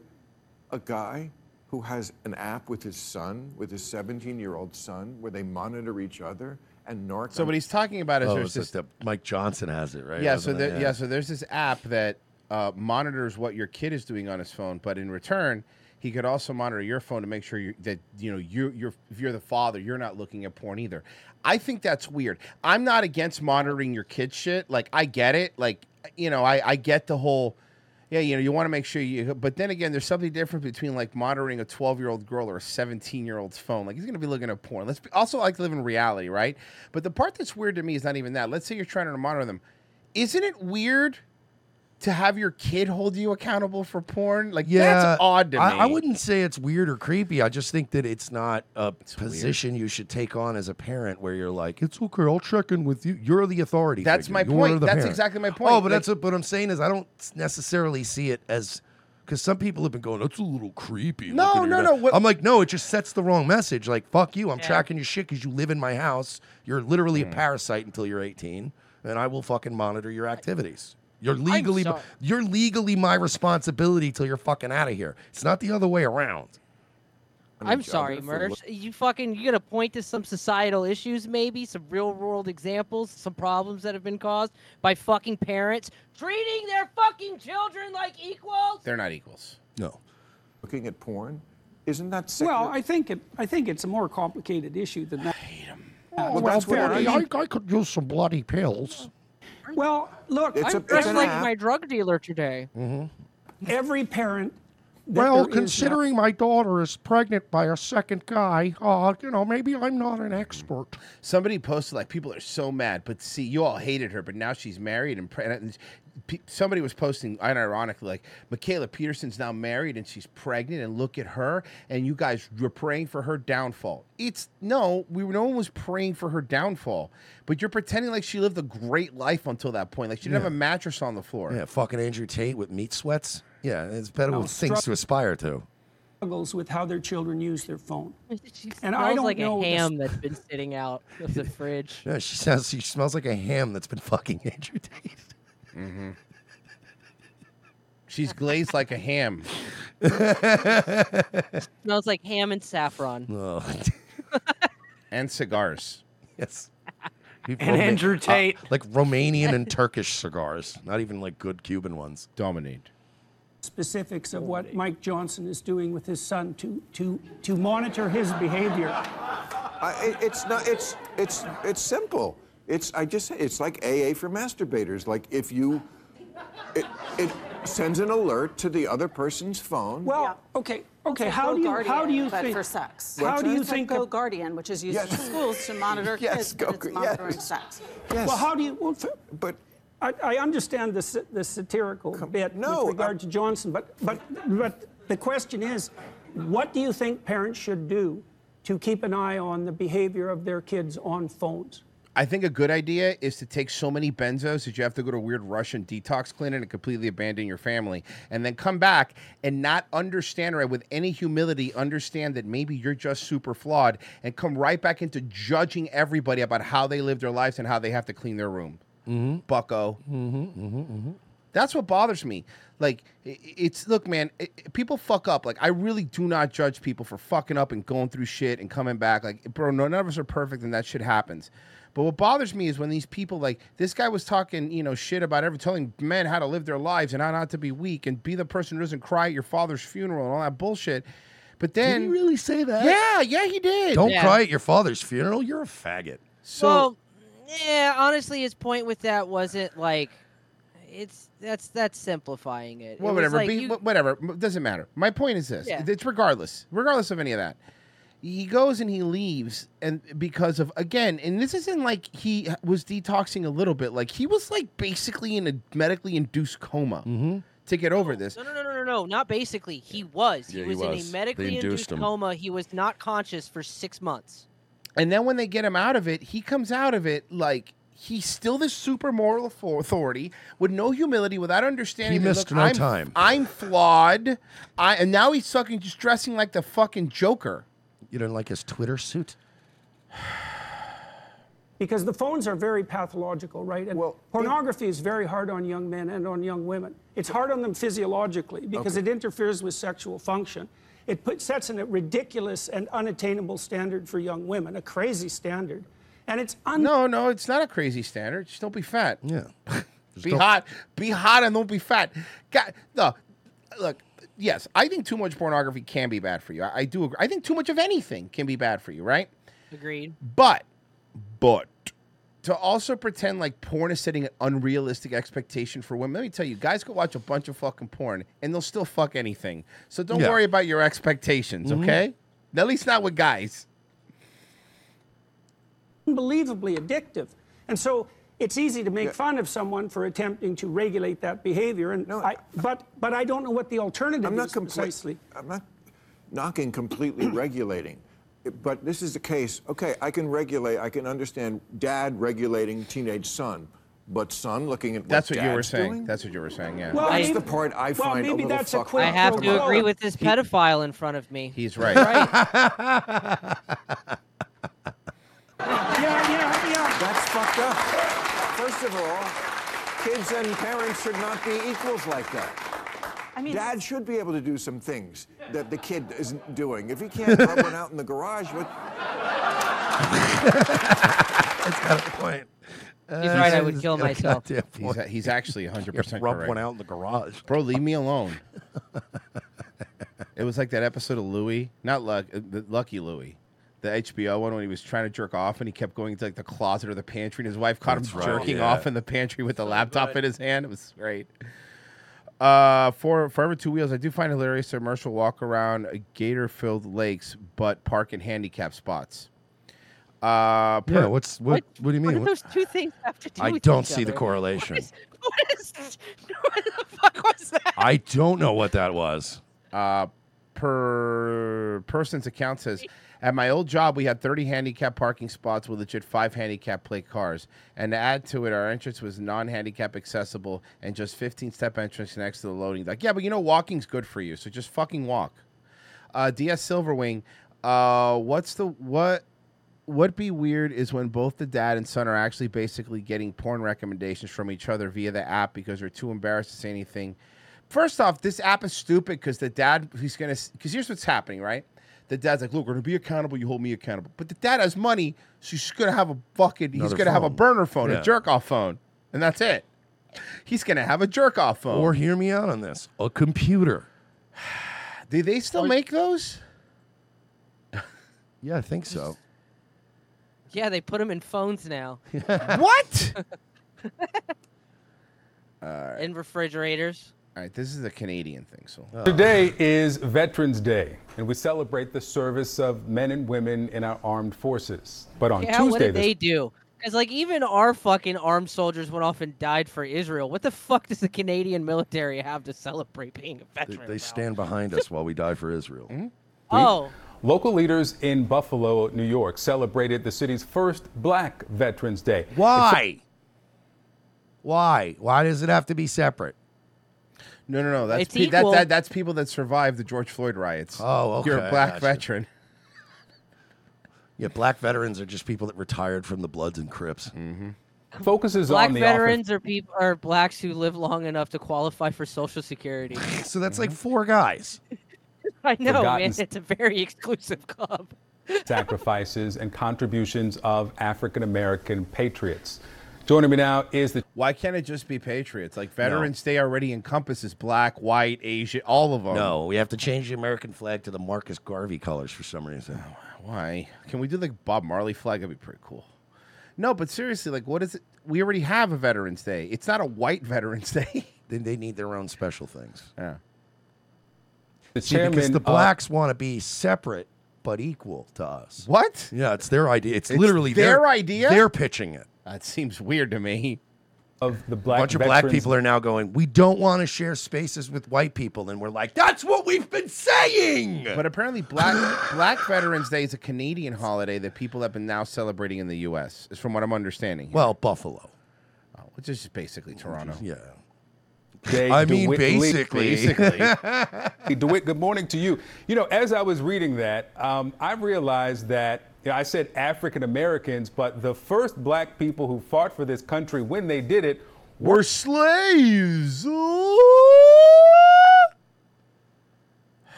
a guy who has an app with his son, with his 17 year old son, where they monitor each other and narc. So what he's talking about is Oh, there's it's like this the- Mike Johnson has it, right? Yeah. So Wasn't it? there, yeah. So there's this app that uh, monitors what your kid is doing on his phone, but in return, he could also monitor your phone to make sure you that you know you you're if you're the father, you're not looking at porn either. I think that's weird. I'm not against monitoring your kid shit. Like I get it. Like you know, I I get the whole. Yeah, you know, you want to make sure you. But then again, there's something different between like monitoring a 12 year old girl or a 17 year old's phone. Like he's gonna be looking at porn. Let's be, also like live in reality, right? But the part that's weird to me is not even that. Let's say you're trying to monitor them. Isn't it weird to have your kid hold you accountable for porn? Like that's odd to I, me. I wouldn't say it's weird or creepy. I just think that it's not a position you should take on as a parent where you're like, it's okay, I'll check in with you. You're the authority. That's figure. my You're point. the That's parent. exactly my point. Oh, but Like- that's what, what I'm saying is I don't necessarily see it as because some people have been going, it's a little creepy. No, looking at no, your no, dad." I'm like, no, it just sets the wrong message. Like, fuck you. I'm tracking your shit because you live in my house. You're literally a parasite until you're 18, and I will fucking monitor your activities. You're legally, sorry. you're legally my responsibility till you're fucking out of here. It's not the other way around. I'm sorry, Merch. You fucking you gonna point to some societal issues, maybe some real world examples, some problems that have been caused by fucking parents treating their fucking children like equals. They're not equals. No. Looking at porn? Isn't that sick? Well, I think it, I think it's a more complicated issue than that. Uh, I hate him. Well, that's what it is. could use some bloody pills. Well, look, It's I'm a- just it's an like app. my drug dealer today. every parent. that Well, there is now- considering my daughter is pregnant by a second guy, uh, you know, maybe I'm not an expert. Somebody posted like people are so mad, but see, you all hated her, but now she's married and pregnant. And pe- somebody was posting, unironically, like Michaela Peterson's now married and she's pregnant, and look at her. And you guys were praying for her downfall. It's no, we no one was praying for her downfall, but you're pretending like she lived a great life until that point. Like she didn't have a mattress on the floor. Yeah, fucking Andrew Tate with meat sweats. Yeah, it's better No, with things struggle- to aspire to. struggles with how their children use their phone. *laughs* And I don't like know a this- ham that's been sitting out of the fridge. *laughs* Yeah, she sounds. She smells like a ham that's been fucking *laughs* Andrew Tate. Mm-hmm. She's glazed like a *laughs* ham. Smells like ham and saffron. Oh. and cigars. Yes. And Andrew Tate. Uh, like Romanian *laughs* and Turkish cigars, not even like good Cuban ones. Dominate. specifics of what Mike Johnson is doing with his son to to to monitor his behavior. I, it- it's not. It's it's it's simple. It's I just say it's like AA for masturbators. Like if you, it, it sends an alert to the other person's phone. Well, okay, okay. like how Go do you how do Guardian, you but think for sex? How What's do that? you It's like think Go of- Guardian, which is used in Yes. *laughs* schools to monitor Yes, kids, Go but it's Gu- monitoring yes. sex? Well, how do you? Well, but I, I understand the sa- the satirical bit with regard to Johnson, but but but the question is, what do you think parents should do to keep an eye on the behavior of their kids on phones? I think a good idea is to take so many benzos that you have to go to a weird Russian detox clinic and completely abandon your family, and then come back and not understand or with any humility understand that maybe you're just super flawed, and come right back into judging everybody about how they live their lives and how they have to clean their room. Mm-hmm. Bucko. Mm-hmm, mm-hmm, mm-hmm. That's what bothers me. Like i- i- it's look, man, i i- people fuck up. Like I really do not judge people for fucking up and going through shit and coming back. Like bro, none of us are perfect, and that shit happens. But what bothers me is when these people like this guy was talking, you know, shit about every telling men how to live their lives and how not to be weak and be the person who doesn't cry at your father's funeral and all that bullshit. But then he really say that? Yeah, yeah, he did. Don't cry at your father's funeral. You're a faggot. So well, yeah, honestly, his point with that wasn't like it's that's that's simplifying it. It Well, was whatever. like be, you- wh- whatever. M- Doesn't matter. My point is this: Yeah. it's regardless, regardless of any of that. He goes and he leaves, and because of again, and this isn't like he was detoxing a little bit. Like he was like basically in a medically induced coma Mm-hmm. to get over this. no, no, no, no, no, no, not basically. He was. He, Yeah, he was, was. in a They medically induced induced him. coma. He was not conscious for six months. And then when they get him out of it, he comes out of it like he's still this super moral author- authority with no humility, without understanding. He that, missed look, no I'm, time. I'm flawed. I and now he's fucking just dressing like the fucking Joker. You didn't like his Twitter suit? because the phones are very pathological, right? And pornography is very hard on young men and on young women. It's hard on them physiologically because it interferes with sexual function. It put, sets a ridiculous and unattainable standard for young women, a crazy standard. And it's un- No, no, it's not a crazy standard. Just don't be fat. *laughs* Yeah. be hot. Be hot and don't be fat. God, no. Look, yes, I think too much pornography can be bad for you. I, I do agree. I think too much of anything can be bad for you, right? Agreed. But, but to also pretend like porn is setting an unrealistic expectation for women. Let me tell you, guys could watch a bunch of fucking porn and they'll still fuck anything. So don't Yeah. worry about your expectations, Mm-hmm. Mhm. okay? At least not with guys. unbelievably addictive. And so it's easy to make fun of someone for attempting to regulate that behavior. And I, but, but I don't know what the alternative I'm not is compla- precisely. I'm not knocking completely regulating, but this is the case. Okay, I can regulate. I can understand dad regulating teenage son, but son looking at what That's what you were dad's saying. doing? That's what you were saying, yeah. Well, That's I- the part I well, find a maybe little that's a fucked quid I have pro to quo. agree with this He- pedophile in front of me. He's right. Yeah, yeah, yeah. That's fucked up. First of all, kids and parents should not be equals like that. I mean, Dad should be able to do some things that the kid isn't doing. If he can't rub one out in the garage, what? That's got a point. He's right, I would kill myself. He's, he's actually 100% Yeah, rub correct. one out in the garage. Bro, leave me *laughs* alone. it was like that episode of Louie, not Luck, uh, the Lucky Louie, the HBO one when he was trying to jerk off and he kept going into like the closet or the pantry and his wife caught That's him right, jerking yeah. off in the pantry with the laptop in his hand. It was great. Uh, for Forever Two Wheels, I do find hilarious the commercial walk around gator filled lakes, but park in handicap spots. Uh, per- Yeah, what's what? What, do you mean? What do those two things have to do I with don't each see the other? correlation. What, is, what, is, *laughs* what the fuck was that? I don't know what *laughs* that was. Uh, per person's account says at my old job we had 30 handicap parking spots with legit five handicap plate cars and to add to it our entrance was non-handicap accessible and just 15 step entrance next to the loading dock yeah but you know walking's good for you so just fucking walk uh, ds silverwing uh, what's the what what be weird is when both the dad and son are actually basically getting porn recommendations from each other via the app because they're too embarrassed to say anything. First off, this app is stupid because the dad he's gonna because here's what's happening, right? The dad's like, "Look, we're gonna be accountable. You hold me accountable." But the dad has money, so he's gonna have a fucking he's Another gonna have a phone. burner phone, Yeah. a jerk off phone, and that's it. He's gonna have a jerk off phone. Or hear me out on this. A computer. *sighs* Do they still *laughs* make those? Yeah, I think so. Yeah, they put them in phones now. what? In refrigerators. All right, this is a Canadian thing, so Today is Veterans Day, and we celebrate the service of men and women in our armed forces. But on yeah, Tuesday, what did this- they do? Because like even our fucking armed soldiers went off and died for Israel. What the fuck does the Canadian military have to celebrate being a They, veteran? they stand behind us while we die for Israel. *laughs* Oh, Hmm? Local leaders in Buffalo, New York, celebrated the city's first Black Veterans Day. Why? Why? Why does it have to be separate? No, no, no. That's It's pe- that, equal. that that's people that survived the George Floyd riots. Oh, okay. You're a black Gotcha. veteran. Yeah, black veterans are just people that retired from the Bloods and Crips. Mm-hmm. focuses black on the veterans are people are blacks who live long enough to qualify for Social *laughs* Security. So that's like four guys. *laughs* I know, Forgotten man. s- It's a very *laughs* exclusive club. offensive sacrifices and contributions of African American patriots. Joining me now is the Why can't it just be patriots? Like Veterans Day already encompasses black, white, Asian, all of them. No, we have to change the American flag to the Marcus Garvey colors for some reason. Oh, Why? Can we do the Bob Marley flag? That'd be pretty cool. No, but seriously, like, what is it? We already have a Veterans Day. It's not a white *laughs* Veterans Day. then they need their own special things. Yeah. The See, because chairman uh, the of- blacks want to be separate but equal to us. What? Yeah, it's their idea. It's, It's literally their idea? They're pitching it. That seems weird to me. Of the A black bunch of black veterans- people are now going. We don't want to share spaces with white people, and we're like, that's what we've been saying. But apparently, Black *coughs* Black Veterans Day is a Canadian holiday that people have been now celebrating in the U.S. Is from what I'm understanding. Well, Buffalo, oh, which is basically Toronto. Yeah. Jay I mean, DeWitt Lee. *laughs* basically. Hey, DeWitt, good morning to you. You know, as I was reading that, um, I realized that you know, I said African Americans, but the first black people who fought for this country when they did it were slaves. *sighs*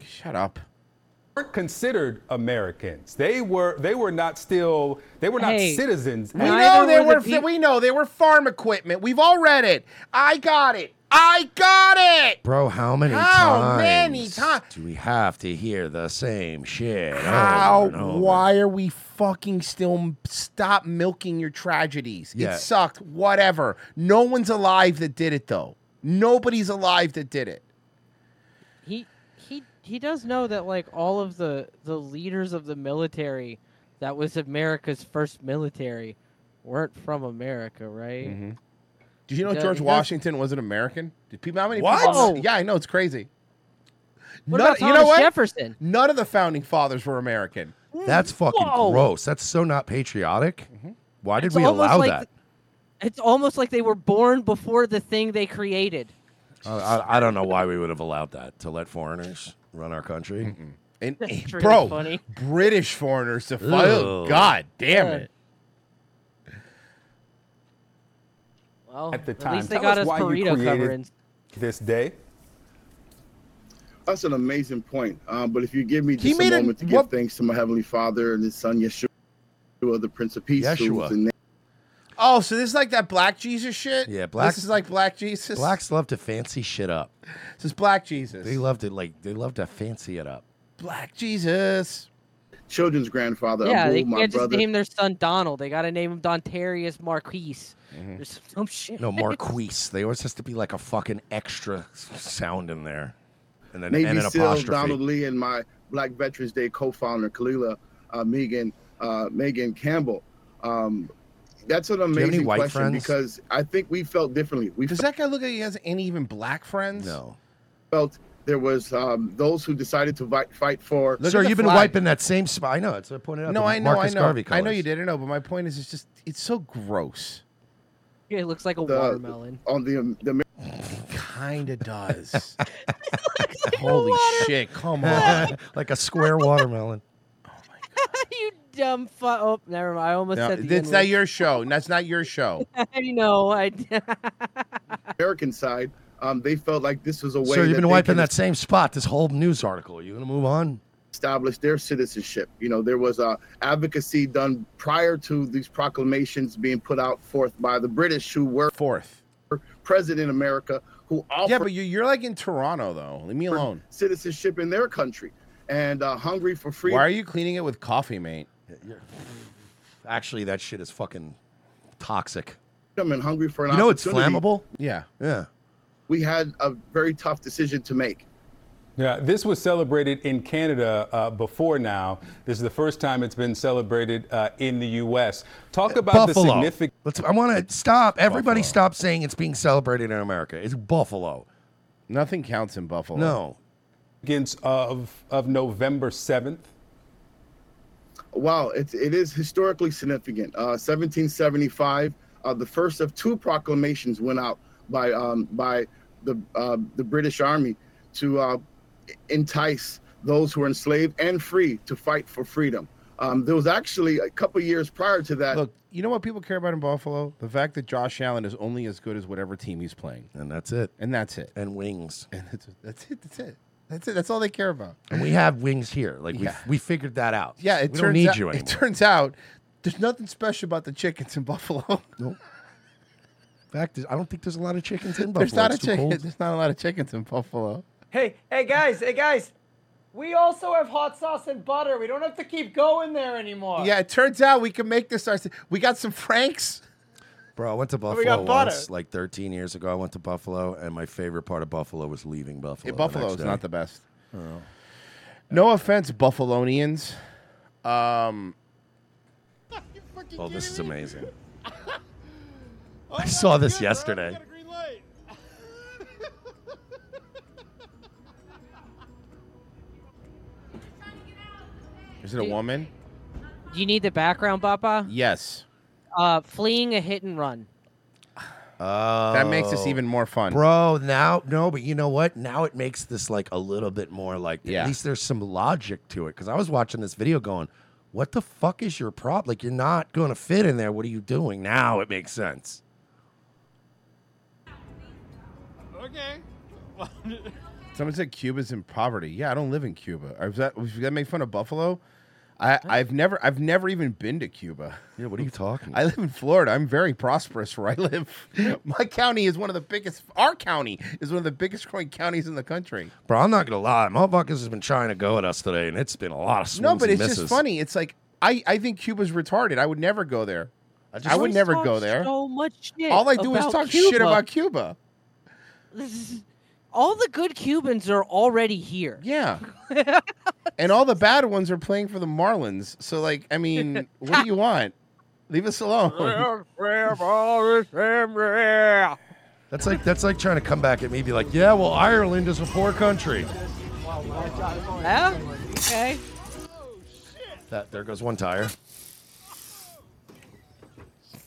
Shut up. Weren't considered Americans. They were. They were not still. They were not Hey, citizens. We know they were. we know they were farm equipment. We've all read it. I got it. I got it. bro. How many How times many times? do we have to hear the same shit? Oh, over How? and over? Why are we fucking still m- stop milking your tragedies? Yeah. It sucked. Whatever. No one's alive that did it though. Nobody's alive that did it. He he he does know that like all of the the leaders of the military that was America's first military weren't from America, right? Mm-hmm. Did you know He does- George he does- Washington wasn't American? Did people? How many? What? People, No. yeah, I know it's crazy. What None- about you know Thomas what? Jefferson? None of the founding fathers were *laughs* American. That's fucking Whoa. gross. That's so not patriotic. Mm-hmm. Why did It's we almost allow like that? It's almost like they were born before the thing they created. I, I- I don't know why we would have allowed that to let foreigners run our country. And *laughs* That's really bro, funny. British foreigners to Ew. fight. God damn Yeah. it. Well, at the at time. least they Tell got us us why you burrito created coverings. This day. That's an amazing point. Um, but if you give me He just a made a- moment to give thanks to my heavenly Father and His Son Yeshua, the Prince of Peace, who Yeshua. was in Oh, so this is like that Black Jesus shit. Yeah, Black- This is like Black Jesus. Blacks love to fancy shit up. This is Black Jesus. They love to like they love to fancy it up. Black Jesus. children's grandfather. Yeah, Abdul, they my can't just brother. name their son Donald. They got to name him Dontarius *laughs* Marquise. Or some shit. Mm-hmm. No, *laughs* Marquise. They always has to be like a fucking extra s- sound in there, and then Navy and an SEALs apostrophe. Donald Lee and my Black Veterans Day co-founder Kalila uh, Megan uh, Megan Campbell. Um, that's an have any amazing white question friends? because I think we felt differently. We Does felt, that guy look like he has any even black friends? No. felt there was um, those who decided to vi- fight for. Sir, you've been wiping that same spot. I know. It's I pointed out. No, the I know, Marcus I know, Garvey I know colors. you didn't know, but my point is, it's just it's so gross. It looks like a The- watermelon. on the um, the *laughs* Kinda does. Holy shit! Come on. *laughs* like a square watermelon. you dumb fuck. Oh, never mind. I almost No, said the it's not N-word. your show. That's not your show. *laughs* I know. I *laughs* American side, um, they felt like this was a way. Sir, you've that been they wiping could that same spot. This whole news article. Are you gonna move on? establish their citizenship. You know, there was uh, advocacy done prior to these proclamations being put out forth by the British, who were fourth present in America, who offered Yeah, but you're, you're like in Toronto though. Leave me alone. citizenship in their country and uh, hungry for freedom. Why are you cleaning it with coffee, mate? Actually, that shit is fucking toxic. and hungry for an You know it's opportunity. flammable. Yeah. Yeah. We had a very tough decision to make. Yeah, this was celebrated in Canada uh, before now. This is the first time it's been celebrated uh, in the U.S. Talk about the Uh, Buffalo. significance. Let's. I want to stop. Everybody, stop saying it's being celebrated in America. It's Buffalo. Nothing counts in Buffalo. No. Against of of November seventh. Wow, it, it is historically significant. Uh, 1775, uh, the first of two proclamations went out by um, by the uh, the British Army to uh, entice those who were enslaved and free to fight for freedom. Um, there was actually a couple years prior to that. Look, you know what people care about in Buffalo? The fact that Josh Allen is only as good as whatever team he's playing. And that's it. And that's it. And wings. And that's, that's it. That's it. That's it. That's all they care about. And we have wings here. Like we Yeah. we figured that out. Yeah, it we turns don't need out, you anymore. It turns out there's nothing special about the chickens in Buffalo. Nope. In fact, I don't think there's a lot of chickens in *laughs* Buffalo. There's not a It's too chicken. cold. There's not a lot of chickens in Buffalo. Hey, hey guys, hey guys. We also have hot sauce and butter. We don't have to keep going there anymore. Yeah, it turns out we can make this our. We got some Franks. Bro, I went to And we Buffalo got butter. once, like 13 years ago. I went to Buffalo, and my favorite part of Buffalo was leaving Buffalo. Yeah, Buffalo is not the best. No offense, Buffalonians. Um, Oh, this is amazing. I saw this yesterday. is it a woman? You need the background, Papa. Yes. Uh, fleeing a hit and run. Oh, That makes this even more fun. bro. Now, no, but you know what? Now it makes this like a little bit more like Yeah. at least there's some logic to it. Because I was watching this video going, "What the fuck is your prop? Like you're not going to fit in there. What are you doing?" Now it makes sense. Okay. Someone said Cuba's in poverty. Yeah, I don't live in Cuba. Is that was that make fun of Buffalo? I, I've never I've never even been to Cuba. Yeah, what are you *laughs* talking? I live in Florida. I'm very prosperous where I live. *laughs* My county is one of the biggest. Our county is one of the biggest growing counties in the country. Bro, I'm not gonna lie. Motherfuckers has been trying to go at us today, and it's been a lot of swings no, but and it's misses. just funny. It's like I, I think Cuba's retarded. I would never go there. I, just- would Always never talk go there. So much shit. All I do is about talk Cuba. *laughs* shit about Cuba. This is- All the good Cubans are already here. *laughs* Yeah. and all the bad ones are playing for the Marlins. So like, I mean, what do *laughs* you want? Leave us alone. That's like that's like trying to come back at me, be like, "Yeah, well, Ireland is a poor country." Yeah? Okay. That there goes one tire.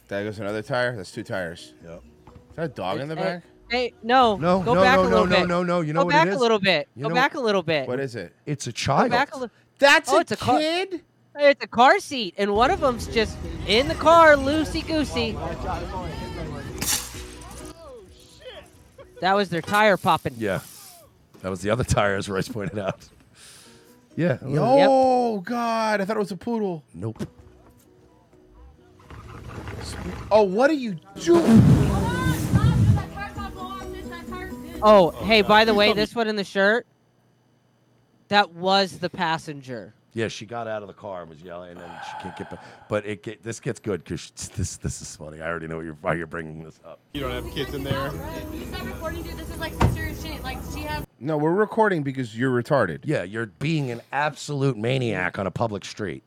That goes another tire. That's two tires. Yep. Is that a dog in the Hey, back? hey, no. No, go no, back no, a no, little no, bit. no, no. You know go what it back is? a little bit. You go know- back a little bit. What is it? It's a Go child. back a little. That's oh, it's a car- kid. It's a car seat, and one of them's just in the car, loosey goosey. That was their tire popping. Yeah, that was the other tire, as Royce pointed out. Yeah. Oh God! I thought it was a poodle. Nope. Oh, what are you doing? Oh, hey, by the You way, told me- this one in the shirt, that was the passenger. Yeah, she got out of the car and was yelling, and then she can't get back. But it get, this gets good because this this is funny. I already know you're, why you're bringing this up. You don't have kids in there. You start recording, dude. This is like some serious shit. Like, she has. No, we're recording because you're retarded. Yeah, you're being an absolute maniac on a public street.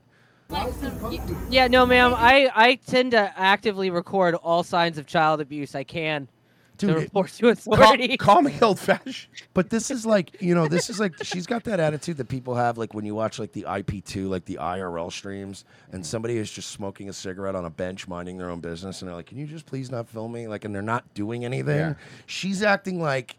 Like, some, you, Yeah, no, ma'am. I, I tend to actively record all signs of child abuse I can to Dude, it- report *laughs* to *laughs* authority. Call, me old fashioned. But this is like, you know, this is like she's got that attitude that people have like when you watch like the IP2, like the IRL streams, and somebody is just smoking a cigarette on a bench minding their own business and they're like, "Can you just please not film me?" like and they're not doing anything. Yeah. She's acting like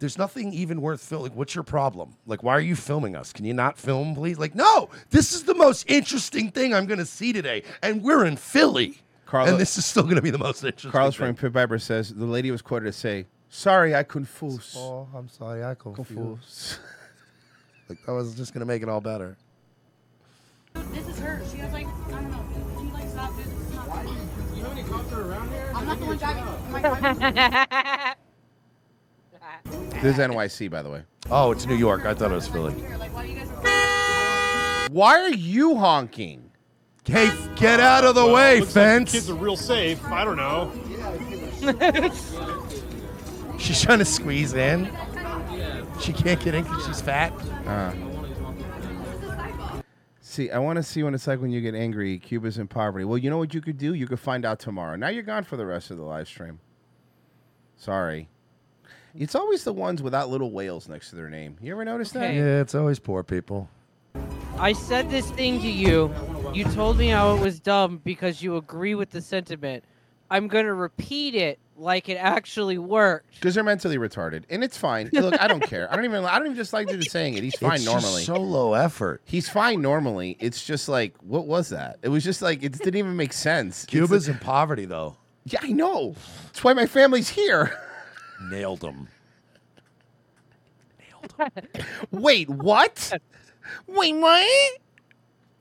there's nothing even worth filming. Like, what's your problem? Like, why are you filming us? Can you not film, please? Like, no, this is the most interesting thing I'm going to see today, and we're in Philly. Carlos- and this is still going to be the most interesting. Oh. Carlos thing. from Pit Viper says the lady was quoted as say, "Sorry, I confuse." Oh, I'm sorry, I confuse. confuse. *laughs* Like, I was just going to make it all better. this is her. She has like, I don't know. Can you like stop this? This is not funny. You know any cops around here? I'm not the one driving. Am I driving? This is NYC, by the way. Oh, it's New York. I thought it was Philly. like, why do you guys? Why are you honking? Hey, get out of the way, fence. Kids are real safe. I don't know. she's trying to squeeze in. She can't get in because she's fat. Uh, see, I want to see when it's like when you get angry. Cuba's in poverty. Well, you know what you could do? You could find out tomorrow. Now you're gone for the rest of the live stream. Sorry. It's always the ones without little whales next to their name. You ever notice that? Yeah, it's always poor people. *laughs* I said this thing to you. You told me how it was dumb because you agree with the sentiment. I'm gonna repeat it like it actually worked. Because they're mentally retarded, and it's fine. Look, I don't care. I don't even. I don't even just like just saying it. He's fine It's just normally. so low effort. He's fine normally. It's just like, what was that? It was just like it didn't even make sense. Cuba's in poverty, though. Yeah, I know. That's why my family's here. Nailed him. Wait, what? Wait, what?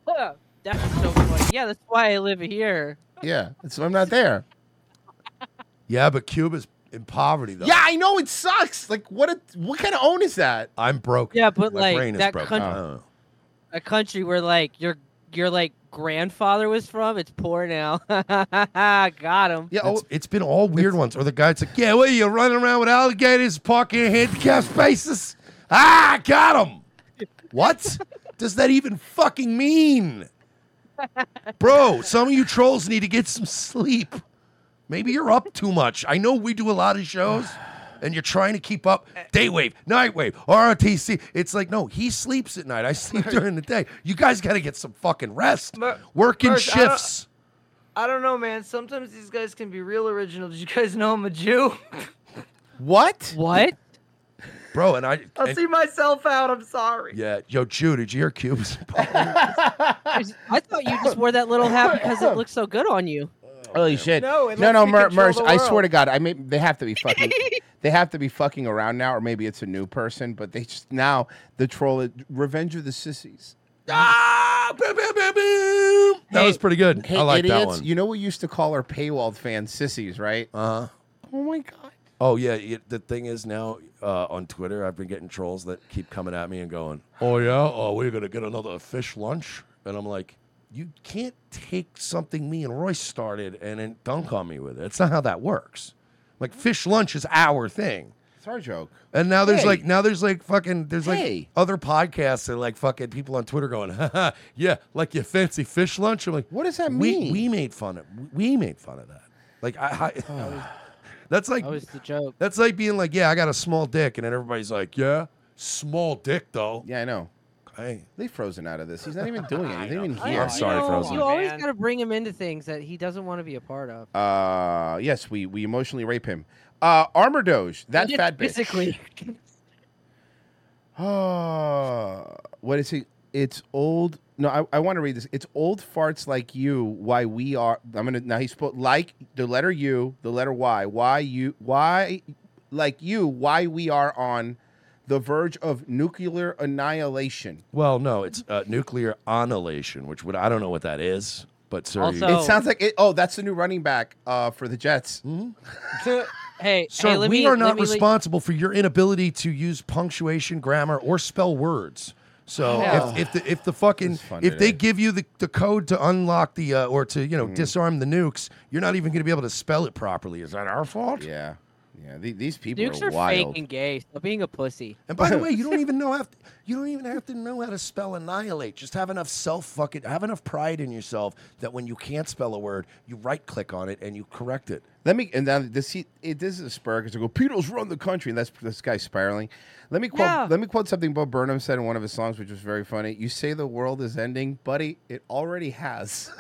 Huh, That's so funny. Yeah, that's why I live here. Yeah, so I'm not there. Yeah, but Cuba's in poverty, though. Yeah, I know it sucks. Like, what? A, what kind of own is that? I'm broke. Yeah, but My like brain is that broken. country, Uh-huh. Oh. a country where like your your like grandfather was from, it's poor now. *laughs* Got him. Yeah, oh. oh. it's, it's been all weird ones. Or the guy's like, "Yeah, well, you're running around with alligators, parking in handicapped spaces." Ah, got him. What does that even fucking mean, bro? Some of you trolls need to get some sleep. Maybe you're up too much. I know we do a lot of shows, and you're trying to keep up. Daywave, Nightwave, ROTC. It's like, no, he sleeps at night. *laughs* I sleep during the day. You guys got to get some fucking rest. Mer- Working Merch, I don't- shifts. I don't know, man. Sometimes these guys can be real original. Did you guys know I'm a Jew? *laughs* What? What? Bro, and I. *laughs* I'll and- see myself out. I'm sorry. Yeah, yo, Jew, did you hear Cubes? *laughs* I thought you just wore that little *laughs* hat because it looks so good on you. Oh, Holy shit! No, it no, lets no, me Mer- control Merz, the I swear world. to God, I may, they have to be *laughs* fucking. they have to be fucking around now, or maybe it's a new person. But they just now the troll, Revenge of the Sissies. Ah, boom, boom, boom, boom. That was pretty good. Hey, I like idiots, that one. You know we used to call our paywalled fans sissies, right? Uh huh. Oh my god. Oh yeah, it, the thing is now uh, on Twitter, I've been getting trolls that keep coming at me and going, "Oh yeah, oh we're gonna get another fish lunch," and I'm like, "You can't take something me and Royce started and then dunk on me with it. It's not how that works. Like fish lunch is our thing." It's our joke. And now there's Hey. like now there's like fucking there's like Hey. other podcasts and like fucking people on Twitter going, *laughs* Haha, yeah, like your fancy fish lunch. I'm like, what does that We, mean? we made fun of we made fun of that. *sighs* Like I, I *sighs* that's like that was the joke. That's like being like, yeah, I got a small dick, and then everybody's like, yeah, small dick though. Yeah, I know. Hey, leave Frozen out of this. He's not even doing it. He's not even *laughs* I here. know. I'm sorry, You know, Frozen. You always Man. gotta bring him into things that he doesn't want to be a part of. Uh, yes, we we emotionally rape him. Uh, Armor Doge, that Just fat bitch. *sighs* physically. Oh, what is he? It's old. No, I, I want to read this. It's old farts like you. Why we are? I'm gonna now. He spoke like the letter U, the letter Y. Why you? Why like you? Why we are on the verge of nuclear annihilation? Well, no, it's uh, nuclear annihilation, which would I don't know what that is, but sir, you- it sounds like it. Oh, that's the new running back uh, for the Jets. *laughs* hey, Sir, hey, let we me- are let not me let- responsible for your inability to use punctuation, grammar, or spell words. So Yeah. if, if the if the fucking fun if they today. give you the, the code to unlock the uh, or to Mm-hmm. you know disarm the nukes, you're not even going to be able to spell it properly. Is that our fault? Yeah, yeah. the- these people Dukes are, are, wild. fake and gay. Stop being a pussy. *laughs* And *laughs* by the way, you don't even know have to, you don't even have to know how to spell annihilate. Just have enough self fucking have enough pride in yourself that when you can't spell a word, you right click on it and you correct it. Let me and now this he, it, this is asparagus. I go, Pedos run the country. And that's this guy spiraling. Let me quote. Yeah. Let me quote something Bob Burnham said in one of his songs, which was very funny. You say the world is ending, buddy. It already has.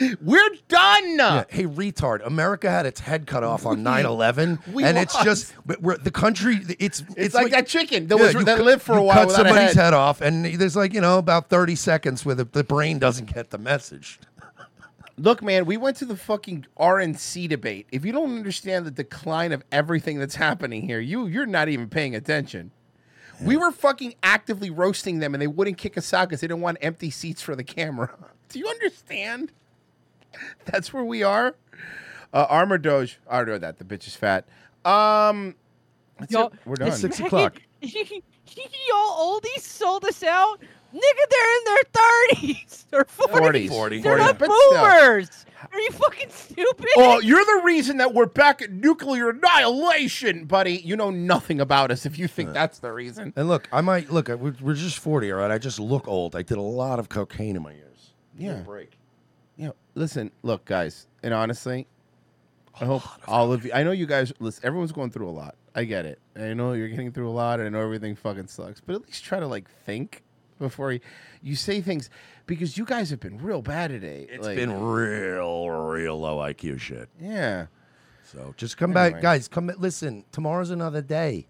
*laughs* We're done. hey, retard! America had its head cut off *laughs* on 9/11, We and it's lost. just but we're, the country. It's it's, like that chicken that was- you that cut- lived for a you while Cut without a somebody's head. head off, and there's like you know about 30 seconds where the, the brain doesn't get the message. Look, man, we went to the fucking RNC debate. If you don't understand the decline of everything that's happening here, you you're not even paying attention. We were fucking actively roasting them, and they wouldn't kick us out because they didn't want empty seats for the camera. *laughs* Do you understand? That's where we are. Uh, Armor Doge. I already read that. The bitch is fat. Um, that's Yo, it. We're done. this Six o'clock. *laughs* Y'all oldies sold us out. Nigga, they're in their 30s or 40s. 40s. 40s. They're not But still. boomers. Are you fucking stupid? Oh, you're the reason that we're back at nuclear annihilation, buddy. You know nothing about us if you think that's the reason. And look, I might look. We're, we're just 40, all right. I just look old. I did a lot of cocaine in my years. Yeah. Break. Yeah. Listen, look, guys, and honestly, I hope all of you. I know you guys. Listen, everyone's going through a lot. I get it. I know you're getting through a lot. and I know everything fucking sucks, but at least try to like think before you, you say things because you guys have been real bad today. It's It's been real, real low IQ shit. Yeah. So just come Anyway. back, guys. Come listen. Tomorrow's another day.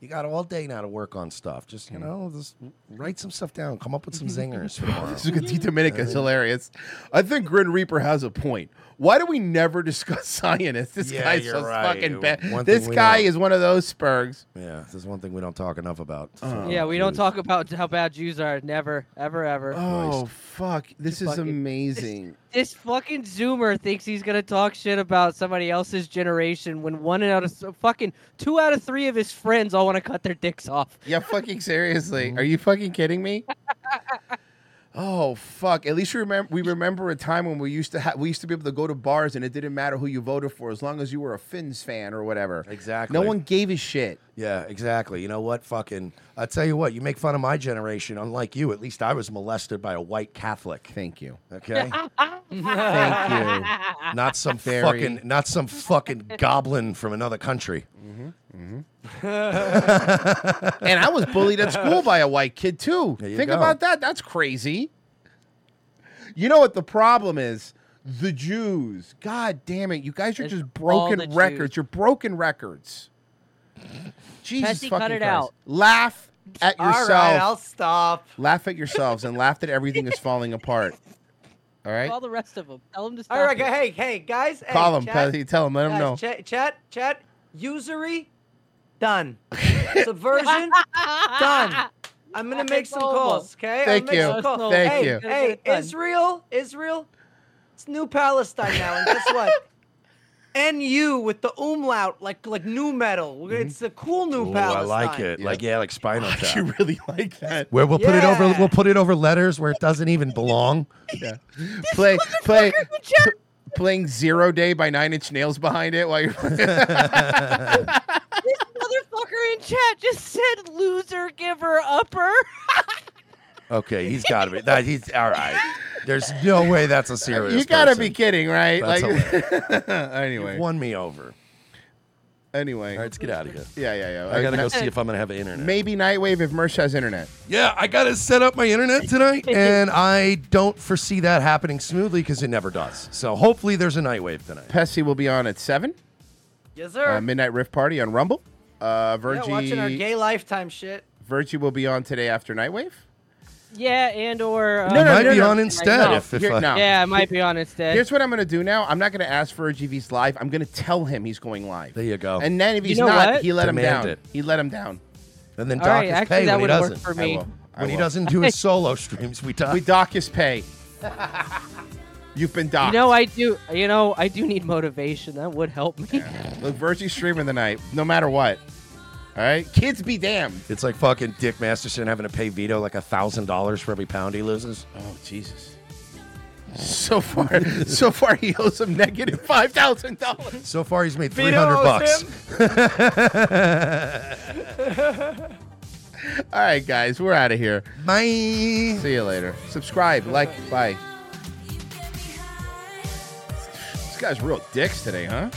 You got all day now to work on stuff. Just Mm. you know, just write some stuff down. Come up with some zingers for tomorrow. This is good. Tito Minica is hilarious. I think Grin Reaper has a point. Why do we never discuss *laughs* science? This Yeah, guy's you're so right. fucking One bad. thing This we guy don't- is one of those spurgs. Yeah, this is one thing we don't talk enough about. Um, so- Uh-huh. yeah, we don't talk about how bad Jews are. Never, ever, ever. Oh fuck! This is Fucking- *laughs* amazing. This fucking Zoomer thinks he's gonna talk shit about somebody else's generation when one out of so fucking two out of three of his friends all want to cut their dicks off. Yeah, *laughs* fucking Mm-hmm. seriously. Are you fucking kidding me? Oh fuck! At least we remember we remember a time when we used to have we used to be able to go to bars and it didn't matter who you voted for as long as you were a Finns fan or whatever. Exactly. No one gave *laughs* a shit. Yeah, exactly. You know what? Fucking, I tell you what. You make fun of my generation. Unlike you, at least I was molested by a white Catholic. Thank you. *laughs* Okay. Thank you. *laughs* Not some Very- fucking, not some fucking goblin from another country. Mm-hmm, *laughs* and I was bullied at school by a white kid too. you Think go. about that. That's crazy. You know what the problem is? The Jews. God damn it! You guys are just all broken the records. You're broken records. Jesus Petsy, fucking cut it Christ. out. Laugh at All right, yourself. I'll stop. Laugh at yourselves and laugh that everything is falling apart. All right. All the rest of them. Tell them to stop. All right, it. gu- hey, hey, guys. hey, Call 'em, chat- Pezzy, tell 'em, let 'em guys, know. Chat, chat, chat, usury, done. *laughs* Subversion, done. I'm gonna make some Noble. calls, okay? I'm Thank gonna make some you. calls. Thank hey, you. Hey, Done. Israel, Israel, it's New Palestine now, and guess *laughs* what? NU with the umlaut, like like new metal. Mm-hmm. It's the cool new Ooh, I Palestine. like it. Like yeah, like Spinal Tap. You *laughs* really like that? Where we'll put it over, we'll put it over letters where it doesn't even belong. *laughs* Yeah. Play play p- playing Zero Day by Nine Inch Nails behind it while *laughs* you're This motherfucker in chat just said loser, giver, upper. Okay, he's got to be. That, he's all right. There's no way that's a serious. You gotta person. be kidding, right? That's like hilarious. *laughs* anyway. You've won me over. Anyway, all right, let's get out of here. Yeah, yeah, yeah. I gotta go see if I'm gonna have *laughs* internet. Maybe Nightwave if Mersh has internet. Yeah, I gotta set up my *laughs* internet tonight, and I don't foresee that happening smoothly because it never does. So hopefully, there's a nightwave tonight. Pessy will be on at seven. Yes, sir. Uh, Midnight Riff Party on Rumble. Uh, yeah, watching our Virgie, gay lifetime shit. *laughs* Virgie will be on today after Nightwave. Yeah, and or uh, No, no, I Might no, be no. on instead No, if- if here- I- no. Yeah, it might be on instead. Here's what I'm gonna do now. I'm not gonna ask Virgie if he's live. I'm gonna tell him he's going live. There you go. And then if You he's know not, what? he let him Demand down. it. He let him down. And then All dock right, his actually, pay that when he would work for doesn't. me. I will. I When he will. doesn't do *laughs* his solo streams, we dock. We dock his pay. You've been docked. You know, I do. You know, I do need motivation. That would help me. Look, Virgie's streaming tonight, no matter what. All right, kids be damned. It's like fucking Dick Masterson having to pay Vito like a thousand dollars for every pound he loses. Oh Jesus! So far, so far he owes him negative five thousand dollars. So far, he's made Vito three hundred owes bucks. him. *laughs* All right, guys, we're out of here. Bye. See you later. Subscribe, like, bye. This guy's real dicks today, huh?